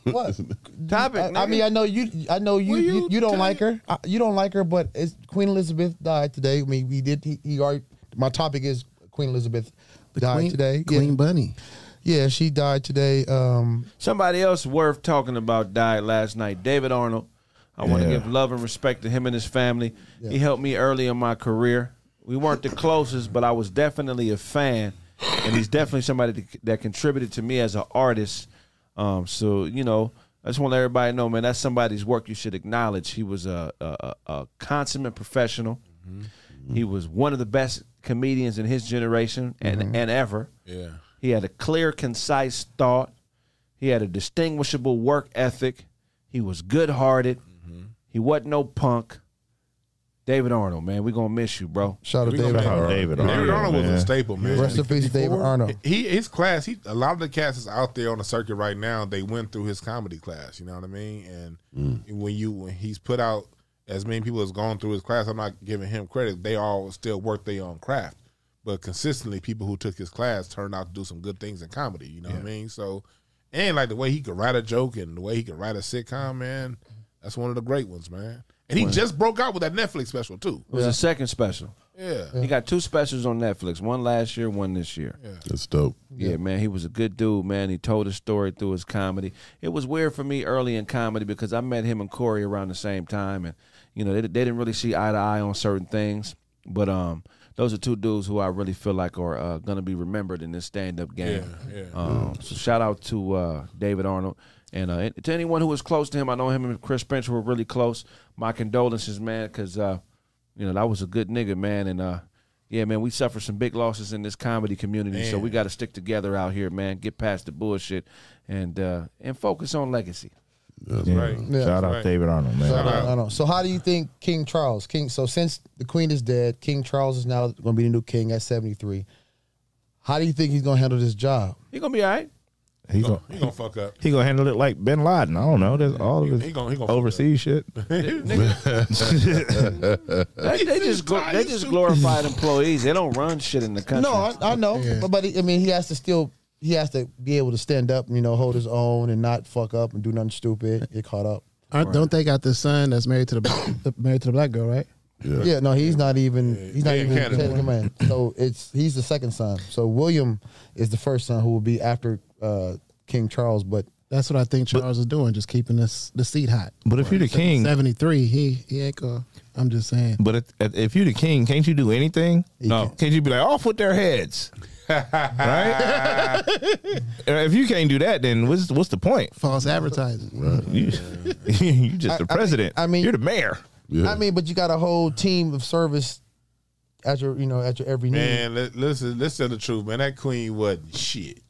[SPEAKER 9] what?
[SPEAKER 1] Topic.
[SPEAKER 9] I, I mean, I know you. I know you.
[SPEAKER 1] Will you
[SPEAKER 9] You, you don't
[SPEAKER 1] tell
[SPEAKER 9] like her. I, you don't like her, but it's Queen Elizabeth died today. I mean, we did. He, he already. My topic is Queen Elizabeth died
[SPEAKER 10] Queen-
[SPEAKER 9] today.
[SPEAKER 10] Queen
[SPEAKER 9] yeah.
[SPEAKER 10] Bunny.
[SPEAKER 9] Yeah, she died today. Um,
[SPEAKER 1] Somebody else worth talking about died last night. David Arnold. I want to give love and respect to him and his family. He helped me early in my career. We weren't the closest, but I was definitely a fan, and he's definitely somebody that- that contributed to me as an artist. Um, so you know, I just want to let everybody know, man, that's somebody's work you should acknowledge. He was a a, a a consummate professional. He was one of the best comedians in his generation and and ever.
[SPEAKER 14] Yeah.
[SPEAKER 1] He had a clear, concise thought. He had a distinguishable work ethic. He was good hearted. He wasn't no punk. David Arnold, man, we gonna miss you, bro.
[SPEAKER 9] Shout out
[SPEAKER 14] We gonna
[SPEAKER 9] David
[SPEAKER 14] miss
[SPEAKER 9] Arnold.
[SPEAKER 12] David
[SPEAKER 14] David
[SPEAKER 12] Arnold,
[SPEAKER 14] Arnold was
[SPEAKER 12] man.
[SPEAKER 14] a staple, man.
[SPEAKER 9] Rest in peace, David Arnold.
[SPEAKER 14] He his class. He a lot of the cast is out there on the circuit right now. They went through his comedy class. You know what I mean? And when you when he's put out as many people as gone through his class, I'm not giving him credit. They all still work their own craft, but consistently, people who took his class turned out to do some good things in comedy. You know what I mean? So, and like the way he could write a joke and the way he could write a sitcom, man, that's one of the great ones, man. And he
[SPEAKER 1] Wow.
[SPEAKER 14] just broke out with that Netflix special too.
[SPEAKER 1] It was a second special.
[SPEAKER 14] Yeah.
[SPEAKER 1] He got two specials on Netflix, one last year, one this year. Yeah.
[SPEAKER 11] That's dope.
[SPEAKER 1] Yeah, man, he was a good dude, man. He told his story through his comedy. It was weird for me early in comedy because I met him and Corey around the same time, and you know they, they didn't really see eye to eye on certain things. But um, those are two dudes who I really feel like are uh, gonna be remembered in this stand up game.
[SPEAKER 12] Mm.
[SPEAKER 14] Yeah, yeah.
[SPEAKER 1] Um, so shout out to uh, David Arnold. And uh, and to anyone who was close to him, I know him and Chris Spencer were really close. My condolences, man, because uh, you know that was a good nigga, man. And uh, yeah, man, we suffered some big losses in this comedy community, so
[SPEAKER 14] Man.
[SPEAKER 1] we got to stick together out here, man. Get past the bullshit and uh, and focus on legacy.
[SPEAKER 12] That's
[SPEAKER 14] right.
[SPEAKER 12] Shout out David Arnold, man.
[SPEAKER 1] Shout out.
[SPEAKER 9] I don't know. So how do you think King Charles, King? So since the Queen is dead, King Charles is now going to be the new king at seventy three. How do you think he's going to handle this job?
[SPEAKER 1] He gonna be
[SPEAKER 12] [laughs]
[SPEAKER 1] all right.
[SPEAKER 12] He gonna,
[SPEAKER 14] he gonna fuck up.
[SPEAKER 12] He gonna handle it like Bin Laden. I don't know. That's all of his
[SPEAKER 14] He gonna- he gonna fuck
[SPEAKER 12] overseas shit.
[SPEAKER 14] [laughs]
[SPEAKER 12] [laughs]
[SPEAKER 1] They, they just glo- they just glorified employees. They don't run shit in the country.
[SPEAKER 9] No, I, I know, but, but he, I mean, he has to still he has to be able to stand up, you know, hold his own, and not fuck up and do nothing stupid. Get caught up.
[SPEAKER 10] Aren't, Don't they got this son that's married to the, [coughs] the married to the black girl, right?
[SPEAKER 9] Yeah. no, he's not even he's not
[SPEAKER 10] Yeah,
[SPEAKER 9] even
[SPEAKER 10] Canada.
[SPEAKER 9] Canada. command. So it's he's the second son. So William is the first son who will be after uh, King Charles. But
[SPEAKER 10] That's what I think Charles is doing, just keeping this the seat hot.
[SPEAKER 12] But if you're the king-
[SPEAKER 10] seventy three, he he ain't gonna. I'm just saying.
[SPEAKER 12] But if, if- if you the king, can't you do anything? no. Can't you be like off with their heads?
[SPEAKER 1] [laughs]
[SPEAKER 12] right? Uh, if you can't do that, then what's what's the point?
[SPEAKER 10] False advertising.
[SPEAKER 12] You, [laughs] you just
[SPEAKER 9] I-
[SPEAKER 12] the
[SPEAKER 9] I mean-
[SPEAKER 12] president.
[SPEAKER 9] I mean-
[SPEAKER 12] you're the mayor.
[SPEAKER 9] I mean, but you got a whole team of service at your you know at your every need.
[SPEAKER 14] Man, let, listen, let's tell the truth, man. That queen
[SPEAKER 9] [clears throat]
[SPEAKER 14] wasn't shit.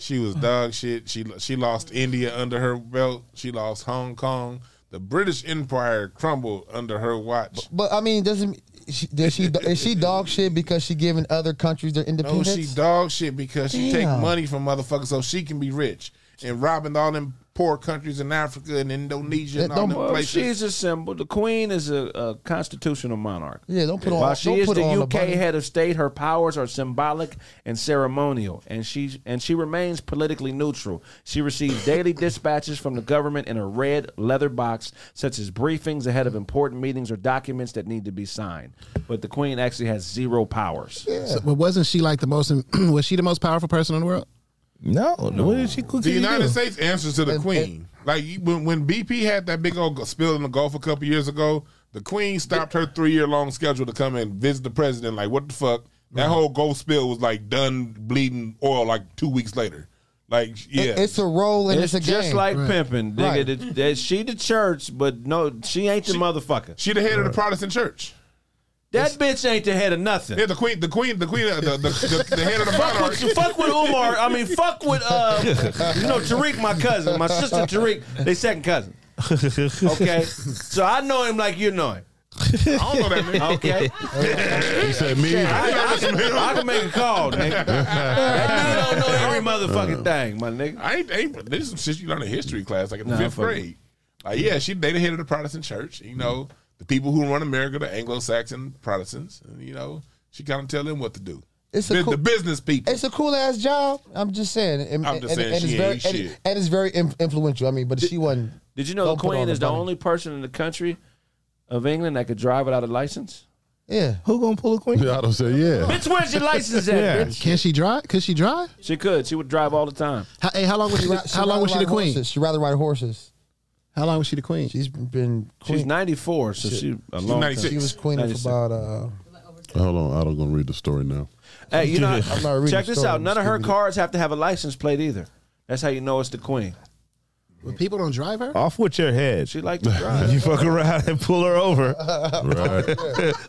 [SPEAKER 14] she was dog shit. She she lost India under her belt. She lost Hong Kong. The British Empire crumbled under her watch.
[SPEAKER 9] But I mean, doesn't she, does
[SPEAKER 14] [laughs]
[SPEAKER 9] she is she dog shit because she giving other countries their
[SPEAKER 14] No,
[SPEAKER 9] independence?
[SPEAKER 14] she dog shit because
[SPEAKER 9] Damn.
[SPEAKER 14] she take money from motherfuckers so she can be rich and robbing all them poor countries in Africa and Indonesia and all them
[SPEAKER 1] Well,
[SPEAKER 14] places.
[SPEAKER 1] she's a symbol. The queen is a, a constitutional monarch.
[SPEAKER 9] Yeah, don't put on-
[SPEAKER 1] While she
[SPEAKER 9] don't
[SPEAKER 1] is
[SPEAKER 9] put
[SPEAKER 1] the
[SPEAKER 9] on the
[SPEAKER 1] UK
[SPEAKER 9] bunny.
[SPEAKER 1] head of state, her powers are symbolic and ceremonial, and she and she remains politically neutral. She receives daily dispatches from the government in a red leather box, such as briefings ahead of important meetings or documents that need to be signed. But the queen actually has zero powers.
[SPEAKER 10] So, but wasn't she like the most? [clears throat] was she the most powerful person in the world?
[SPEAKER 12] No, what did she?
[SPEAKER 14] The United States answers to the Queen. Like you- when when BP had that big old spill in the Gulf a couple years ago, the Queen stopped her three year long schedule to come and visit the president. Like what the fuck? That whole Gulf spill was like done bleeding oil like two weeks later. Like yeah,
[SPEAKER 9] It- it's a role oh, and it's, a
[SPEAKER 1] just
[SPEAKER 9] game.
[SPEAKER 1] like pimping, nigga. The- the- she the church, but no, she ain't the motherfucker.
[SPEAKER 14] She the head of the Protestant Church.
[SPEAKER 1] That bitch ain't the head of nothing.
[SPEAKER 14] Yeah, the queen, the queen, the queen, uh, the, the, the, the head of the
[SPEAKER 1] fuck
[SPEAKER 14] monarch.
[SPEAKER 1] with, fuck with Umar. I mean, fuck with uh, you know Tariq, my cousin, my sister Tariq, they second cousin. Okay, so I know him like you know him.
[SPEAKER 14] I don't know that nigga.
[SPEAKER 1] Okay,
[SPEAKER 11] He said me.
[SPEAKER 1] Shit,
[SPEAKER 11] either.
[SPEAKER 1] I, I can, I can make a call, nigga. That nigga don't know every motherfucking thing, my nigga.
[SPEAKER 14] I ain't, ain't this is some shit you learn in history class, like in
[SPEAKER 1] Nah,
[SPEAKER 14] fifth
[SPEAKER 1] fuck
[SPEAKER 14] grade. Like, yeah, she they the head of the Protestant Church. You know, the people who run America, the Anglo-Saxon Protestants. And, you know, she kind of tell them what to do.
[SPEAKER 9] It's
[SPEAKER 14] It's
[SPEAKER 9] a
[SPEAKER 14] the,
[SPEAKER 9] cool-
[SPEAKER 14] the business people.
[SPEAKER 9] It's a cool ass job. I'm just saying. And,
[SPEAKER 14] I'm just
[SPEAKER 9] and-
[SPEAKER 14] saying
[SPEAKER 9] and
[SPEAKER 14] she
[SPEAKER 9] it's very,
[SPEAKER 14] ain't
[SPEAKER 9] and,
[SPEAKER 14] shit.
[SPEAKER 9] and it's very in- influential. I mean, but she wasn't.
[SPEAKER 1] Did you know
[SPEAKER 9] Don't
[SPEAKER 1] the
[SPEAKER 9] put
[SPEAKER 1] Queen
[SPEAKER 9] on
[SPEAKER 1] is the
[SPEAKER 9] bunny.
[SPEAKER 1] only person in the country of England that could drive without a license?
[SPEAKER 9] Yeah.
[SPEAKER 12] Who gonna pull a queen?
[SPEAKER 11] I don't say yeah.
[SPEAKER 1] Bitch, where's your license at?
[SPEAKER 10] Yeah.
[SPEAKER 1] Bitch?
[SPEAKER 10] Can she drive? Could she drive?
[SPEAKER 1] She could. She would drive all the time.
[SPEAKER 10] How, hey, how long was she?
[SPEAKER 9] ra-
[SPEAKER 10] how long
[SPEAKER 9] rather
[SPEAKER 10] was she the
[SPEAKER 9] ride
[SPEAKER 10] queen?
[SPEAKER 9] horses. She rather ride horses.
[SPEAKER 10] How long was she the queen?
[SPEAKER 9] She's been queen.
[SPEAKER 1] She's 94, so she, a long time.
[SPEAKER 9] She was queen for
[SPEAKER 1] 96.
[SPEAKER 9] about. Uh,
[SPEAKER 11] Hold on, I'm gonna read the story now.
[SPEAKER 1] Hey, you know,
[SPEAKER 11] [laughs]
[SPEAKER 9] I'm not reading
[SPEAKER 1] check
[SPEAKER 9] the
[SPEAKER 1] this
[SPEAKER 9] story,
[SPEAKER 1] out. None of her
[SPEAKER 9] Scooby-Doo.
[SPEAKER 1] cards have to have a license plate either. That's how you know it's the queen.
[SPEAKER 10] When people don't drive her.
[SPEAKER 12] Off with your head.
[SPEAKER 1] She like to drive.
[SPEAKER 12] [laughs] you fuck around and pull her over.
[SPEAKER 11] [laughs] Right.
[SPEAKER 12] [laughs]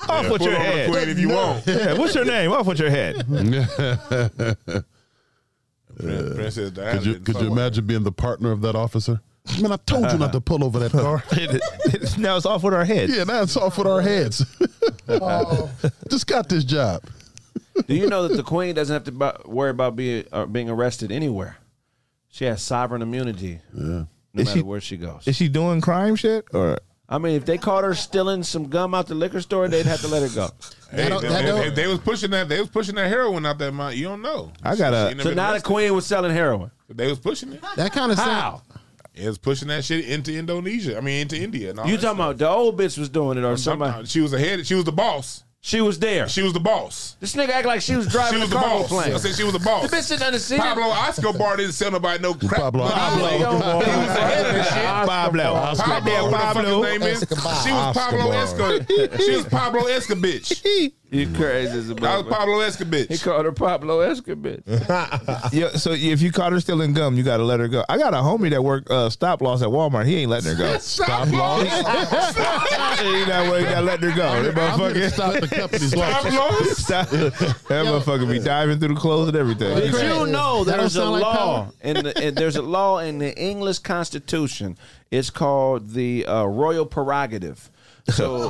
[SPEAKER 12] Off
[SPEAKER 14] Yeah,
[SPEAKER 12] with
[SPEAKER 14] pull
[SPEAKER 12] your
[SPEAKER 14] over the
[SPEAKER 12] head.
[SPEAKER 14] queen if you want.
[SPEAKER 12] Yeah, what's your name? Off with your head. [laughs]
[SPEAKER 14] Princess Diana
[SPEAKER 11] could you
[SPEAKER 14] didn't
[SPEAKER 11] could
[SPEAKER 14] fuck
[SPEAKER 11] you
[SPEAKER 14] with her.
[SPEAKER 11] imagine being the partner of that officer? Man, I told you not to pull
[SPEAKER 1] [laughs]
[SPEAKER 11] over that car.
[SPEAKER 12] now it's off with our head.
[SPEAKER 11] Yeah, now it's off with our heads. Just got this job.
[SPEAKER 1] Do you know that the queen doesn't have to bu- worry about being uh, being arrested anywhere? She has sovereign immunity. Yeah. No
[SPEAKER 12] Is
[SPEAKER 1] matter
[SPEAKER 12] she-
[SPEAKER 1] where she goes.
[SPEAKER 12] Is she doing crime shit or?
[SPEAKER 1] I mean, if they caught her stealing some gum out the liquor store, they'd have to let her go.
[SPEAKER 14] Hey, if, if- if they was pushing that, they was pushing that heroin out that mouth. You don't know.
[SPEAKER 12] I got
[SPEAKER 14] She
[SPEAKER 12] a.
[SPEAKER 14] ain't
[SPEAKER 1] So
[SPEAKER 14] been
[SPEAKER 1] now the
[SPEAKER 14] arrested.
[SPEAKER 1] queen was selling heroin.
[SPEAKER 14] They was pushing it.
[SPEAKER 10] That kind of
[SPEAKER 1] How?
[SPEAKER 14] It was pushing that shit into Indonesia. I mean, into India. And all
[SPEAKER 1] You
[SPEAKER 14] that
[SPEAKER 1] talking about the old bitch was doing it or somebody?
[SPEAKER 14] Uh, She was ahead. She was the boss.
[SPEAKER 1] She was there.
[SPEAKER 14] She was the boss.
[SPEAKER 1] This nigga act like she was driving
[SPEAKER 14] She was
[SPEAKER 1] a
[SPEAKER 14] the
[SPEAKER 1] cargo
[SPEAKER 14] boss.
[SPEAKER 1] plane.
[SPEAKER 14] I said she was the boss.
[SPEAKER 1] The bitch didn't understand.
[SPEAKER 14] Pablo Escobar didn't sell nobody no crap.
[SPEAKER 11] Pablo.
[SPEAKER 14] Pablo. He was ahead of that shit.
[SPEAKER 12] Pablo.
[SPEAKER 14] Pablo,
[SPEAKER 12] Goddamn
[SPEAKER 14] what the fuck
[SPEAKER 12] Pablo.
[SPEAKER 14] his name is?
[SPEAKER 12] Escobar.
[SPEAKER 14] [laughs] She was Pablo
[SPEAKER 12] Escobar.
[SPEAKER 14] Escobar. She was Pablo Escobar, bitch.
[SPEAKER 1] You crazy as a
[SPEAKER 14] That was Pablo Escobar.
[SPEAKER 1] He called her Pablo Escobar.
[SPEAKER 12] [laughs] Yeah, so if you caught her stealing gum, you got to let her go. I got a homie that worked uh, stop loss at Walmart. He ain't letting her go.
[SPEAKER 1] [laughs] Stop loss?
[SPEAKER 12] Ain't that way [laughs] you got to let her go. That motherfucker stop the company's
[SPEAKER 1] Stop loss.
[SPEAKER 12] [laughs]
[SPEAKER 1] loss?
[SPEAKER 12] Stop. That motherfucker be diving through the clothes and everything.
[SPEAKER 1] Did you know
[SPEAKER 12] That don't
[SPEAKER 1] there's a
[SPEAKER 12] sound like
[SPEAKER 1] law
[SPEAKER 12] power.
[SPEAKER 1] in the in- there's a law in the English Constitution? It's called the uh, royal prerogative. So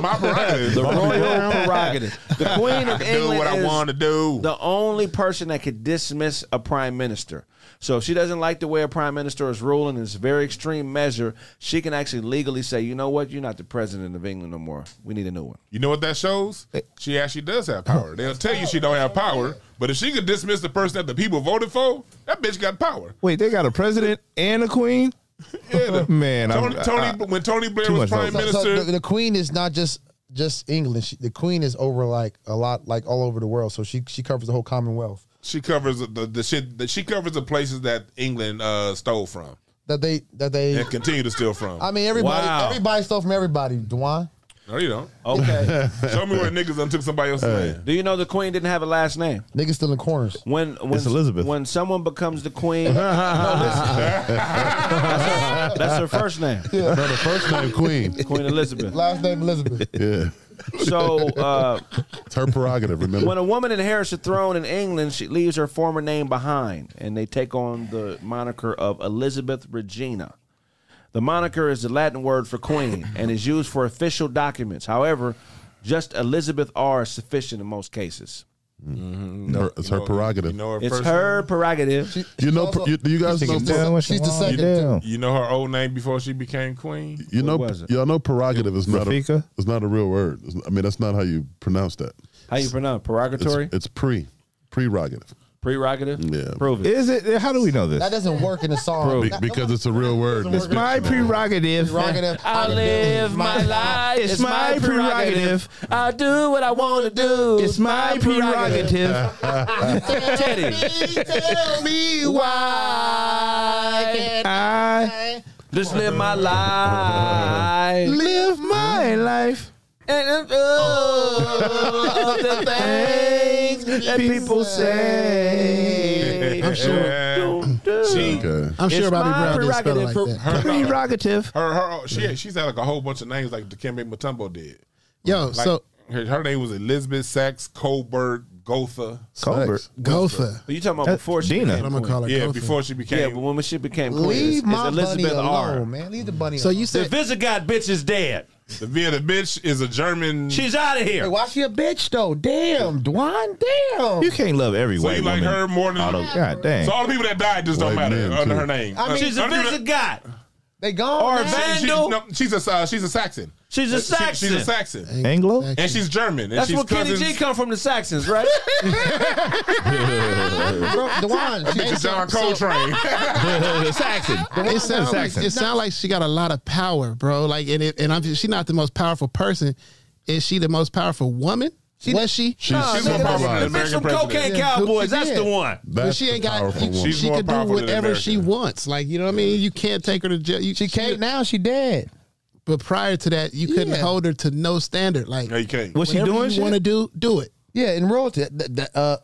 [SPEAKER 14] [laughs] My prerogative.
[SPEAKER 1] the royal prerogative. The
[SPEAKER 14] [laughs]
[SPEAKER 1] Queen
[SPEAKER 14] I can
[SPEAKER 1] of
[SPEAKER 14] do
[SPEAKER 1] England
[SPEAKER 14] what I
[SPEAKER 1] is
[SPEAKER 14] wanna do.
[SPEAKER 1] the only person that could dismiss a prime minister. So if she doesn't like the way a prime minister is ruling, it's a very extreme measure. She can actually legally say, you know what, you're not the president of England no more. We need a new one.
[SPEAKER 14] You know what that shows? She actually does have power. They'll tell you she don't have power, but if she could dismiss the person that the people voted for, that bitch got power.
[SPEAKER 12] Wait, they got a president and a queen? [laughs] Man, I'm-
[SPEAKER 14] Tony, Tony when Tony Blair
[SPEAKER 12] too much
[SPEAKER 14] was prime
[SPEAKER 12] vote.
[SPEAKER 14] minister,
[SPEAKER 9] the, the queen is not just just England. She, the queen is over like a lot, like all over the world. So she she covers the whole Commonwealth.
[SPEAKER 14] she covers the, the shit. That she covers the places that England uh, stole from
[SPEAKER 9] That they that they.
[SPEAKER 14] and continue to steal from.
[SPEAKER 9] I mean, everybody everybody stole from everybody. Dwan.
[SPEAKER 14] No, you don't.
[SPEAKER 1] Okay.
[SPEAKER 14] [laughs] Show me where niggas done took somebody else's land.
[SPEAKER 1] Do you know the queen didn't have a last name?
[SPEAKER 9] Niggas still in corners.
[SPEAKER 1] When when Elizabeth. When someone becomes the queen, no, listen. that's, her, that's her first name.
[SPEAKER 11] No, the first name Queen.
[SPEAKER 1] Queen Elizabeth.
[SPEAKER 9] Last name Elizabeth.
[SPEAKER 11] Yeah.
[SPEAKER 1] So uh,
[SPEAKER 11] it's her prerogative. Remember,
[SPEAKER 1] when a woman inherits the throne in England, she leaves her former name behind, and they take on the moniker of Elizabeth Regina. The moniker is the Latin word for queen and is used for official documents. However, just Elizabeth R is sufficient in most cases.
[SPEAKER 11] Her- it's her prerogative. You know
[SPEAKER 14] her
[SPEAKER 1] It's her prerogative.
[SPEAKER 11] You know, you, do you guys know?
[SPEAKER 14] You know her old name before she became queen.
[SPEAKER 11] You know, y'all know prerogative is not
[SPEAKER 14] Rafika?
[SPEAKER 11] a it's not a real word. It's- I mean, that's not how you pronounce that.
[SPEAKER 1] How you pronounce
[SPEAKER 11] It's,
[SPEAKER 1] prerogatory?
[SPEAKER 11] it's pre prerogative.
[SPEAKER 1] Prerogative.
[SPEAKER 11] Yeah,
[SPEAKER 1] prove
[SPEAKER 12] it. Is it? How do we know
[SPEAKER 9] That doesn't work in the song.
[SPEAKER 11] Be- because it's a real word.
[SPEAKER 9] It's
[SPEAKER 12] my [laughs] prerogative.
[SPEAKER 9] Prerogative.
[SPEAKER 1] I live my life. It's my prerogative. I do what I want to do. It's my prerogative. Teddy.
[SPEAKER 3] Tell me why can't
[SPEAKER 12] I
[SPEAKER 1] just live my life.
[SPEAKER 12] Live my life.
[SPEAKER 1] And oh, the things that people say.
[SPEAKER 14] I'm sure- She,
[SPEAKER 10] I'm sure Bobby
[SPEAKER 14] It's my
[SPEAKER 10] Brown didn't spell it like
[SPEAKER 14] prerogative.
[SPEAKER 10] that.
[SPEAKER 14] Her-
[SPEAKER 12] prerogative.
[SPEAKER 14] Her, her, she, she's had like a whole bunch of names like Dikembe Mutombo did.
[SPEAKER 10] Yo,
[SPEAKER 14] Like,
[SPEAKER 10] so
[SPEAKER 14] her, her name was Elizabeth Sachs Colbert Gotha.
[SPEAKER 12] Colbert.
[SPEAKER 10] Gotha.
[SPEAKER 1] But you talking about
[SPEAKER 14] That's
[SPEAKER 1] before she
[SPEAKER 14] Dina.
[SPEAKER 1] became
[SPEAKER 14] That's what I'ma
[SPEAKER 1] queen.
[SPEAKER 14] call her, Yeah, Gotha. before she became-
[SPEAKER 1] Yeah, but when she became queen,
[SPEAKER 9] Leave
[SPEAKER 1] it's,
[SPEAKER 9] my
[SPEAKER 1] it's Elizabeth
[SPEAKER 9] bunny alone,
[SPEAKER 1] R.
[SPEAKER 9] man. Leave the bunny.
[SPEAKER 1] So
[SPEAKER 9] alone.
[SPEAKER 1] you said the Visigoth bitch is dead.
[SPEAKER 14] The Vienna bitch is a German.
[SPEAKER 1] She's out of
[SPEAKER 9] Hey,
[SPEAKER 1] here.
[SPEAKER 9] why she a bitch though? Damn, Dwan. Damn.
[SPEAKER 12] You can't love every
[SPEAKER 14] So
[SPEAKER 12] white
[SPEAKER 14] you like
[SPEAKER 12] woman.
[SPEAKER 14] her more than
[SPEAKER 12] Auto- God dang.
[SPEAKER 14] So all the people that died just don't
[SPEAKER 12] White
[SPEAKER 14] matter
[SPEAKER 12] men,
[SPEAKER 14] under
[SPEAKER 12] too.
[SPEAKER 14] her name.
[SPEAKER 1] I mean, she's a Visigoth.
[SPEAKER 9] They gone.
[SPEAKER 1] Or
[SPEAKER 9] man.
[SPEAKER 14] She- she- no, she's a uh, she's a Saxon.
[SPEAKER 1] She's a
[SPEAKER 14] Uh, she-
[SPEAKER 1] Saxon.
[SPEAKER 14] she's a Saxon.
[SPEAKER 12] Anglo?
[SPEAKER 14] And she's German. And
[SPEAKER 1] That's
[SPEAKER 14] she's
[SPEAKER 1] where Kenny
[SPEAKER 14] cousins.
[SPEAKER 1] G come from, the Saxons, right?
[SPEAKER 10] Bro, Dewan,
[SPEAKER 14] That bitch is John Coltrane.
[SPEAKER 12] Saxon.
[SPEAKER 10] It sounds like,
[SPEAKER 12] Saxon.
[SPEAKER 10] it sound like she got a lot of power, bro. Like, and it, and I'm she's not the most powerful person. Is she the most powerful woman? Was she?
[SPEAKER 11] She's- Nah, she's nigga, more that's powerful the than bitch American from president. Cocaine
[SPEAKER 1] Cowboys. That's the one.
[SPEAKER 10] but
[SPEAKER 11] That's
[SPEAKER 10] she ain't
[SPEAKER 11] the
[SPEAKER 10] got.
[SPEAKER 11] powerful
[SPEAKER 10] you-
[SPEAKER 11] woman.
[SPEAKER 10] she
[SPEAKER 11] She's more
[SPEAKER 10] could do
[SPEAKER 11] powerful than
[SPEAKER 10] whatever she wants. Like, you know what I mean? You can't take her to jail. You, she
[SPEAKER 9] can't now. She dead.
[SPEAKER 10] But prior to that, you couldn't
[SPEAKER 9] Yeah.
[SPEAKER 10] hold her to no standard. Like,
[SPEAKER 14] no, you can't.
[SPEAKER 10] What's she doing? You want to do? Do it.
[SPEAKER 9] Yeah, and royalty. Th- th- uh,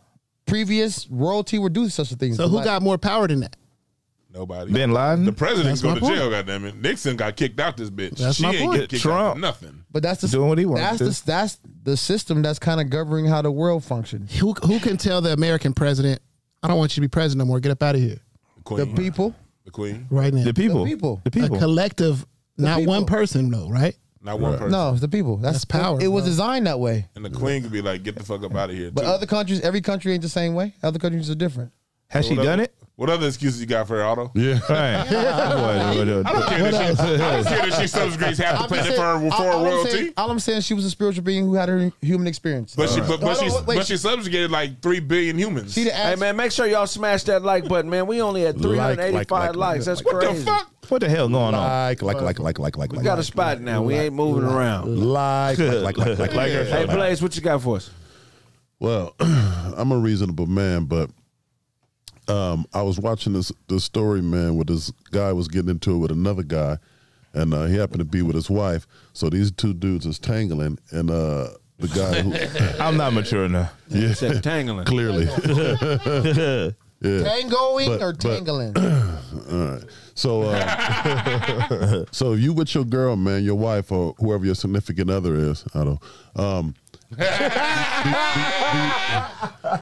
[SPEAKER 9] previous royalty would do such a thing.
[SPEAKER 10] So who got more power than that?
[SPEAKER 14] Nobody.
[SPEAKER 12] Bin Laden.
[SPEAKER 14] The
[SPEAKER 10] That's
[SPEAKER 14] president can
[SPEAKER 10] my
[SPEAKER 14] go to jail,
[SPEAKER 10] point.
[SPEAKER 14] goddamn it. Nixon got kicked out this bitch.
[SPEAKER 10] That's
[SPEAKER 14] she
[SPEAKER 10] my
[SPEAKER 14] ain't
[SPEAKER 10] point.
[SPEAKER 14] get kicked out
[SPEAKER 10] Trump.
[SPEAKER 14] for nothing.
[SPEAKER 9] But that's the
[SPEAKER 12] doing what he wants.
[SPEAKER 9] That's the that's the system that's kind of governing how the world functions.
[SPEAKER 10] Who who can tell the American president? I don't want you to be president no more. Get up out of here.
[SPEAKER 9] The people.
[SPEAKER 14] The queen.
[SPEAKER 10] Right now.
[SPEAKER 12] The people.
[SPEAKER 9] The people.
[SPEAKER 12] The people.
[SPEAKER 10] A collective,
[SPEAKER 9] The
[SPEAKER 10] not
[SPEAKER 9] people.
[SPEAKER 10] one person, though, right?
[SPEAKER 14] Not one person.
[SPEAKER 9] No, it's the people. That's,
[SPEAKER 10] That's power,
[SPEAKER 9] It, was
[SPEAKER 10] bro.
[SPEAKER 9] designed that way.
[SPEAKER 14] And the queen could be like, get the fuck up out of here.
[SPEAKER 9] But
[SPEAKER 14] too.
[SPEAKER 9] other countries, every country ain't the same way. Other countries are different.
[SPEAKER 12] Has
[SPEAKER 14] What other- What other excuses you got for her, Otto? [laughs]
[SPEAKER 11] Yeah.
[SPEAKER 12] Right. What- what-
[SPEAKER 14] I don't care
[SPEAKER 12] what
[SPEAKER 14] that she,
[SPEAKER 12] else? [laughs]
[SPEAKER 14] I don't care that she subjugates half the
[SPEAKER 9] I'm just
[SPEAKER 14] planet
[SPEAKER 9] saying-
[SPEAKER 14] for, her- for
[SPEAKER 9] all-
[SPEAKER 14] her
[SPEAKER 9] all I'm
[SPEAKER 14] royalty.
[SPEAKER 9] saying- all I'm saying, she was a spiritual being who had her human experience.
[SPEAKER 14] But she,
[SPEAKER 11] Uh,
[SPEAKER 14] but,
[SPEAKER 9] Hold
[SPEAKER 14] but,
[SPEAKER 9] on,
[SPEAKER 14] she,
[SPEAKER 9] wait.
[SPEAKER 14] but she subjugated like three billion humans.
[SPEAKER 1] Hey man, make sure y'all smash that like button, man. We only had
[SPEAKER 14] Like,
[SPEAKER 1] 385
[SPEAKER 14] like, like, like.
[SPEAKER 1] likes. That's
[SPEAKER 14] What the
[SPEAKER 1] crazy.
[SPEAKER 14] fuck?
[SPEAKER 12] What the hell going on?
[SPEAKER 11] Like, like, like, like, like, like,
[SPEAKER 1] We got a spot now. We ain't moving around.
[SPEAKER 11] like, like, like, like, like, like.
[SPEAKER 1] Hey, Blaze, what you got for us?
[SPEAKER 11] Well, [clears throat] I'm a reasonable man, but um, I was watching this this story, man, where this guy was getting into it with another guy, and uh, he happened to be with his wife. So these two dudes is tangling, and uh, the guy
[SPEAKER 1] [laughs]
[SPEAKER 11] who.
[SPEAKER 12] I'm not mature enough.
[SPEAKER 11] Yeah.
[SPEAKER 12] Except tangling.
[SPEAKER 9] [laughs]
[SPEAKER 11] Clearly. yeah.
[SPEAKER 9] Tangoing
[SPEAKER 11] But-
[SPEAKER 9] or
[SPEAKER 11] but- [clears throat]
[SPEAKER 9] tangling?
[SPEAKER 11] All right. So, uh, [laughs] so if you with your girl, man, your wife or whoever your
[SPEAKER 14] [laughs]
[SPEAKER 11] significant other is, I don't. Um,